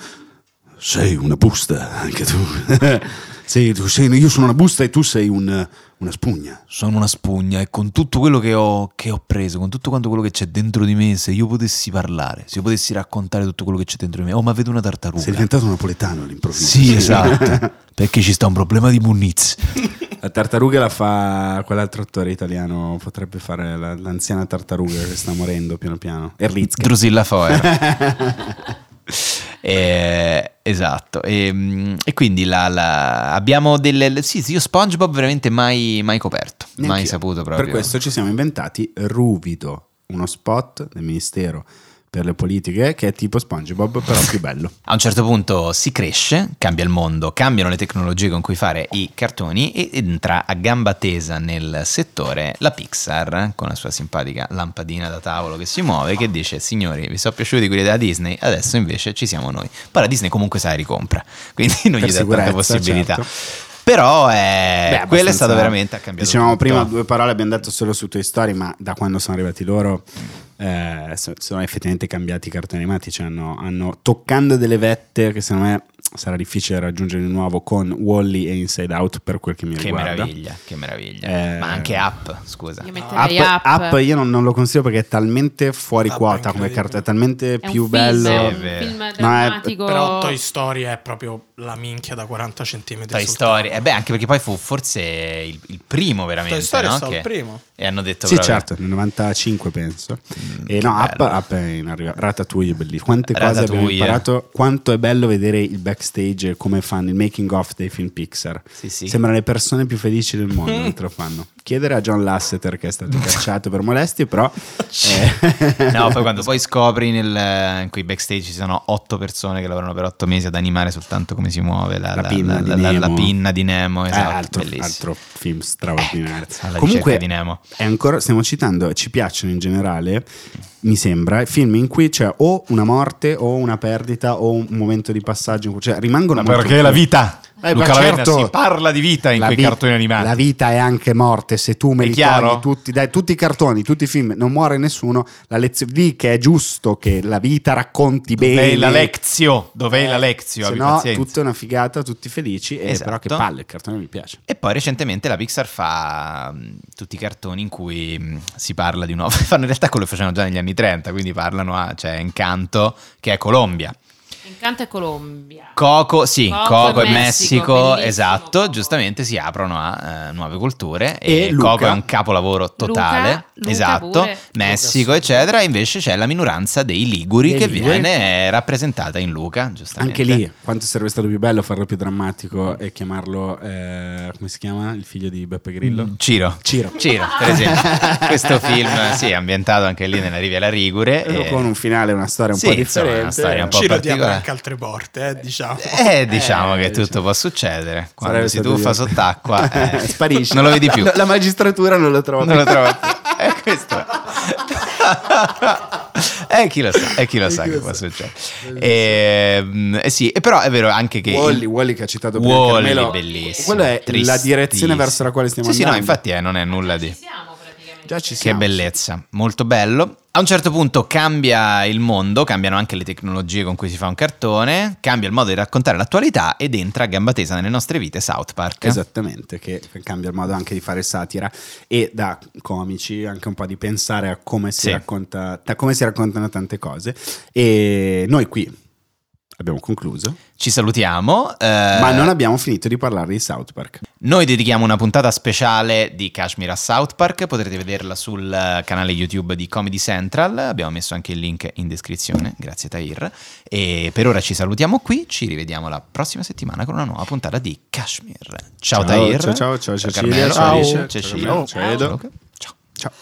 [SPEAKER 2] sei una busta anche tu Sei- tu sei- io sono una busta e tu sei un- una spugna
[SPEAKER 1] Sono una spugna e con tutto quello che ho, che ho preso, con tutto quanto quello che c'è dentro di me, se io potessi parlare, se io potessi raccontare tutto quello che c'è dentro di me, oh ma vedo una tartaruga.
[SPEAKER 2] sei diventato napoletano all'improvviso
[SPEAKER 1] Sì, esatto. Perché ci sta un problema di Muniz.
[SPEAKER 2] La tartaruga la fa quell'altro attore italiano, potrebbe fare la- l'anziana tartaruga che sta morendo piano piano. Erlitzka.
[SPEAKER 1] Drusilla Foer. Eh, esatto. E, mm, e quindi la- la- abbiamo delle. Sì, sì, io SpongeBob veramente mai, mai coperto, mai
[SPEAKER 2] Neanch'io.
[SPEAKER 1] saputo proprio.
[SPEAKER 2] Per questo ci siamo inventati Ruvido, uno spot del Ministero per le politiche che è tipo SpongeBob però più bello.
[SPEAKER 1] A un certo punto si cresce, cambia il mondo, cambiano le tecnologie con cui fare i cartoni e entra a gamba tesa nel settore la Pixar eh, con la sua simpatica lampadina da tavolo che si muove che dice signori vi sono piaciuti quelli della Disney, adesso invece ci siamo noi. Poi la Disney comunque se la ricompra, quindi non
[SPEAKER 2] Per
[SPEAKER 1] gli dà tante
[SPEAKER 2] sicurezza,
[SPEAKER 1] possibilità.
[SPEAKER 2] certo.
[SPEAKER 1] Però eh,
[SPEAKER 2] Beh,
[SPEAKER 1] quello è
[SPEAKER 2] abbastanza-
[SPEAKER 1] stato veramente a cambiare.
[SPEAKER 2] Dicevamo prima due parole, abbiamo detto solo su Toy Story, ma da quando sono arrivati loro eh, so- sono effettivamente cambiati i cartoni animati, cioè hanno, hanno- toccando delle vette che secondo me sarà difficile raggiungere di nuovo con Wally e Inside Out per quel che mi
[SPEAKER 1] Che
[SPEAKER 2] riguarda.
[SPEAKER 1] meraviglia, che meraviglia.
[SPEAKER 2] Eh,
[SPEAKER 1] Ma anche app, scusa.
[SPEAKER 5] Io
[SPEAKER 2] Up,
[SPEAKER 5] metterei Cioè, app.
[SPEAKER 2] Up io non, non lo consiglio perché è talmente fuori
[SPEAKER 3] Up è
[SPEAKER 2] quota come
[SPEAKER 3] incredibile.
[SPEAKER 2] cartone, è talmente
[SPEAKER 5] È un
[SPEAKER 2] più
[SPEAKER 5] film,
[SPEAKER 2] bello.
[SPEAKER 5] è
[SPEAKER 1] Sì, è
[SPEAKER 5] un
[SPEAKER 1] vero.
[SPEAKER 5] film
[SPEAKER 2] No, è-
[SPEAKER 5] drammatico.
[SPEAKER 3] Però Toy Story è proprio la minchia da 40 cm.
[SPEAKER 1] Toy Story, eh beh, anche perché poi fu forse il, il primo veramente.
[SPEAKER 3] Toy Story è
[SPEAKER 1] no?
[SPEAKER 3] stato il
[SPEAKER 1] Che-
[SPEAKER 3] primo.
[SPEAKER 1] E hanno detto:
[SPEAKER 2] Sì,
[SPEAKER 1] proprio- Mm,
[SPEAKER 2] certo, nel 95 penso. e
[SPEAKER 1] che
[SPEAKER 2] no, Up,
[SPEAKER 1] bello.
[SPEAKER 2] Up è in arrivo. Ratatouille è bellissimo. Quante cose abbiamo
[SPEAKER 1] Ratatouille.
[SPEAKER 2] imparato. Quanto è bello vedere il backstage e come fanno il making of dei film Pixar.
[SPEAKER 1] Sì, sì.
[SPEAKER 2] Sembrano le persone più felici del mondo mentre lo fanno. Chiedere a John Lasseter che è stato cacciato per molestie, però eh,
[SPEAKER 1] No, poi quando poi scopri nel, in quei backstage ci sono otto persone che lavorano per otto mesi ad animare soltanto come si muove la,
[SPEAKER 2] La
[SPEAKER 1] la-
[SPEAKER 2] pinna
[SPEAKER 1] la-
[SPEAKER 2] di
[SPEAKER 1] la- la- la
[SPEAKER 2] Nemo.
[SPEAKER 1] pinna di Nemo. Esatto,
[SPEAKER 2] Eh, altro,
[SPEAKER 1] bellissimo.
[SPEAKER 2] altro film straordinario.
[SPEAKER 1] alla ricerca
[SPEAKER 2] Comunque,
[SPEAKER 1] di Nemo.
[SPEAKER 2] è ancora, stiamo citando, ci piacciono in generale, mi sembra, film in cui c'è o una morte o una perdita o un momento di passaggio. in cui- Cioè, rimangono molto più-
[SPEAKER 7] vita.
[SPEAKER 2] Eh, ma certo.
[SPEAKER 7] parla di vita in
[SPEAKER 2] La vi- La vita è anche morte, se tu me
[SPEAKER 7] È
[SPEAKER 2] li
[SPEAKER 7] chiaro?
[SPEAKER 2] togli tutti, dai, tutti i cartoni, tutti i film, non muore nessuno, la lezione lì che è giusto che la vita racconti bene.
[SPEAKER 7] lezio? Dov'è
[SPEAKER 2] Eh, Se no, tutta una figata, tutti felici, e
[SPEAKER 1] Esatto.
[SPEAKER 2] però che palle, il cartone mi piace.
[SPEAKER 1] E poi recentemente la Pixar fa mh, tutti i cartoni in cui mh, si parla di una. Fanno in realtà quello che facevano già negli anni 30, quindi parlano a. c'è Encanto, che è Colombia.
[SPEAKER 5] Incanto e Colombia.
[SPEAKER 1] Coco, sì,
[SPEAKER 5] Coco
[SPEAKER 1] Coco
[SPEAKER 5] e
[SPEAKER 1] e
[SPEAKER 5] Messico,
[SPEAKER 1] Messico,
[SPEAKER 5] bellissimo
[SPEAKER 1] esatto,
[SPEAKER 5] Coco.
[SPEAKER 1] giustamente si aprono a eh, nuove culture e,
[SPEAKER 2] E Luca.
[SPEAKER 1] Coco è un capolavoro totale,
[SPEAKER 5] Luca, Luca
[SPEAKER 1] esatto,
[SPEAKER 5] pure.
[SPEAKER 1] Messico eccetera, e invece c'è la minoranza dei Liguri
[SPEAKER 2] Dei
[SPEAKER 1] che
[SPEAKER 2] Liguri.
[SPEAKER 1] viene rappresentata in Luca, giustamente.
[SPEAKER 2] Anche lì, quanto sarebbe stato più bello farlo più drammatico e chiamarlo, eh, come si chiama? Il figlio di Beppe Grillo?
[SPEAKER 1] Ciro.
[SPEAKER 2] Ciro.
[SPEAKER 1] Ciro, per esempio, questo film sì, è ambientato anche lì nella Riviera Ligure.
[SPEAKER 2] Però
[SPEAKER 1] e-
[SPEAKER 2] Con un finale, una storia
[SPEAKER 1] Eh.
[SPEAKER 2] un
[SPEAKER 1] Sì,
[SPEAKER 2] po'
[SPEAKER 1] insomma,
[SPEAKER 2] differente.
[SPEAKER 1] una storia un po'
[SPEAKER 3] Ciro ti apre
[SPEAKER 1] boh, particolare.
[SPEAKER 3] anche altre porte, eh, diciamo.
[SPEAKER 1] Eh, diciamo
[SPEAKER 2] Eh,
[SPEAKER 1] che tutto
[SPEAKER 2] diciamo.
[SPEAKER 1] può succedere. Quando
[SPEAKER 2] Sarebbe
[SPEAKER 1] si
[SPEAKER 2] stato
[SPEAKER 1] tuffa
[SPEAKER 2] io.
[SPEAKER 1] sott'acqua, eh,
[SPEAKER 2] Sparisce.
[SPEAKER 1] Non lo vedi più.
[SPEAKER 2] La, la magistratura non lo trova
[SPEAKER 1] Non
[SPEAKER 2] più.
[SPEAKER 1] lo trovo più. È questo. E chi lo sa, e chi
[SPEAKER 2] Eh,
[SPEAKER 1] lo sa che può succedere. E, eh sì, e però è vero anche che... il-
[SPEAKER 2] Wally, Wally che ha citato prima
[SPEAKER 1] Wally,
[SPEAKER 2] Carmelo,
[SPEAKER 1] bellissimo.
[SPEAKER 2] Quella è la
[SPEAKER 1] tristissimo.
[SPEAKER 2] direzione verso la quale stiamo
[SPEAKER 1] Sì, sì, no,
[SPEAKER 2] andando.
[SPEAKER 1] infatti eh, non è nulla di...
[SPEAKER 5] Siamo praticamente.
[SPEAKER 2] Già ci
[SPEAKER 1] Che
[SPEAKER 2] siamo.
[SPEAKER 1] bellezza, molto bello. A un certo punto cambia il mondo, cambiano anche le tecnologie con cui si fa un cartone, cambia il modo di raccontare l'attualità ed entra a gamba tesa nelle nostre vite South Park.
[SPEAKER 2] Esatto. Esattamente, che cambia il modo anche di fare satira e da comici anche un po' di pensare a come si,
[SPEAKER 1] Sì.
[SPEAKER 2] racconta, a come si raccontano tante cose. E noi qui Abbiamo concluso.
[SPEAKER 1] Ci salutiamo. eh,
[SPEAKER 2] Ma non abbiamo finito di parlare di South Park.
[SPEAKER 1] Noi dedichiamo una puntata speciale di Kashmir a South Park, potrete vederla sul eh, canale YouTube di Comedy Central, abbiamo messo anche il link in descrizione, grazie Tahir. E per ora ci salutiamo qui, ci rivediamo la prossima settimana con una nuova puntata di Kashmir. Ciao,
[SPEAKER 2] Ciao,
[SPEAKER 1] Tahir.
[SPEAKER 2] ciao, ciao, ciao, Cecilia,
[SPEAKER 1] Carmelo,
[SPEAKER 2] ciao,
[SPEAKER 1] Alice,
[SPEAKER 2] ciao,
[SPEAKER 1] Cecilia,
[SPEAKER 2] Carmelo, ciao, Edo.
[SPEAKER 1] Luca. Ciao.
[SPEAKER 2] Ciao.